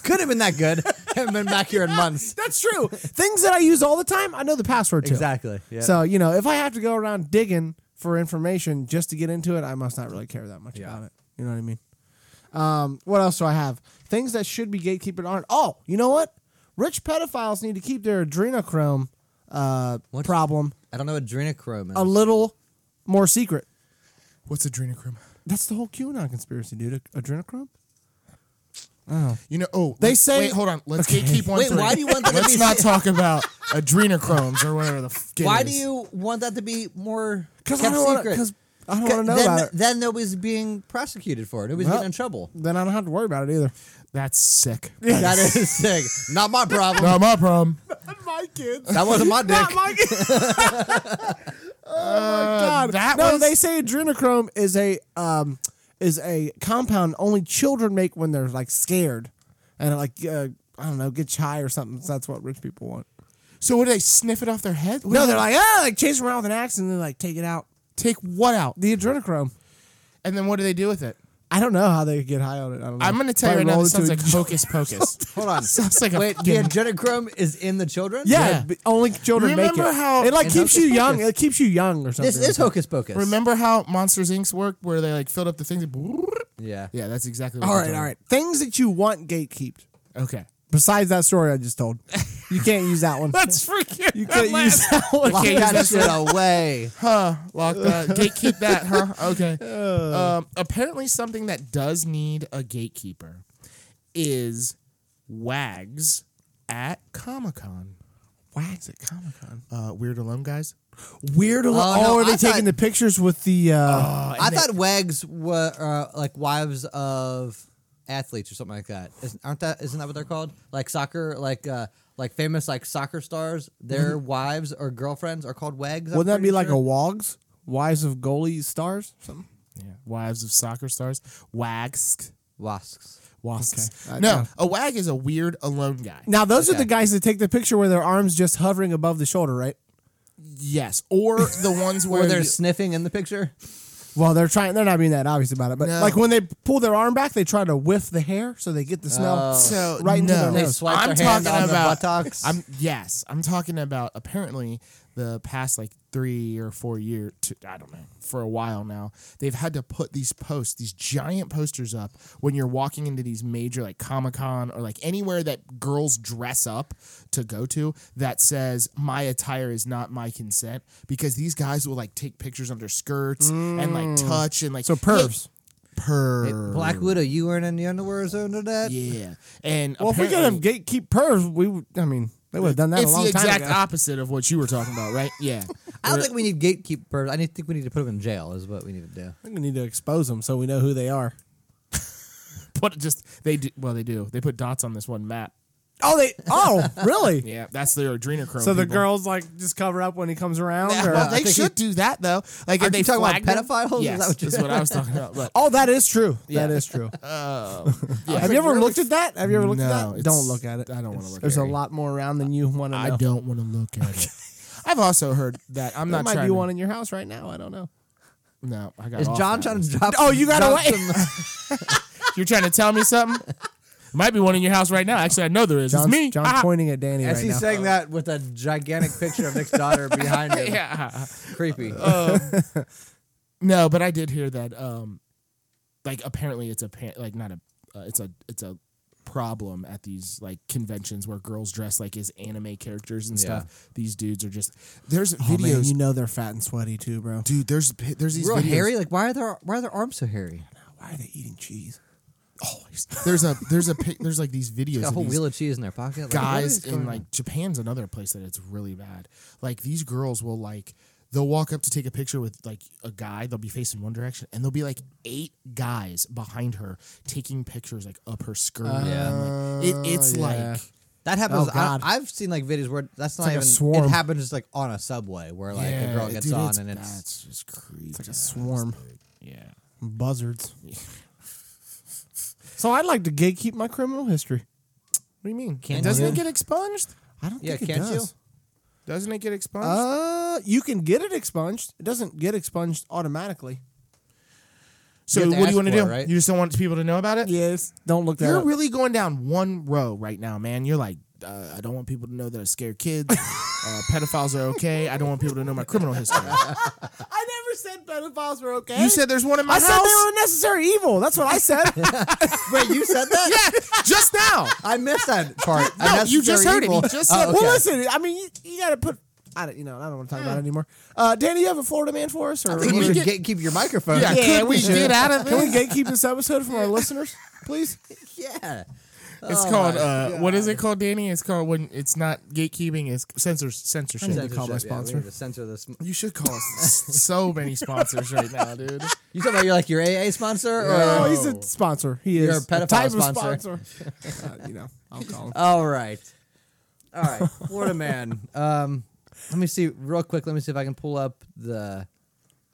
[SPEAKER 2] Could have been that good. Haven't been back here in months.
[SPEAKER 3] That's true. Things that I use all the time, I know the password to.
[SPEAKER 2] Exactly. Yeah.
[SPEAKER 3] So you know, if I have to go around digging for information just to get into it, I must not really care that much
[SPEAKER 2] Yeah.
[SPEAKER 3] about it. You know what I mean? Um, what else do I have? Things that should be gatekeeping aren't. Oh, you know what? Rich pedophiles need to keep their adrenochrome uh,
[SPEAKER 2] What's-
[SPEAKER 3] problem
[SPEAKER 2] I don't know what adrenochrome is.
[SPEAKER 3] a little more secret.
[SPEAKER 1] What's adrenochrome?
[SPEAKER 3] That's the whole QAnon conspiracy, dude. Adrenochrome.
[SPEAKER 1] You know, oh,
[SPEAKER 3] They
[SPEAKER 1] let's-
[SPEAKER 3] say-
[SPEAKER 1] Wait, hold on. Let's
[SPEAKER 3] Okay.
[SPEAKER 1] gatekeep one.
[SPEAKER 2] Wait,
[SPEAKER 1] through.
[SPEAKER 2] why do you want them to
[SPEAKER 1] Let's
[SPEAKER 2] be-
[SPEAKER 1] not talk about adrenochromes or whatever the. F- it
[SPEAKER 2] Why
[SPEAKER 1] is.
[SPEAKER 2] do you want that to be more
[SPEAKER 3] Because I
[SPEAKER 2] kept
[SPEAKER 3] don't want
[SPEAKER 2] secret?
[SPEAKER 3] because I don't
[SPEAKER 2] C-
[SPEAKER 3] want to know
[SPEAKER 2] then,
[SPEAKER 3] about it.
[SPEAKER 2] Then nobody's being prosecuted for it. Nobody's
[SPEAKER 3] Well-
[SPEAKER 2] getting in trouble.
[SPEAKER 3] Then I don't have to worry about it either.
[SPEAKER 1] That's sick.
[SPEAKER 2] That is sick. Not my problem.
[SPEAKER 1] Not my problem.
[SPEAKER 3] my kids.
[SPEAKER 2] That wasn't my dick.
[SPEAKER 3] Not my kids.
[SPEAKER 1] God, Uh, that
[SPEAKER 3] no,
[SPEAKER 1] was
[SPEAKER 3] they say adrenochrome is a um is a compound only children make when they're like scared and like uh, I don't know, get high or something. So that's what rich people want.
[SPEAKER 1] So what do they sniff it off their head? What
[SPEAKER 3] No,
[SPEAKER 1] do
[SPEAKER 3] they're
[SPEAKER 1] they-
[SPEAKER 3] like, ah, like chase around with an axe and they like take it out.
[SPEAKER 1] take what out?
[SPEAKER 3] The adrenochrome.
[SPEAKER 1] And then what do they do with it?
[SPEAKER 3] I don't know how they get high on it. I don't know.
[SPEAKER 1] I'm gonna tell you right
[SPEAKER 3] Probably
[SPEAKER 1] now.
[SPEAKER 3] roll
[SPEAKER 1] This
[SPEAKER 3] into
[SPEAKER 1] sounds
[SPEAKER 3] a
[SPEAKER 1] like
[SPEAKER 3] j-
[SPEAKER 1] hocus pocus.
[SPEAKER 2] Hold on.
[SPEAKER 1] sounds like a
[SPEAKER 2] Wait, the
[SPEAKER 1] fucking-
[SPEAKER 2] adrenochrome is in the children?
[SPEAKER 3] Yeah,
[SPEAKER 1] Yeah.
[SPEAKER 3] but only children
[SPEAKER 1] Remember
[SPEAKER 3] make it.
[SPEAKER 1] how-
[SPEAKER 3] it like
[SPEAKER 2] And
[SPEAKER 3] keeps
[SPEAKER 2] Hocus
[SPEAKER 3] you young.
[SPEAKER 2] Pocus.
[SPEAKER 3] It keeps you young or something.
[SPEAKER 2] This is
[SPEAKER 3] like
[SPEAKER 2] Hocus Pocus.
[SPEAKER 1] Remember how Monsters Inc.'s worked, where they like filled up the things? and-
[SPEAKER 2] Yeah.
[SPEAKER 1] Yeah, that's exactly.
[SPEAKER 3] that.
[SPEAKER 1] What
[SPEAKER 3] All
[SPEAKER 1] they're
[SPEAKER 3] right,
[SPEAKER 1] doing.
[SPEAKER 3] all right. Things that you want gatekeeped.
[SPEAKER 1] Okay.
[SPEAKER 3] Besides that story I just told, you can't use that one.
[SPEAKER 1] That's freaking.
[SPEAKER 3] you can't use that one.
[SPEAKER 2] Lock that shit away.
[SPEAKER 1] Huh? Lock that. gatekeep that, huh? Okay. Um, apparently, something that does need a gatekeeper is Wags at Comic Con.
[SPEAKER 3] Wags at Comic Con.
[SPEAKER 1] Uh, Weird Alone guys.
[SPEAKER 3] Weird. Oh,
[SPEAKER 2] Oh, no,
[SPEAKER 3] are they
[SPEAKER 2] I
[SPEAKER 3] taking
[SPEAKER 2] thought-
[SPEAKER 3] the pictures with the? Uh,
[SPEAKER 2] I thought wags were uh, like wives of athletes or something like that. Isn't, aren't that? Isn't that what they're called? Like soccer, like uh, like famous like soccer stars. Their
[SPEAKER 1] Mm-hmm.
[SPEAKER 2] wives or girlfriends are called wags. I'm
[SPEAKER 3] wouldn't that
[SPEAKER 2] pretty
[SPEAKER 3] be like
[SPEAKER 2] sure.
[SPEAKER 3] a Wogs? Wives of goalie stars? Something.
[SPEAKER 1] Yeah. Wives of soccer stars. Wags.
[SPEAKER 2] wasps?
[SPEAKER 1] Wasps.
[SPEAKER 3] Okay. I-
[SPEAKER 1] No,
[SPEAKER 3] yeah.
[SPEAKER 1] a wag is a weird alone guy.
[SPEAKER 3] Now those are
[SPEAKER 2] Okay.
[SPEAKER 3] the guys that take the picture where their arms just hovering above the shoulder, right?
[SPEAKER 1] Yes, or the ones where
[SPEAKER 2] Or they're
[SPEAKER 1] you-
[SPEAKER 2] sniffing in the picture.
[SPEAKER 3] Well, they're trying. They're not being that obvious about it, but
[SPEAKER 1] No.
[SPEAKER 3] like when they pull their arm back, they try to whiff the hair so they get the smell
[SPEAKER 2] Oh.
[SPEAKER 1] So,
[SPEAKER 3] right into
[SPEAKER 1] no.
[SPEAKER 3] their
[SPEAKER 2] They
[SPEAKER 3] nose.
[SPEAKER 2] swipe
[SPEAKER 1] I'm
[SPEAKER 2] their hand
[SPEAKER 1] talking
[SPEAKER 2] on
[SPEAKER 1] about-
[SPEAKER 2] the buttocks.
[SPEAKER 1] I'm yes, I'm talking about apparently the past like three or four year, to, I don't know, for a while now. They've had to put these posts, these giant posters up when you're walking into these major like Comic Con or like anywhere that girls dress up to go to that says my attire is not my consent because these guys will like take pictures under skirts and like touch and like
[SPEAKER 3] Mm. So pervs.
[SPEAKER 1] pervs.
[SPEAKER 2] Black Widow, you weren't in the underwear zone of that.
[SPEAKER 1] Yeah, and
[SPEAKER 3] Well, if we get
[SPEAKER 1] apparently-
[SPEAKER 3] them gatekeep pervs, we would. I mean, they would have done that
[SPEAKER 1] it's
[SPEAKER 3] a long
[SPEAKER 1] the
[SPEAKER 3] time
[SPEAKER 1] exact
[SPEAKER 3] ago.
[SPEAKER 1] opposite of what you were talking about, right? Yeah.
[SPEAKER 2] I don't think we need gatekeepers. I need- think we need to put them in jail. Is what we need to do.
[SPEAKER 3] I think we need to expose them so we know who they are.
[SPEAKER 1] Put just they do well they do. They put dots on this one map.
[SPEAKER 3] Oh, they. Oh, really?
[SPEAKER 1] Yeah, that's their adrenochrome.
[SPEAKER 3] So the
[SPEAKER 1] people.
[SPEAKER 3] girls like just cover up when he comes around.
[SPEAKER 1] Yeah,
[SPEAKER 3] or-
[SPEAKER 1] well,
[SPEAKER 2] I
[SPEAKER 1] they
[SPEAKER 2] think
[SPEAKER 1] should do that though. Like if
[SPEAKER 2] Aren't
[SPEAKER 1] they
[SPEAKER 2] you talking about
[SPEAKER 1] flag them-
[SPEAKER 2] pedophiles? Is
[SPEAKER 1] Yes,
[SPEAKER 2] that what you-
[SPEAKER 1] that's what I was talking about. But
[SPEAKER 3] oh, that is true.
[SPEAKER 1] Yeah.
[SPEAKER 3] That is true.
[SPEAKER 1] yeah.
[SPEAKER 3] Have you ever looked at that? Have you ever looked
[SPEAKER 1] No,
[SPEAKER 3] at that?
[SPEAKER 1] it's-
[SPEAKER 3] Don't look at it.
[SPEAKER 1] I don't wanna look
[SPEAKER 3] There's
[SPEAKER 1] at
[SPEAKER 3] a
[SPEAKER 1] it.
[SPEAKER 3] lot more around than you want to know.
[SPEAKER 1] I don't want to look at it. I've also heard that I'm
[SPEAKER 3] There
[SPEAKER 1] not
[SPEAKER 3] might
[SPEAKER 1] trying.
[SPEAKER 3] be
[SPEAKER 1] to,
[SPEAKER 3] one in your house right now. I don't know.
[SPEAKER 1] No, I got.
[SPEAKER 2] Is
[SPEAKER 1] off
[SPEAKER 2] John
[SPEAKER 1] that
[SPEAKER 2] trying
[SPEAKER 1] one.
[SPEAKER 2] to drop?
[SPEAKER 3] Oh, you got
[SPEAKER 2] drop
[SPEAKER 3] away.
[SPEAKER 2] some-
[SPEAKER 1] You're trying to tell me something? Might be one in your house right now. Actually, I know there is.
[SPEAKER 3] John's,
[SPEAKER 1] it's me.
[SPEAKER 3] John's
[SPEAKER 1] Ah.
[SPEAKER 3] pointing at Danny
[SPEAKER 2] As
[SPEAKER 3] right
[SPEAKER 2] he's
[SPEAKER 3] now.
[SPEAKER 2] saying that with a gigantic picture of Nick's daughter behind him.
[SPEAKER 1] Yeah.
[SPEAKER 2] Creepy.
[SPEAKER 1] No, but I did hear that. Um, like apparently it's a pa- like not a uh, it's a it's a problem at these like conventions where girls dress like as anime characters and
[SPEAKER 2] Yeah.
[SPEAKER 1] stuff. These dudes are just there's
[SPEAKER 3] Oh,
[SPEAKER 1] videos,
[SPEAKER 3] man, you know they're fat and sweaty too, bro.
[SPEAKER 1] dude. There's pi- there's these
[SPEAKER 2] Real
[SPEAKER 1] videos.
[SPEAKER 2] hairy? Like why are their why are their arms so hairy?
[SPEAKER 3] Why are they eating cheese?
[SPEAKER 1] Always. Oh, There's a there's a pic- there's like these videos.
[SPEAKER 2] Got a
[SPEAKER 1] of
[SPEAKER 3] Oh,
[SPEAKER 2] whole
[SPEAKER 1] these
[SPEAKER 2] wheel of cheese in their pocket. Like, what
[SPEAKER 1] guys
[SPEAKER 2] is going
[SPEAKER 1] in
[SPEAKER 2] on?
[SPEAKER 1] like Japan's another place that it's really bad. Like these girls will like they'll walk up to take a picture with like a guy, they'll be facing one direction and there'll be like eight guys behind her taking pictures like up her skirt.
[SPEAKER 2] Uh, Yeah.
[SPEAKER 1] And, like, it, it's
[SPEAKER 3] Oh, yeah.
[SPEAKER 1] like
[SPEAKER 2] that happens.
[SPEAKER 3] Oh, God.
[SPEAKER 2] I, have seen like videos where that's not
[SPEAKER 3] like a
[SPEAKER 2] even.
[SPEAKER 3] swarm.
[SPEAKER 2] It happens just like on a subway where like
[SPEAKER 1] yeah,
[SPEAKER 2] a girl gets
[SPEAKER 1] dude,
[SPEAKER 2] on
[SPEAKER 1] it's,
[SPEAKER 2] and it's
[SPEAKER 1] that's just creepy.
[SPEAKER 3] It's like a swarm.
[SPEAKER 1] Yeah.
[SPEAKER 3] Buzzards. so I'd like to gatekeep my criminal history.
[SPEAKER 1] What do you mean?
[SPEAKER 2] Can't
[SPEAKER 1] doesn't
[SPEAKER 2] you?
[SPEAKER 1] it get expunged?
[SPEAKER 3] I don't
[SPEAKER 2] Yeah,
[SPEAKER 3] think it
[SPEAKER 2] can't you?
[SPEAKER 3] does.
[SPEAKER 1] Doesn't it get expunged?
[SPEAKER 3] Uh, you can get it expunged. It doesn't get expunged automatically.
[SPEAKER 1] so
[SPEAKER 2] you have
[SPEAKER 1] what
[SPEAKER 2] to
[SPEAKER 1] do
[SPEAKER 2] ask
[SPEAKER 1] you want to
[SPEAKER 2] for it,
[SPEAKER 1] do?
[SPEAKER 2] right?
[SPEAKER 1] You just don't want people to know about it?
[SPEAKER 3] Yes. Don't look that
[SPEAKER 1] You're
[SPEAKER 3] up.
[SPEAKER 1] really going down one row right now, man. You're like, uh, I don't want people to know that I scare kids. uh, pedophiles are okay. I don't want people to know my criminal history.
[SPEAKER 3] I never said pedophiles were okay.
[SPEAKER 1] you said there's one in my
[SPEAKER 3] I
[SPEAKER 1] house.
[SPEAKER 3] said they were a necessary evil. That's what I said.
[SPEAKER 2] Wait, you said that?
[SPEAKER 1] yeah, just now.
[SPEAKER 2] I missed that part.
[SPEAKER 1] No, you just heard it. He
[SPEAKER 2] evil.
[SPEAKER 1] just
[SPEAKER 2] Oh,
[SPEAKER 1] said-
[SPEAKER 2] okay.
[SPEAKER 3] Well, listen. I mean, you, you got to put. I don't. You know, I don't want to talk about it anymore. Uh, Danny, you have a Florida man for us, or
[SPEAKER 2] I think
[SPEAKER 1] we
[SPEAKER 2] you should
[SPEAKER 1] get-
[SPEAKER 2] get, keep your microphone.
[SPEAKER 1] Yeah,
[SPEAKER 3] Yeah,
[SPEAKER 1] can we
[SPEAKER 3] we should.
[SPEAKER 1] get out of
[SPEAKER 3] can we
[SPEAKER 1] this?
[SPEAKER 3] gatekeep this episode from our listeners, please?
[SPEAKER 2] yeah.
[SPEAKER 1] It's called uh, what is it called, Danny? It's called when it's not gatekeeping. It's censors censorship.
[SPEAKER 2] Censorship,
[SPEAKER 3] call
[SPEAKER 2] yeah,
[SPEAKER 3] my
[SPEAKER 2] we
[SPEAKER 3] sponsor.
[SPEAKER 2] need to censor this.
[SPEAKER 1] You should call us so many sponsors right now, dude.
[SPEAKER 2] You talking about your like your AA sponsor?
[SPEAKER 1] Yeah.
[SPEAKER 2] Or?
[SPEAKER 3] Oh, he's a sponsor. He
[SPEAKER 2] You're
[SPEAKER 3] is
[SPEAKER 2] a pedophile
[SPEAKER 3] type
[SPEAKER 2] sponsor.
[SPEAKER 3] Of sponsor. Uh, you know, I'll call him.
[SPEAKER 2] All right. All right. Florida man. Um, let me see real quick. Let me see if I can pull up the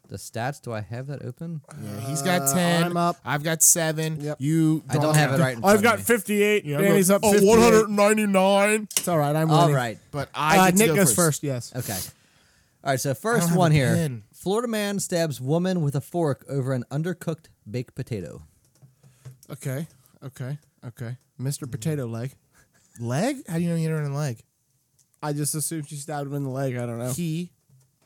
[SPEAKER 2] The stats. Do I have that open?
[SPEAKER 1] Yeah, he's got 10.
[SPEAKER 3] I'm up.
[SPEAKER 1] I've got 7.
[SPEAKER 3] Yep.
[SPEAKER 1] You
[SPEAKER 2] I don't have it right. In front
[SPEAKER 4] I've
[SPEAKER 2] of
[SPEAKER 4] got
[SPEAKER 2] me.
[SPEAKER 4] 58.
[SPEAKER 1] Yeah,
[SPEAKER 4] Danny's
[SPEAKER 1] I'm
[SPEAKER 4] up
[SPEAKER 1] oh,
[SPEAKER 4] 58.
[SPEAKER 1] 199.
[SPEAKER 3] It's all right. I'm
[SPEAKER 2] All
[SPEAKER 3] winning.
[SPEAKER 2] right.
[SPEAKER 1] But
[SPEAKER 3] Uh,
[SPEAKER 1] I get to
[SPEAKER 3] Nick
[SPEAKER 1] go
[SPEAKER 3] goes first. Yes.
[SPEAKER 2] Okay. All right. So
[SPEAKER 1] don't
[SPEAKER 2] first
[SPEAKER 1] have a
[SPEAKER 2] one here.
[SPEAKER 1] pen.
[SPEAKER 2] Florida man stabs woman with a fork over an undercooked baked potato.
[SPEAKER 3] Okay. Okay. Okay. Mr. Potato Leg.
[SPEAKER 1] Leg? How do you know you don't have a leg?
[SPEAKER 3] I just assumed she stabbed him in the leg. I don't know.
[SPEAKER 1] He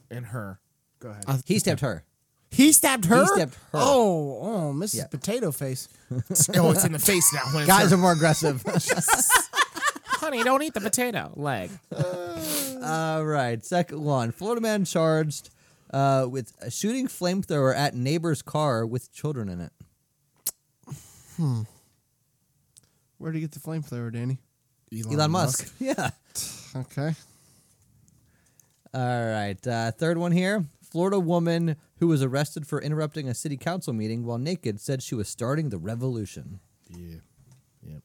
[SPEAKER 1] and her. Go ahead.
[SPEAKER 2] He stabbed her.
[SPEAKER 3] He stabbed her.
[SPEAKER 2] stabbed her.
[SPEAKER 3] Oh, oh, Mrs.
[SPEAKER 2] Yeah.
[SPEAKER 3] Potato Face.
[SPEAKER 1] oh, it's in the face now. When it's
[SPEAKER 2] Guys
[SPEAKER 1] her.
[SPEAKER 2] are more aggressive.
[SPEAKER 1] honey, don't eat the potato leg.
[SPEAKER 2] Uh, All right. Second one. Florida man charged uh, with a shooting flamethrower at neighbor's car with children in it.
[SPEAKER 3] Where'd he get the flamethrower, Danny?
[SPEAKER 2] Elon, Musk. Yeah.
[SPEAKER 3] Okay.
[SPEAKER 2] All right. Uh, third one here. Florida woman who was arrested for interrupting a city council meeting while naked said she was starting the revolution.
[SPEAKER 1] Yeah. Yep.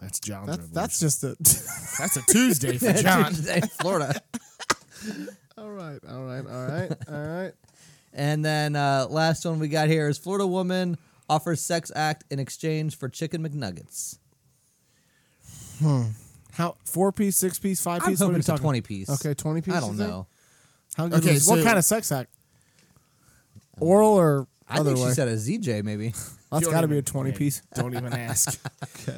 [SPEAKER 1] That's John's
[SPEAKER 3] That's that's just a.
[SPEAKER 1] That's a Tuesday for John.
[SPEAKER 2] Tuesday, Florida.
[SPEAKER 3] all right. All right. All right. All right.
[SPEAKER 2] And then uh, last one we got here is Florida woman offers sex act in exchange for chicken McNuggets.
[SPEAKER 3] How four piece, six piece, five
[SPEAKER 2] I'm
[SPEAKER 3] piece? what are
[SPEAKER 2] hoping
[SPEAKER 3] we
[SPEAKER 2] it's a
[SPEAKER 3] talking?
[SPEAKER 2] twenty piece.
[SPEAKER 3] Okay, 20 piece,
[SPEAKER 2] I
[SPEAKER 3] you
[SPEAKER 2] don't
[SPEAKER 3] think?
[SPEAKER 2] know.
[SPEAKER 3] How good
[SPEAKER 1] Okay,
[SPEAKER 3] was-
[SPEAKER 1] so-
[SPEAKER 3] what kind of sex act? Oral or
[SPEAKER 2] I
[SPEAKER 3] other
[SPEAKER 2] think
[SPEAKER 3] way?
[SPEAKER 2] she said a ZJ maybe.
[SPEAKER 3] that's
[SPEAKER 1] You don't
[SPEAKER 3] got to be
[SPEAKER 1] even-
[SPEAKER 3] a 20
[SPEAKER 1] okay,
[SPEAKER 3] piece.
[SPEAKER 1] Don't even ask.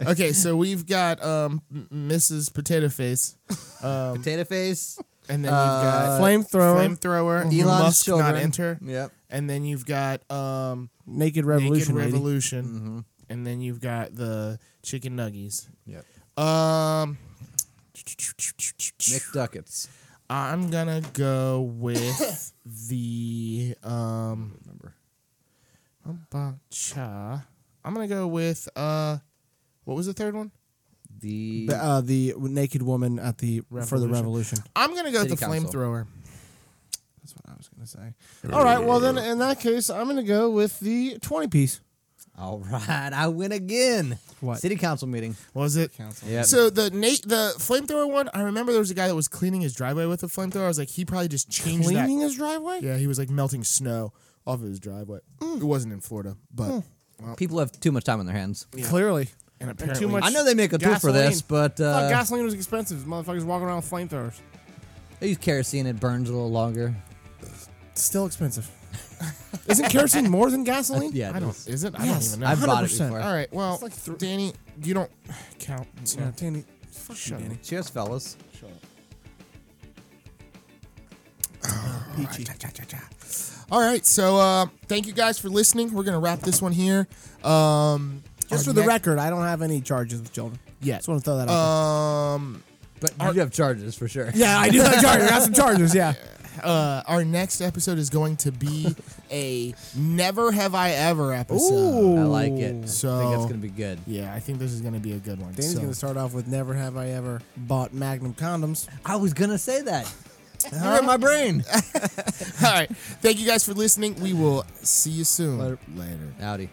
[SPEAKER 1] okay. so we've got um, M- Mrs. Potato Face, um,
[SPEAKER 2] Potato face.
[SPEAKER 1] and then you've got
[SPEAKER 3] flamethrower.
[SPEAKER 1] flamethrower,
[SPEAKER 3] Oh,
[SPEAKER 2] Elon's
[SPEAKER 1] Musk
[SPEAKER 2] children.
[SPEAKER 1] not enter,
[SPEAKER 2] Yep.
[SPEAKER 1] and then you've got um,
[SPEAKER 3] Naked
[SPEAKER 1] Naked
[SPEAKER 3] Revolution. lady.
[SPEAKER 1] Revolution, and then you've got the chicken nuggies.
[SPEAKER 2] Yep.
[SPEAKER 1] Um,
[SPEAKER 2] McDuckets.
[SPEAKER 1] I'm gonna go with the um.
[SPEAKER 2] Remember.
[SPEAKER 1] Ba-cha. I'm gonna go with uh, what was the third one?
[SPEAKER 2] The
[SPEAKER 3] The, uh, the naked woman at the for
[SPEAKER 1] Revolution.
[SPEAKER 3] the revolution.
[SPEAKER 1] I'm gonna go
[SPEAKER 2] City
[SPEAKER 1] with the
[SPEAKER 2] Council.
[SPEAKER 1] flamethrower.
[SPEAKER 3] That's what I was gonna say. All right. Well, then in that case, I'm gonna go with the 20 piece.
[SPEAKER 2] All right, I win again.
[SPEAKER 3] What?
[SPEAKER 2] City council meeting.
[SPEAKER 1] Was it?
[SPEAKER 2] Yep.
[SPEAKER 1] So the Nate the flamethrower one, I remember there was a guy that was cleaning his driveway with a flamethrower. I was like, he probably just changed
[SPEAKER 3] Cleaning
[SPEAKER 1] that.
[SPEAKER 3] his driveway.
[SPEAKER 1] yeah, he was like melting snow off of his driveway.
[SPEAKER 2] Mm.
[SPEAKER 1] It wasn't in Florida, but
[SPEAKER 2] People have too much time on their hands.
[SPEAKER 3] Clearly.
[SPEAKER 1] and
[SPEAKER 3] too
[SPEAKER 1] apparently
[SPEAKER 3] much-
[SPEAKER 2] I know they make a tool for this,
[SPEAKER 3] Gasoline.
[SPEAKER 2] but
[SPEAKER 3] I thought
[SPEAKER 2] uh,
[SPEAKER 3] gasoline was expensive. Motherfuckers walking around with flamethrowers.
[SPEAKER 2] they use kerosene. It burns a little longer.
[SPEAKER 3] Still expensive. Isn't kerosene more than gasoline?
[SPEAKER 2] Yeah, it
[SPEAKER 1] I don't.
[SPEAKER 2] is.
[SPEAKER 1] Is it? I don't
[SPEAKER 3] Yes,
[SPEAKER 1] even know.
[SPEAKER 2] I bought it
[SPEAKER 3] 100%.
[SPEAKER 2] before.
[SPEAKER 1] All right. Well,
[SPEAKER 3] It's like thr-
[SPEAKER 1] Danny, you don't count. so-
[SPEAKER 3] Yeah, Danny. Fuck you,
[SPEAKER 1] Shut
[SPEAKER 3] Danny.
[SPEAKER 2] Cheers, fellas.
[SPEAKER 3] Peachy.
[SPEAKER 1] All right. So uh, thank you guys for listening. We're gonna wrap this one here. Um,
[SPEAKER 3] Just
[SPEAKER 1] our
[SPEAKER 3] for the
[SPEAKER 1] next-
[SPEAKER 3] record, I don't have any charges with children.
[SPEAKER 1] Yeah.
[SPEAKER 3] Just want to throw that out. there.
[SPEAKER 1] Um,
[SPEAKER 2] But you do have charges for sure.
[SPEAKER 3] yeah, I do have charges. I got some charges. Yeah.
[SPEAKER 1] uh, our next episode is going to be a never have I ever episode.
[SPEAKER 3] Ooh.
[SPEAKER 2] I like it. I think
[SPEAKER 1] So-
[SPEAKER 2] it's gonna be good.
[SPEAKER 1] Yeah, I think this is gonna be a good one.
[SPEAKER 3] Danny's
[SPEAKER 1] so-
[SPEAKER 3] gonna start off with never have I ever bought Magnum condoms.
[SPEAKER 2] I was gonna say that. You're in my brain.
[SPEAKER 1] All right. Thank you guys for listening. We will see you soon. Later.
[SPEAKER 2] Howdy.